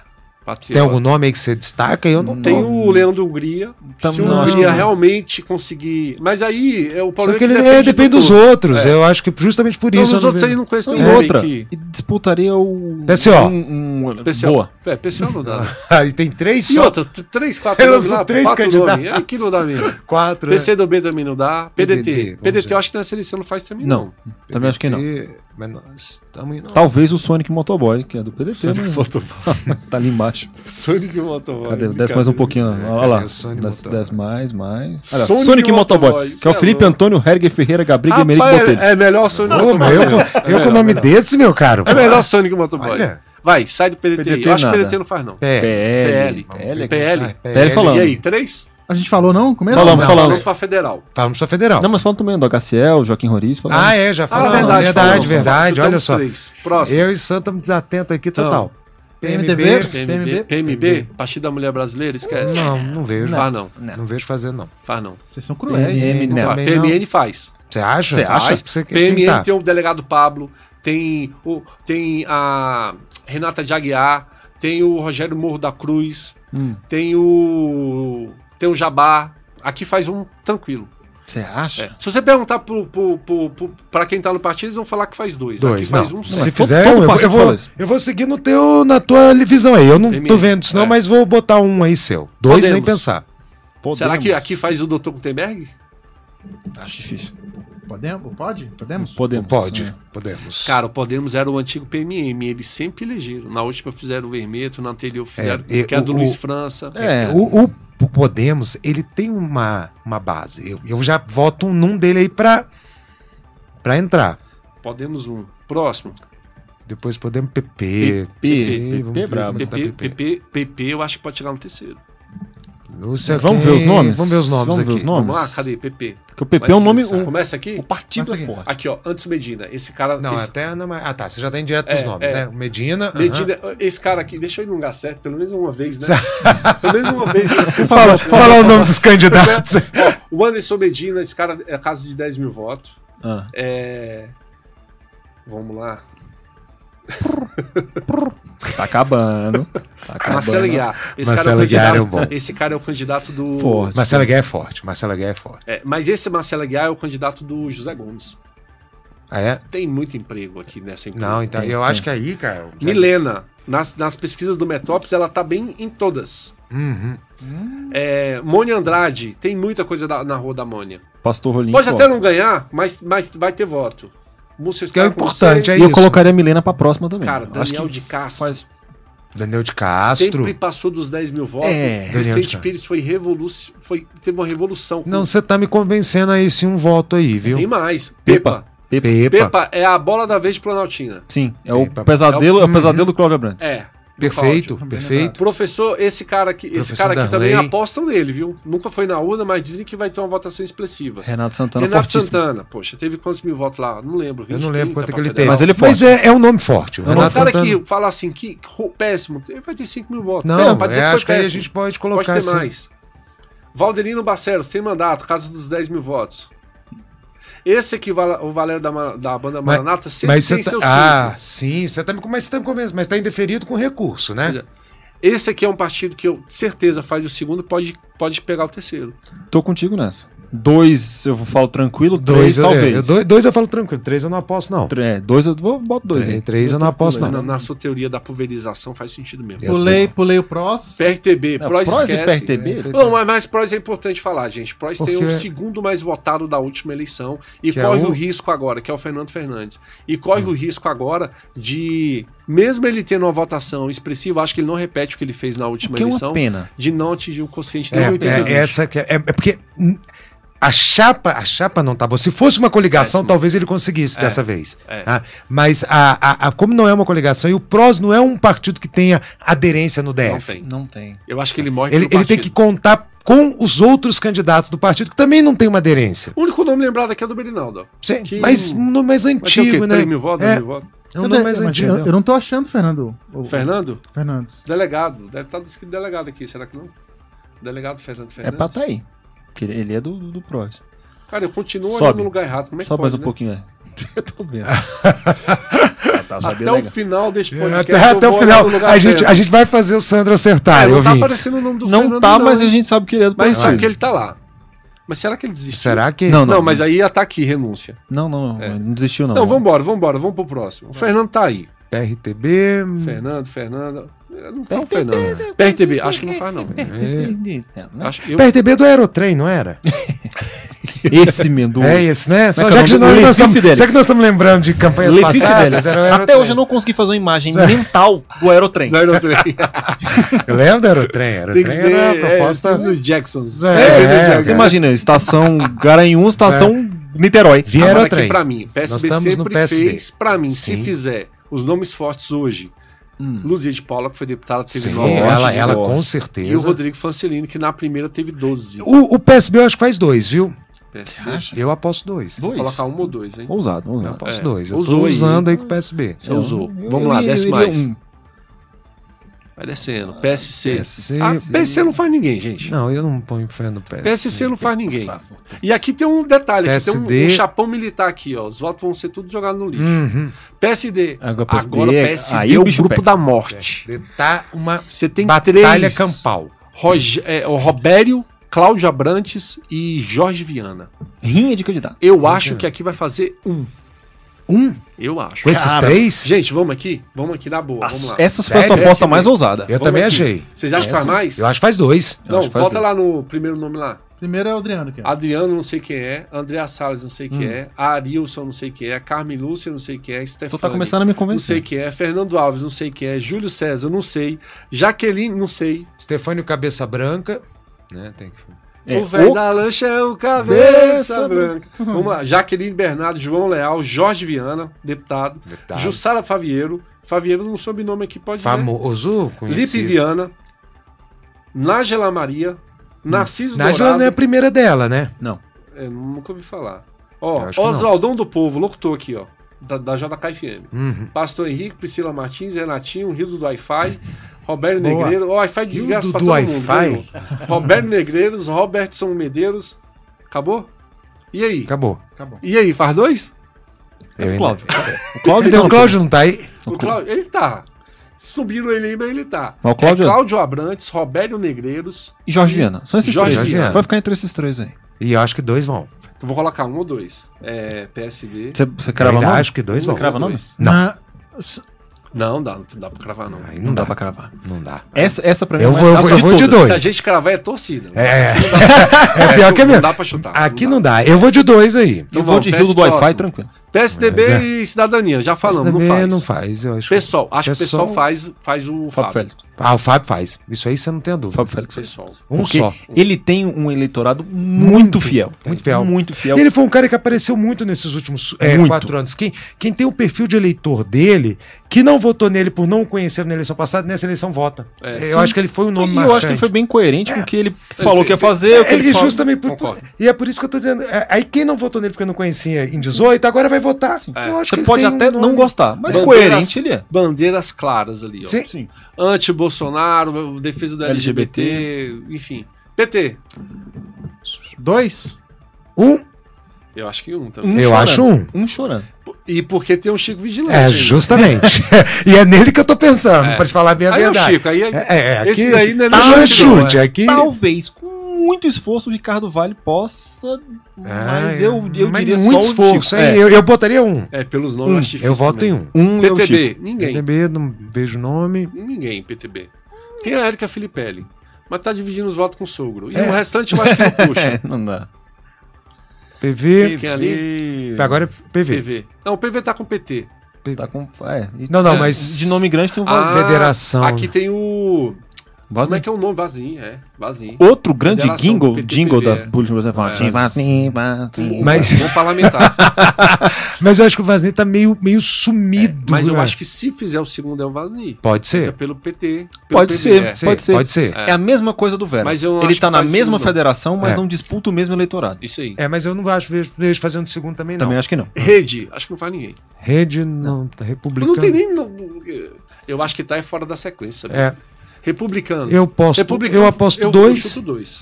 S4: Tem algum nome aí que você destaca? Eu não
S2: Tem
S4: tenho.
S2: o Leandro Hungria.
S5: Tam-
S2: se o
S5: não.
S2: Hungria realmente conseguir. Mas aí é o
S4: Só
S2: problema
S4: que ele é, depende
S2: do
S4: dos
S2: todo.
S4: outros. Eu acho que justamente por
S2: Não,
S4: isso. eu
S2: dos
S4: não
S2: outros
S4: vejo.
S2: aí não conheço
S5: E
S2: nenhum
S5: outra.
S2: que-
S5: E disputaria o.
S4: PCO.
S5: Um, um-
S2: PCO.
S5: Boa.
S2: É, PCO não dá. né?
S4: Ah, e tem três
S2: E
S4: só.
S2: outra, t- três, quatro
S4: Eu
S2: nomes
S4: sou
S2: lá,
S4: três
S2: quatro
S4: candidatos.
S2: nomes. É que não dá mesmo.
S4: Quatro. né?
S2: PCdoB também não dá. PDT. PDT,
S4: PDT, vamos ver.
S2: eu acho que nessa eleição não faz também, não.
S5: Não. Também acho que não.
S4: E- Mas nós estamos indo.
S5: Talvez o Sonic Motoboy, que é do PDT. mas- tá ali embaixo.
S2: Sonic Motoboy.
S5: Cadê? Desce mais um pouquinho. Olha lá.
S4: É, Sonic
S5: Desce,
S4: Motoboy.
S5: desce mais, mais. Olha,
S2: Sonic
S5: Sonic,
S2: Motoboy,
S5: Motoboy,
S2: cê
S5: que é o
S2: é
S5: Felipe
S2: louco.
S5: Antônio Herger Ferreira Gabriga Emerick
S2: Rapaz,
S5: Botelho.
S2: é, é melhor Sonic
S4: Ô, mas
S2: Motoboy.
S4: eu, com- eu com
S2: melhor,
S4: o nome
S2: melhor.
S4: desse, meu caro.
S2: É melhor Sonic Motoboy.
S4: Olha.
S2: Vai, sai do PDT. aí.
S5: PDT
S2: eu acho que
S5: nada.
S2: PDT não faz, não.
S4: É.
S5: PL. PL.
S2: PL. PL.
S4: Ah,
S5: PL falando.
S2: E aí, três?
S3: A gente falou não no começo?
S5: Falamos,
S3: Não.
S5: falamos.
S2: Falando pra federal.
S4: Falamos só federal.
S5: Não, mas falam também do HCL, Joaquim Roriz. falam-
S4: Ah, é, já falamos. verdade, verdade,
S2: falou. Chutamos
S4: olha só.
S2: Então, três. Próximo.
S4: Eu e Santa me desatento aqui total.
S3: PMDB?
S2: PMB, PMB, Partido da Mulher Brasileira, esquece.
S4: Não, não vejo.
S2: Faz Ah, não,
S4: Não, vejo fazer, não.
S2: faz não.
S3: Vocês são cruéis.
S5: PMDB.
S4: Não,
S5: Não.
S2: Faz.
S4: também
S2: PMN
S4: não.
S2: faz.
S4: Você acha?
S5: Você
S4: Faz.
S5: acha?
S4: Você tá. quer
S2: PMN
S4: tentar.
S2: tem o delegado Pablo, tem, o, tem a Renata de Aguiar, tem o Rogério Morro da Cruz,
S5: Hum.
S2: tem o. tem o Jabá. Aqui faz um tranquilo.
S5: Você acha?
S2: É. Se você perguntar pro, pro, pro- pro- pra quem tá no partido, eles vão falar que faz dois.
S4: Dois,
S2: Aqui faz
S4: não.
S2: um só.
S4: Se
S5: é.
S4: fizer,
S5: Todo- todo
S4: eu, vou,
S5: partido
S4: eu, vou,
S5: fala isso.
S4: eu vou seguir no teu, na tua visão aí. Eu não
S2: PMN,
S4: tô vendo isso, não,
S2: é.
S4: mas vou botar um aí seu. Dois, nem
S2: Podemos.
S4: pensar.
S2: Será que aqui faz o Dr. Gutenberg?
S5: Acho difícil.
S3: Podemos? Pode? Podemos?
S5: Podemos.
S4: Pode,
S5: É.
S4: podemos.
S2: Cara, o Podemos era o antigo PMM, eles sempre elegeram. Na última fizeram o Vermeto, na anterior fizeram
S4: e
S2: que é a do
S4: o-
S2: Luiz
S4: o-
S2: França.
S5: É.
S4: O, o Podemos, ele tem uma, uma base. Eu, eu já voto num dele aí pra, pra entrar.
S2: Podemos um. Próximo.
S4: Depois Podemos PP.
S5: PP, PP
S4: vamos ver
S5: brabo.
S4: como tá
S2: PP, PP, PP, eu acho que pode chegar no terceiro.
S4: Lúcia,
S5: Vamos
S4: quem-
S5: ver os nomes?
S4: Vamos ver os nomes
S5: Vamos
S4: aqui.
S5: ver os nomes?
S2: Vamos lá, cadê? PP.
S5: Porque o PP é um
S2: Vai
S5: nome.
S2: ser-
S5: Um,
S2: Começa aqui?
S5: o partido
S3: Começa
S5: é
S3: aqui.
S5: forte.
S2: Aqui, ó. Antes Medina. Esse cara.
S4: Não,
S2: esse,
S4: até Ana Maria. Ah, tá. Você já tá indo direto pros
S2: É,
S4: nomes,
S2: é.
S4: né? O Medina. aham.
S2: Medina, esse cara aqui, deixa eu ir num lugar certo, pelo menos uma vez, né? pelo menos uma vez. Por
S4: Fala, fala o nome dos candidatos.
S2: O Anderson Medina, esse cara é caso de 10 mil votos.
S5: Ah,
S2: É. Vamos lá.
S5: tá acabando. Tá acabando.
S2: Marcelo Guiar. Esse
S4: Marcelo
S2: cara é o
S4: Aguiar é
S2: candidato-
S4: um bom.
S2: Esse cara é o candidato do.
S5: Forte.
S4: Marcela Guerra é forte. Marcela Guerra é forte.
S2: É, mas esse Marcelo Guiar é o candidato do José Gomes.
S4: Ah, é?
S2: Tem muito emprego aqui nessa empresa.
S4: Não, então.
S5: Tem,
S4: eu
S5: tem.
S4: acho que aí, cara.
S2: Milena, nas, nas pesquisas do Metrópolis, ela tá bem em todas.
S4: Uhum.
S2: É, Mônia Andrade, tem muita coisa da- na rua da Mônia.
S5: Pastor Rolim.
S2: Pode
S5: forte.
S2: até não ganhar, mas, mas vai ter voto. Múcio
S4: Que é o
S2: está com
S4: importante,
S2: você.
S4: é
S5: E eu
S4: isso.
S5: colocaria a Milena pra próxima também.
S2: Cara,
S5: Eu
S2: Daniel de Castro
S5: faz.
S4: Daniel de Castro.
S2: sempre passou dos 10 mil votos.
S5: É,
S4: Daniel de
S2: Vicente
S4: Castro.
S2: Pires foi revolução, foi, teve uma revolução.
S4: Não, você tá me convencendo aí esse um voto aí, viu?
S2: tem mais.
S5: Pepa. Pepa.
S2: Pepa.
S4: Pepa.
S2: Pepa é a bola da vez de Planaltina.
S5: Sim, é o
S4: Pepa.
S5: pesadelo,
S2: Uhum.
S5: é o pesadelo do Cláudio Abrantes.
S2: É. do
S4: Perfeito,
S2: Cláudio.
S4: perfeito.
S2: Professor, esse cara aqui, esse
S4: Professor
S2: cara aqui também
S4: Darley.
S2: apostam nele, viu? Nunca foi na urna, mas dizem que vai ter uma votação expressiva.
S5: Renato Santana
S2: Renato
S5: fortíssimo.
S2: Santana, poxa, teve quantos mil votos lá? Não lembro. 20,
S4: Eu não
S2: 30
S4: lembro quanto
S2: pra
S4: que ele
S2: federal.
S4: teve.
S5: Mas ele é forte.
S4: Mas é, é um nome forte. O
S5: É um
S2: O
S4: Renato
S2: cara
S4: Santana.
S2: que fala assim, que ro- péssimo, ele vai ter 5 mil votos.
S4: Não,
S2: pode
S4: é, acho que aí a gente pode
S2: pode
S4: colocar
S2: ter
S4: assim.
S2: mais. Valdelino Barcelos, tem mandato, casa dos 10 mil votos. Esse aqui, o Val- o Valério da, Ma- da banda
S4: Mas-
S2: Maranata, sempre
S4: Mas você
S2: tem
S4: tá,
S2: seu
S4: ah,
S2: signo.
S4: sim, você tá, me- mas você tá me convencendo, mas tá indeferido com recurso, né?
S2: Esse aqui é um partido que eu certeza faz o segundo e pode, pode pegar o terceiro.
S5: Tô contigo nessa. Dois, eu falo tranquilo, três
S4: Dois, eu, é,
S5: talvez.
S4: eu- dois, dois eu falo tranquilo, três eu não aposto, não.
S5: Tre- é, dois eu vou, boto dois.
S4: Três,
S5: aí.
S4: três eu Então não aposto,
S2: Na,
S4: não.
S2: na sua teoria da pulverização faz sentido mesmo.
S4: Eu
S3: Pulei, pulei o próximo.
S2: PRTB,
S5: Não,
S2: Prois
S5: Prois e
S2: esquece.
S5: PRTB?
S2: Não, mas, mas Prois é importante falar, gente. Prois tem
S4: Porque-
S2: o segundo mais votado da última eleição e
S4: Que é
S2: corre
S4: o- Hum.
S2: o risco agora, que é o Fernando Fernandes. E corre o risco agora de, mesmo ele tendo uma votação expressiva, acho que ele não repete o que ele fez na última
S5: Que é
S2: eleição,
S5: uma pena.
S2: de não atingir o consciente nem
S4: É,
S2: 80
S4: é, essa que é, é porque hum, a chapa, a chapa não tá boa. Se fosse uma coligação,
S2: Péssimo.
S4: talvez ele conseguisse dessa vez.
S2: é.
S4: tá? Mas a, a- a- como não é uma coligação e o PROS não é um partido que tenha aderência no
S2: Não
S4: DF,
S2: tem.
S5: Não tem.
S2: Eu acho que ele morre
S4: é. ele,
S2: pelo
S4: ele tem que
S2: partido.
S4: contar com os outros candidatos do partido que também não tem uma aderência.
S2: O único nome lembrado aqui é do Berinaldo. ó.
S4: Sim,
S2: Que-
S4: Mas um nome mais
S2: Mas tem o
S4: antigo,
S2: quê?
S4: né?
S2: 3 mil votos?
S4: É.
S2: 2 mil votos?
S4: É um nome mais
S3: Mas
S4: antigo.
S3: eu, eu Então, não tô achando, Fernando. o- o-
S2: Fernando?
S3: Fernandes.
S2: Delegado. Deve estar escrito delegado aqui, será que não? Delegado Fernando
S5: É
S2: Fernandes.
S5: pra tá aí. Porque Ele ele é do, do, do Prois.
S2: Cara, eu continuo
S5: Sobe.
S2: olhando no lugar errado. Como é que
S5: Só
S2: pode,
S5: mais um
S2: né?
S5: pouquinho, é. Eu tô vendo. Ah, tá,
S2: Até
S5: sabia
S2: o
S5: legal.
S2: final deste
S4: É,
S2: podcast.
S4: até
S2: eu
S4: até o
S2: vou
S4: final.
S2: olhar no lugar
S4: A gente,
S2: certo.
S4: a gente vai fazer o Sandro acertar,
S2: É, não tá
S4: ouvintes.
S2: aparecendo o nome do
S5: Não
S2: Fernando,
S5: tá, mas
S2: hein?
S5: a gente sabe que ele é do
S2: Mas
S5: Prois.
S2: sabe que ele tá lá. Mas será que ele desistiu?
S4: Será que.
S5: Não,
S2: Não, mas aí ia tá aqui, renúncia.
S5: Não, não,
S2: É.
S5: não desistiu, não.
S2: Não, vambora, vambora, vamos pro próximo. O Fernando tá aí.
S4: PRTB.
S2: Fernando, Fernando. Eu Não tá o Fernando. PRTB, acho que não faz, não.
S5: É.
S2: Acho que eu-
S4: PRTB do Aerotrem, não era?
S5: Esse Mendu.
S4: É esse, né? Só-
S5: Como é que é
S4: já,
S5: o
S4: que
S5: nome
S4: nós,
S5: do-
S4: nós
S5: Levi
S4: tamo-
S5: Fidelis.
S4: já que nós estamos lembrando de campanhas
S5: Levi
S4: passadas,
S5: Fidelis.
S4: era o Aerotrem.
S5: Até hoje eu não consegui fazer uma imagem mental do Aerotrem.
S2: Não, não tem.
S4: Eu lembro do Aerotrem. Aerotrem
S2: Tem que ser.
S4: era a
S2: é,
S4: proposta.
S2: tudo dos Jacksons.
S4: É,
S2: tudo dos
S4: é,
S2: Jacksons.
S5: Você imagina, estação Garanhuns, estação Niterói.
S4: Via
S2: Agora
S4: Aerotrem.
S2: aqui pra mim, PSB
S4: estamos no
S2: sempre
S4: PSB.
S2: fez, pra mim, se
S4: Sim.
S2: fizer os nomes fortes hoje, Luzia de Paula, que foi deputada, teve
S4: Sim,
S2: nove
S4: ela,
S2: votos.
S4: ela
S5: Lógico.
S4: com
S2: E o
S4: certeza.
S2: Rodrigo Francelino, que na primeira teve 12.
S4: O, o PSB eu acho que faz dois, viu?
S2: PSB.
S4: Eu aposto dois.
S2: Vou colocar um ou dois, hein?
S5: Ousado,
S4: Eu
S5: ousado.
S4: aposto
S2: É,
S4: dois. Eu
S2: usou
S4: tô
S2: aí.
S4: usando aí com o PSB.
S2: Você usou.
S5: Eu-
S2: Então, Vamos
S5: eu
S2: lá,
S5: iria-
S2: desce
S5: eu iria
S2: mais.
S5: um.
S2: Vai descendo. PSC.
S4: PSC.
S2: Ah, PSC não faz ninguém, gente.
S4: Não, eu não ponho fé no PSC.
S2: PSC não faz ninguém. E aqui tem um detalhe, aqui tem um,
S4: PSD.
S2: um chapão militar aqui, ó. Os votos vão ser tudo jogados no lixo.
S4: Uhum.
S2: PSD.
S5: Hum. Agora PSD,
S2: Agora PSD
S5: aí
S2: é
S5: o
S2: o
S5: bicho
S2: grupo
S5: pega.
S2: da morte.
S4: PSD tá uma
S2: Você tem
S4: batalha
S2: três.
S4: campal.
S2: Roge- é, o Robério, Cláudio Abrantes e Jorge Viana.
S5: Rinha de candidato.
S2: Eu acho que aqui vai fazer um.
S4: Um?
S2: Eu acho.
S4: Com esses
S5: Cara,
S4: três?
S2: Gente, vamos aqui? Vamos aqui na boa. Vamos lá. é
S5: Essas foi a sua
S4: Sério?
S5: aposta mais ousada.
S4: eu
S2: Vamos
S4: também
S2: aqui.
S4: achei.
S2: Vocês acham que
S5: Essa-
S2: faz mais?
S4: Eu acho que faz dois.
S5: Eu
S2: Não,
S5: acho que faz
S2: volta
S5: dois.
S2: lá no primeiro nome lá.
S3: Primeiro é o Adriano, que é.
S2: Adriano, não sei quem é. Andréa Salles, não sei quem é. Arilson, não sei quem é. Carmen Lúcia, não sei quem é.
S5: Tu
S2: Stefani,
S5: tá começando a me
S2: não sei
S5: convencer.
S2: quem é. Fernando Alves, não sei quem é. Júlio César, não sei. Jaqueline, não sei.
S4: Stefânio Cabeça Branca, né? Tem que...
S5: É,
S2: o velho
S5: o-
S2: da lancha é o
S5: Cabeça
S2: cabeça branca. Vamos lá. Jaqueline Bernardo, João Leal, Jorge Viana, deputado.
S4: Deputado.
S2: Jussara Faviero. Faviero não soube nome aqui, pode
S4: Famoso,
S2: dizer. Lipe
S4: conhecido.
S2: Viana. Nájela Maria. Narciso
S4: Nájila
S2: Dourado.
S4: não é a primeira dela, né?
S5: Não.
S2: É, nunca ouvi falar.
S4: Eu
S2: Ó,
S4: acho que não.
S2: Oswaldão do Povo, locutor aqui, ó. Da, da JKFM.
S4: Uhum.
S2: Pastor Henrique, Priscila Martins, Renatinho, Rildo do Wi-Fi, Roberto
S3: Boa.
S2: Negreiros. Ó, Wi-Fi de
S4: Rildo
S2: graça pra
S4: do
S2: todo mundo.
S4: Wi-Fi?
S2: ganhou. Roberto Negreiros, Robertson Medeiros. Acabou? E aí?
S4: Acabou.
S3: Acabou.
S2: E aí, faz dois?
S4: Eu ainda-
S5: Cláudio. O
S2: Então,
S4: Cadê
S5: Cláudio um
S4: o Cláudio não tá aí?
S2: O Cláudio, ele tá. Subiram ele aí, mas ele tá.
S5: Mas o Cláudio-
S2: É Cláudio Abrantes, Roberto Negreiros.
S5: E Jorge Viana. São esses
S2: Jorge
S5: três.
S4: Viana.
S5: Vai ficar entre esses três aí.
S4: E eu acho que dois vão.
S2: Eu vou colocar um ou dois. É, PSD.
S5: Você, você
S4: Eu
S5: crava
S4: ainda
S5: nome?
S4: acho que dois vão.
S2: Um
S5: crava
S2: ou
S5: nome?
S2: dois.
S4: Não.
S2: Não, dá, não dá pra cravar, não.
S4: Aí não dá.
S5: pra cravar.
S4: Não dá.
S5: Essa, essa pra mim
S4: Eu
S5: é
S4: vou- eu
S5: a
S4: vou-
S5: de
S4: eu vou de
S5: todas.
S4: dois.
S2: Se a gente cravar, é torcida.
S4: É. É pior que é
S2: Não
S4: mesmo.
S2: dá pra chutar.
S4: Aqui não dá. Eu vou de dois aí.
S5: Eu
S2: Então
S5: vou
S2: vamos,
S5: de Rio do
S2: PS
S5: Wi-Fi
S2: próximo.
S5: tranquilo.
S2: PSDB
S4: Mas é.
S2: e cidadania, já falamos, não
S4: Esse também
S2: faz.
S4: não faz, eu acho. que-
S2: Pessoal, acho que o pessoal faz, faz o
S5: Fábio
S2: Fábio.
S5: Félix.
S4: Ah, o Fábio faz. Isso aí você não tem a dúvida.
S5: Fábio Félix.
S2: Pessoal.
S4: Um
S5: Porque
S4: só.
S5: ele tem um eleitorado muito fiel.
S4: É, Muito fiel.
S5: Muito fiel.
S4: E ele foi um cara que apareceu muito nesses últimos é,
S5: Muito.
S4: quatro anos. Quem, quem tem o perfil de eleitor dele, que não votou nele por não o conhecer na eleição passada, nessa eleição vota.
S2: É.
S4: eu acho que ele foi um nome
S5: E
S4: marcante.
S5: eu acho que ele foi bem coerente com o que ele falou que ia fazer. o que
S4: É,
S5: ele
S4: e
S5: falou.
S4: justamente por,
S2: Concordo.
S4: e é por isso que eu tô dizendo. é, aí quem não votou nele porque não conhecia em 18, agora vai votar.
S2: É.
S4: Eu acho
S5: Você
S4: que ele
S5: pode
S4: tem um
S5: até
S4: nome-
S5: não gostar, mas
S2: Bandeiras-
S5: coerente ele é.
S2: Bandeiras claras ali, ó.
S4: Sim.
S2: Anti-Bolsonaro, defesa do LGBT, enfim. PT,
S3: Dois?
S4: Um,
S2: eu acho que um também.
S5: Um
S4: Eu acho um.
S5: Um chorando.
S2: E porque tem um Chico Vigilante.
S4: é,
S2: aí.
S4: justamente. e é nele que eu tô pensando,
S2: É.
S4: pra te falar bem a
S2: Aí é o
S4: verdade.
S2: Chico, aí é-
S4: é,
S2: esse daí não é
S4: tá
S2: nem
S4: um
S2: chute, não,
S4: chute.
S2: é
S4: Aqui,
S5: Tá Talvez com muito esforço o Ricardo Vale possa. mas
S4: Ah,
S5: eu, eu
S4: mas
S5: diria
S4: muito
S5: só o
S4: esforço.
S5: Chico.
S4: aí
S5: É.
S4: eu, eu botaria um.
S2: É, pelos nomes eu acho difícil
S4: eu voto
S2: também.
S4: em um.
S5: Um é o Chico.
S2: PTB, ninguém.
S4: PTB, não vejo o nome.
S2: Ninguém, PTB. Tem a Érica Filipelli, mas tá dividindo os votos com o sogro.
S4: É.
S2: E o restante eu acho que não puxa.
S5: É, não dá.
S4: PV.
S2: Quem ali?
S4: Agora é PV.
S2: PV. Não, o PV tá com o PT.
S5: Tá com. É, e-
S4: Não, não,
S5: é,
S4: mas-
S5: De nome grande tem um né?
S2: Ah,
S5: Vaz-
S4: Federação.
S2: Aqui tem o.
S5: Vaz-
S2: Como é que é o nome? Vazinho, é. Vazinho.
S5: Outro grande
S2: Federação
S5: jingle,
S2: PTB,
S5: jingle da
S2: é.
S5: Bulletin Brasil Fala.
S4: Mas-
S5: Mas
S4: Mas-
S2: Bom parlamentar.
S4: Mas eu acho que o Vasney tá meio, meio sumido.
S2: É, Mas eu
S4: né?
S2: acho que se fizer o segundo é o Vazinho.
S4: Pode
S2: É
S4: ser.
S2: pelo PT. pelo
S5: pode
S2: PV,
S5: ser,
S2: é.
S4: Sim,
S5: pode ser.
S4: Pode ser.
S5: É a mesma coisa do Veras.
S2: Mas eu
S5: Ele
S2: acho
S5: tá
S2: que
S5: na
S2: faz
S5: mesma
S2: sentido.
S5: federação, mas
S4: É.
S5: não disputa o mesmo eleitorado.
S2: Isso aí.
S4: É, mas eu não acho vejo, vejo fazendo segundo também, não.
S5: Também acho que não.
S2: Rede, acho que não faz ninguém.
S4: Rede não, tá
S2: Não
S4: republicano.
S2: tem nem. não- Eu acho que tá é fora da sequência. sabe?
S4: É,
S2: Republicano.
S4: eu posto.
S2: Republicano,
S4: eu aposto
S2: eu- Eu
S4: dois.
S2: chuto dois.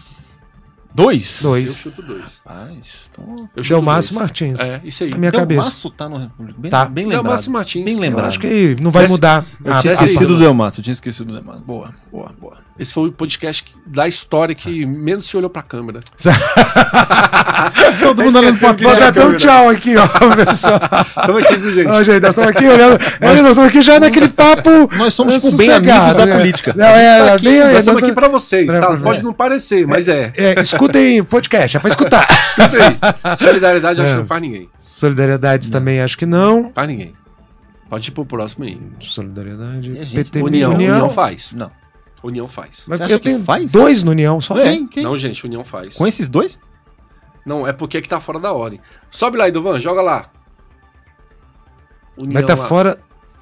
S5: Dois?
S2: Eu
S4: Dois.
S2: chuto dois.
S5: Rapaz, então...
S2: Eu chuto
S4: Delmácio
S2: dois.
S4: Martins.
S2: É, isso aí.
S4: Na minha
S5: Então,
S4: cabeça.
S5: O Maço tá no República. Bem,
S4: Tá.
S5: bem lembrado.
S2: Delmácio Martins.
S5: Bem
S4: Eu
S5: lembrado.
S4: acho que não vai
S2: Parece-
S4: mudar.
S5: Eu tinha
S4: a-
S2: parece-
S5: esquecido
S2: Ah,
S5: do Delmaço, eu tinha esquecido do Delmaço. Boa, boa, boa.
S2: Esse foi o podcast que- da história que menos se olhou pra câmera.
S3: Todo mundo olhando pra
S4: Vou
S3: porta.
S4: dar até um tchau aqui, ó, pessoal.
S2: Estamos aqui, viu, gente?
S4: Ó, Ah, gente, nós estamos aqui olhando. é, nós estamos aqui já naquele papo.
S5: Nós somos,
S4: é,
S5: tipo, bem amigos
S4: sossegado,
S5: da
S4: né?
S5: política.
S4: Não, é,
S2: Tá aqui,
S4: bem,
S2: nós
S4: nós
S2: estamos aqui pra
S4: estamos-
S2: vocês,
S4: pra-
S2: tá?
S4: pra-
S2: Pode não parecer, mas é.
S4: É, escutem podcast, é pra escutar.
S2: Escuta aí. Solidariedade acho
S4: É.
S2: que não faz ninguém.
S4: Solidariedades também acho que não.
S2: Faz ninguém. Pode ir pro próximo aí.
S4: Solidariedade.
S5: E a gente?
S4: PT
S2: União,
S4: União.
S2: União faz.
S5: Não.
S2: União faz.
S4: Mas
S5: Você acha
S4: eu
S5: que
S4: tenho
S5: faz?
S4: dois no União, só
S5: É.
S4: tem.
S3: Quem?
S2: Não, gente, União faz.
S5: Com esses dois?
S2: Não, é porque é que tá fora da ordem. Sobe lá, Idovan, joga lá. União
S4: Mas tá
S2: lá.
S4: fora.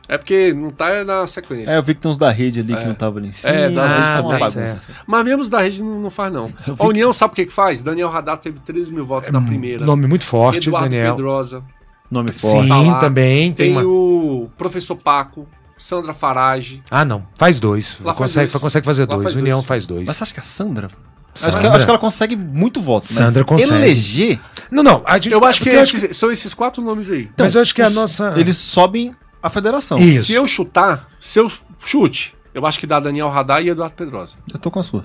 S2: É porque não tá na sequência.
S5: É, eu vi que tem uns da rede ali
S2: É.
S5: que não tava ali em cima.
S2: É, das redes
S5: tá
S2: também.
S5: uma bagunça.
S2: Mas mesmo os da rede não, não faz, não.
S5: Eu vi
S2: A União sabe o que que faz? Daniel Radar teve 13 mil votos na primeira.
S4: Nome muito forte,
S2: Eduardo
S4: É Daniel.
S2: Pedrosa.
S5: Nome
S4: Sim,
S5: forte.
S2: Tá lá.
S4: também. Tem,
S2: Tem,
S4: uma...
S2: o professor Paco, Sandra Farage.
S4: Ah, não. Faz dois.
S2: Lá faz
S4: Consegue,
S2: dois.
S4: consegue fazer
S2: Lá
S4: dois.
S2: faz
S4: União
S2: dois.
S4: faz dois.
S5: Mas você acha que a Sandra... Acho que,
S4: Sandra.
S5: acho que ela consegue muito voto. mas
S4: Sandra consegue.
S5: Eleger, então,
S4: Não, não. A gente...
S2: Eu acho que, é assim, então,
S4: porque eu é
S2: esses- são esses quatro nomes aí.
S4: Mas eu acho que a
S5: os-
S4: nossa.
S5: eles sobem a federação.
S4: Isso.
S2: Se eu chutar, se eu chute, eu acho que dá Daniel Radar e Eduardo Pedrosa. Então,
S5: Eu tô com a sua.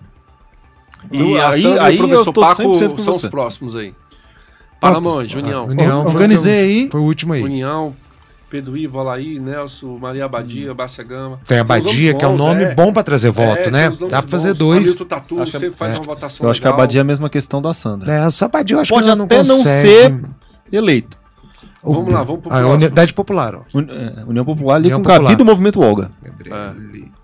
S2: E a Sandra e o professor Paco são os próximos aí. Paramount,
S4: Ah,
S2: União.
S4: União foi o que eu-
S3: Organizei aí.
S4: Foi o último aí.
S2: União, Pedro Ivo, Alaí, Nelson, Maria Abadia, Bárcia Gama.
S4: Hum. Tem a
S2: uns nomes
S4: Badia, que é um
S2: bons,
S4: nome
S2: é.
S4: bom pra trazer voto,
S2: É,
S4: né?
S2: tem uns nomes
S4: Dá pra fazer
S2: bons.
S4: dois.
S2: Hamilton Tatu
S5: Acho que-
S2: sempre faz uma votação
S5: Eu acho que a
S2: legal.
S5: Badia é a mesma questão da Sandra.
S4: É, essa Badia eu acho
S5: Pode
S4: que ela não
S5: até não
S4: consegue.
S5: ser eleito.
S4: O-
S2: Vamos lá, vamos pro
S4: A
S2: próximo.
S4: Unidade Popular, ó.
S5: Uni- é, União Popular ali
S4: União
S5: com o
S4: Popular.
S5: cabide do movimento Olga.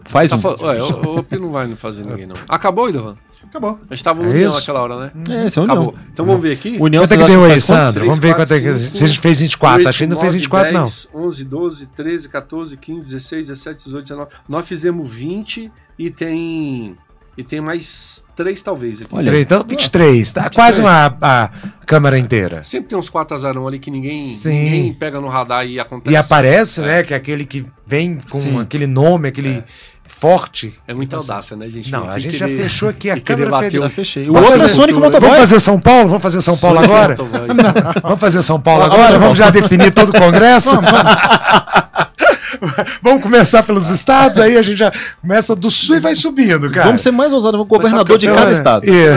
S5: Faz
S2: Tá
S5: um.
S2: fal- Ué, o, o Pi não vai fazer ninguém, não. Acabou, Idovan?
S3: Acabou.
S2: A gente tava
S4: É
S2: no União
S4: isso?
S2: naquela hora, né?
S5: É, esse é a União.
S2: Acabou. Então vamos ver aqui.
S5: União
S4: Quanto
S5: vocês
S4: é que
S5: acham
S4: deu aí,
S5: faz quantos?
S4: Sandro? Vamos ver quanto é que.
S2: cinco,
S4: Se a gente fez 24, acho que ainda não fez 24, não.
S2: não. 11, 12, 13, 14, 15, 16, 17, 18, 19. Nós fizemos 20 e tem. E tem mais três talvez aqui.
S5: Olha.
S4: Três, então 23, tá quase uma, a Câmara inteira.
S2: Sempre tem uns 4 azarão ali que ninguém,
S4: Sim.
S2: ninguém pega no radar e acontece.
S4: E aparece, né, que é aquele que vem com
S5: Sim. É.
S4: aquele nome, aquele forte.
S2: É muita audácia, né, gente?
S4: Não,
S2: Tem
S4: a
S2: que
S4: gente já
S2: querer-
S4: fechou aqui,
S2: e
S4: a
S2: querer
S4: Câmara
S2: bater
S4: federal.
S5: Já fechei. O
S4: Vamos
S5: outro é
S4: fazer-
S5: Sonic
S4: Vamos
S5: Motoboy.
S4: fazer São Paulo? Vamos fazer
S2: é
S4: São Paulo agora? Vamos fazer São Paulo agora? Vamos já definir todo o Congresso? Vamos começar pelos estados, aí a gente já começa do sul e vai subindo, cara.
S5: Vamos ser mais ousados. Vamos governador de
S4: Eu-
S5: cada estado.
S4: É.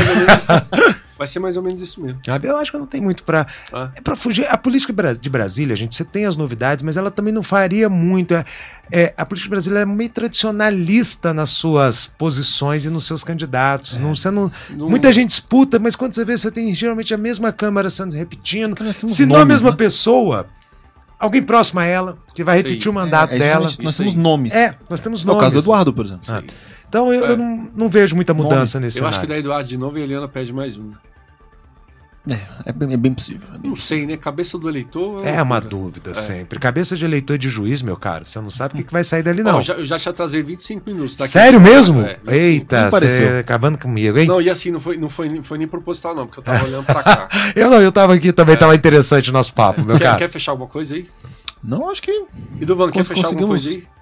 S2: Vai ser mais ou menos isso mesmo.
S4: Sabe, Eu acho que não tem muito pra.
S5: Ah.
S2: tá?
S4: É pra fugir. A política bra- de Brasília, gente, você tem as novidades, mas ela também não faria muito. É- é, a política brasileira é meio tradicionalista nas suas posições e nos seus
S5: É.
S4: candidatos. Não, você não,
S2: Não-
S4: muita gente disputa, mas quando você vê, você tem geralmente a mesma Câmara sendo repetindo.
S5: Nós temos
S4: Se não a
S5: nomes,
S4: mesma
S5: né?
S4: pessoa, alguém próximo a ela, que vai
S2: Sei.
S4: repetir o mandato
S5: É, isso
S4: dela.
S5: nós- Nós
S2: Isso aí.
S5: temos nomes.
S4: É, nós temos
S5: É o
S4: nomes.
S5: caso do Eduardo, por exemplo.
S4: Ah. Então eu,
S5: É.
S4: eu não, não vejo muita mudança nesse
S2: Eu acho que
S4: cenário.
S2: da Eduardo de novo e a Eliana pede mais um.
S5: É, é bem, é bem possível. é bem
S2: Não sei, né? Cabeça do eleitor.
S4: É uma dúvida sempre. Cabeça de eleitor e de juiz, meu caro, você não sabe o que, que vai sair dali,
S2: Não,
S4: não.
S2: eu já, eu já te atrasei 25 minutos. tá aqui.
S4: Sério mesmo?
S2: É, 25.
S4: Eita,
S5: Não
S4: você
S5: pareceu.
S4: acabando comigo, hein?
S2: Não, e assim, não foi, não foi, não foi nem proposital, não, porque eu tava olhando pra cá.
S4: Eu não, eu tava aqui também, tava interessante o nosso papo, meu
S2: É. quer,
S4: cara.
S2: quer fechar alguma coisa aí?
S5: Não, acho que.
S2: E Duvan, quer
S5: Cons-
S2: fechar alguma
S5: conseguimos.
S2: coisa aí?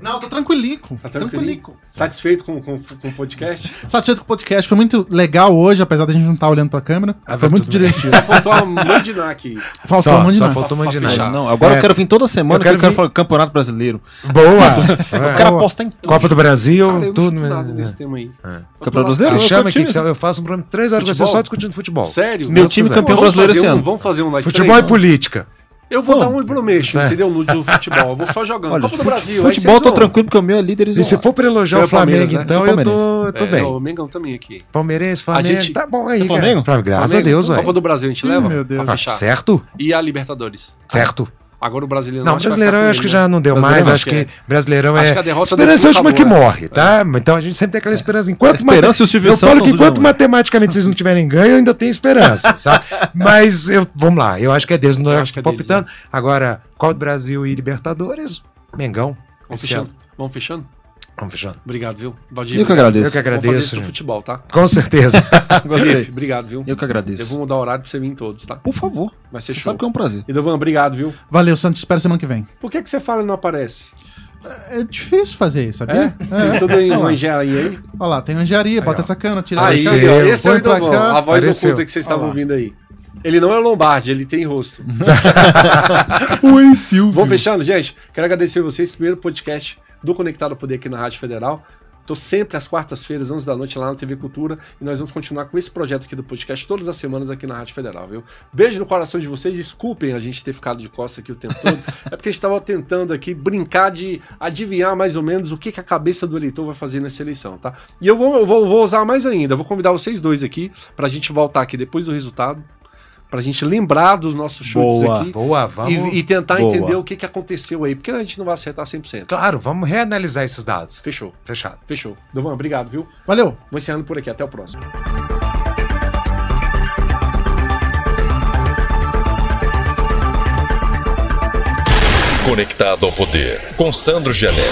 S3: Não, tô tranquilico.
S2: Tá tranquilinho?
S3: tranquilico.
S2: Satisfeito com, com, com o podcast?
S3: Satisfeito com o podcast. Foi muito legal hoje, apesar da gente não estar olhando pra câmera.
S4: Ah,
S3: foi
S4: tá
S3: muito
S4: tudo bem.
S3: divertido.
S2: Só faltou a mandinar aqui.
S3: Faltou
S4: Só-
S3: um monte de
S4: só
S3: nada.
S4: faltou
S2: Pra- pra
S4: mandinar.
S2: fechar.
S5: Não, agora
S4: É.
S5: eu quero vir toda semana
S4: Eu
S5: que
S4: quero
S5: eu quero
S4: vir-
S5: falar Campeonato Brasileiro.
S4: Boa!
S5: O
S4: É.
S5: cara aposta em tudo.
S4: Copa do Brasil,
S2: Cara, eu não
S4: tudo.
S2: chuto nada
S4: mas-
S2: desse tema aí.
S4: É.
S2: Eu tô
S5: Campeonato Brasileiro?
S4: Me
S5: Eu
S4: chama
S5: curti.
S4: aqui, que eu faço um programa de três horas com você
S2: Futebol?
S4: só discutindo futebol.
S2: lascado. Sério?
S5: Meu
S2: Nossa,
S5: time
S4: quiser.
S5: campeão
S2: vamos
S5: brasileiro
S2: fazer
S5: esse
S2: um-
S5: ano.
S2: Vamos fazer um nós
S4: Futebol e
S2: três?
S4: política.
S2: Eu vou dar
S5: Bom.
S2: um bromeixo,
S4: É.
S2: entendeu? No do futebol. Eu vou só jogando.
S5: Olha,
S2: Copa do
S5: fute-
S2: Brasil. aí
S5: futebol eu tô
S2: vocês
S4: tá
S2: vão.
S5: tranquilo porque o meu é líder
S4: E se
S5: isolado.
S4: for pra elogiar
S2: Você
S4: o
S2: é Palmeiras,
S4: Flamengo,
S2: né?
S4: então
S5: Sou
S4: eu tô, tô
S2: É,
S4: bem.
S2: O Mengão também aqui.
S4: Palmeirense, Flamengo,
S2: gente-
S4: tá bom
S5: Você
S4: aí,
S5: é
S4: cara.
S5: Flamengo?
S4: Graças
S2: Flamengo,
S4: a Deus,
S2: Copa
S4: velho.
S2: do Brasil a gente
S3: Ih,
S2: leva?
S3: meu Deus.
S2: Pra
S4: Ah,
S2: fechar.
S4: certo?
S2: E a Libertadores.
S4: Certo.
S2: Agora o brasileiro
S4: Não, Brasileirão eu acho que já não deu mais. Acho que Brasileirão
S2: né? Acho
S4: é.
S2: que a derrota
S4: Esperança é a
S2: do Flu
S4: última que
S2: acabou, né?
S4: morre, tá? Então a gente sempre tem aquela esperança. Enquanto
S5: A esperança
S4: mate-
S5: e o Silvio
S4: Eu
S5: Santos né?
S4: falo que
S5: são os
S4: enquanto
S5: dois.
S4: matematicamente vocês não tiverem ganho, eu ainda tenho esperança, sabe? Mas eu, vamos lá, eu acho que é deles, não
S2: Eu
S4: eu
S2: acho
S4: acho
S2: que é
S4: palpitando. Agora, qual do Brasil e Libertadores? Mengão.
S2: é. Vamos
S4: Esse
S2: fechando?
S4: ano.
S2: Vamos fechando?
S4: Vamos fechando.
S2: Obrigado, viu? Valdir.
S5: Eu que
S2: obrigado.
S5: agradeço.
S4: Eu que
S2: Vamos fazer
S4: agradeço.
S2: isso no futebol, tá?
S4: Com certeza.
S2: Felipe,
S5: Gostei.
S2: obrigado, viu?
S5: Eu que
S2: Eu
S5: agradeço.
S2: vou mudar o horário pra você vir em todos, tá?
S5: Por favor.
S2: Vai ser
S5: Você
S2: show.
S5: sabe que é um prazer.
S2: Edovan, obrigado, viu?
S3: Valeu, Santos. Espero semana que vem.
S2: Por que, que você fala e não aparece?
S3: É difícil fazer isso,
S2: É?
S3: sabia?
S2: Tem Tudo em uma engenharia aí?
S3: Olha lá, tem engenharia, bota essa cana, tira
S2: Aí,
S3: essa
S4: Apareceu.
S2: ó, esse é o
S3: Ah, põe pra
S2: Edovan,
S3: cá.
S2: a voz
S4: Apareceu.
S2: oculta que vocês estavam
S3: Olha lá.
S2: ouvindo aí. Ele não é o Lombardi, ele tem rosto.
S3: Oi, Silvio.
S2: Vamos fechando, gente? Quero agradecer vocês. Primeiro podcast do Conectado Poder aqui na Rádio Federal. Tô sempre às quartas-feiras, 11 da noite, lá na TV Cultura. E nós vamos continuar com esse projeto aqui do podcast todas as semanas aqui na Rádio Federal, viu? Beijo no coração de vocês. Desculpem a gente ter ficado de costa aqui o tempo todo. é porque a gente estava tentando aqui brincar de adivinhar mais ou menos o que, que a cabeça do eleitor vai fazer nessa eleição, tá? E eu vou, eu vou, vou usar mais ainda. Eu vou convidar vocês dois aqui pra gente voltar aqui depois do resultado. Pra gente lembrar dos nossos chutes
S5: Boa.
S2: aqui.
S4: Boa, vamos.
S2: E, e tentar
S5: Boa.
S2: entender o que, que aconteceu aí, porque a gente não vai acertar 100%.
S4: Claro, vamos reanalisar esses dados.
S2: Fechou,
S4: Fechado.
S2: fechou. Dovan, obrigado, viu?
S3: Valeu.
S2: Vou encerrando por aqui, até o próximo.
S1: Conectado ao Poder, com Sandro Gelé.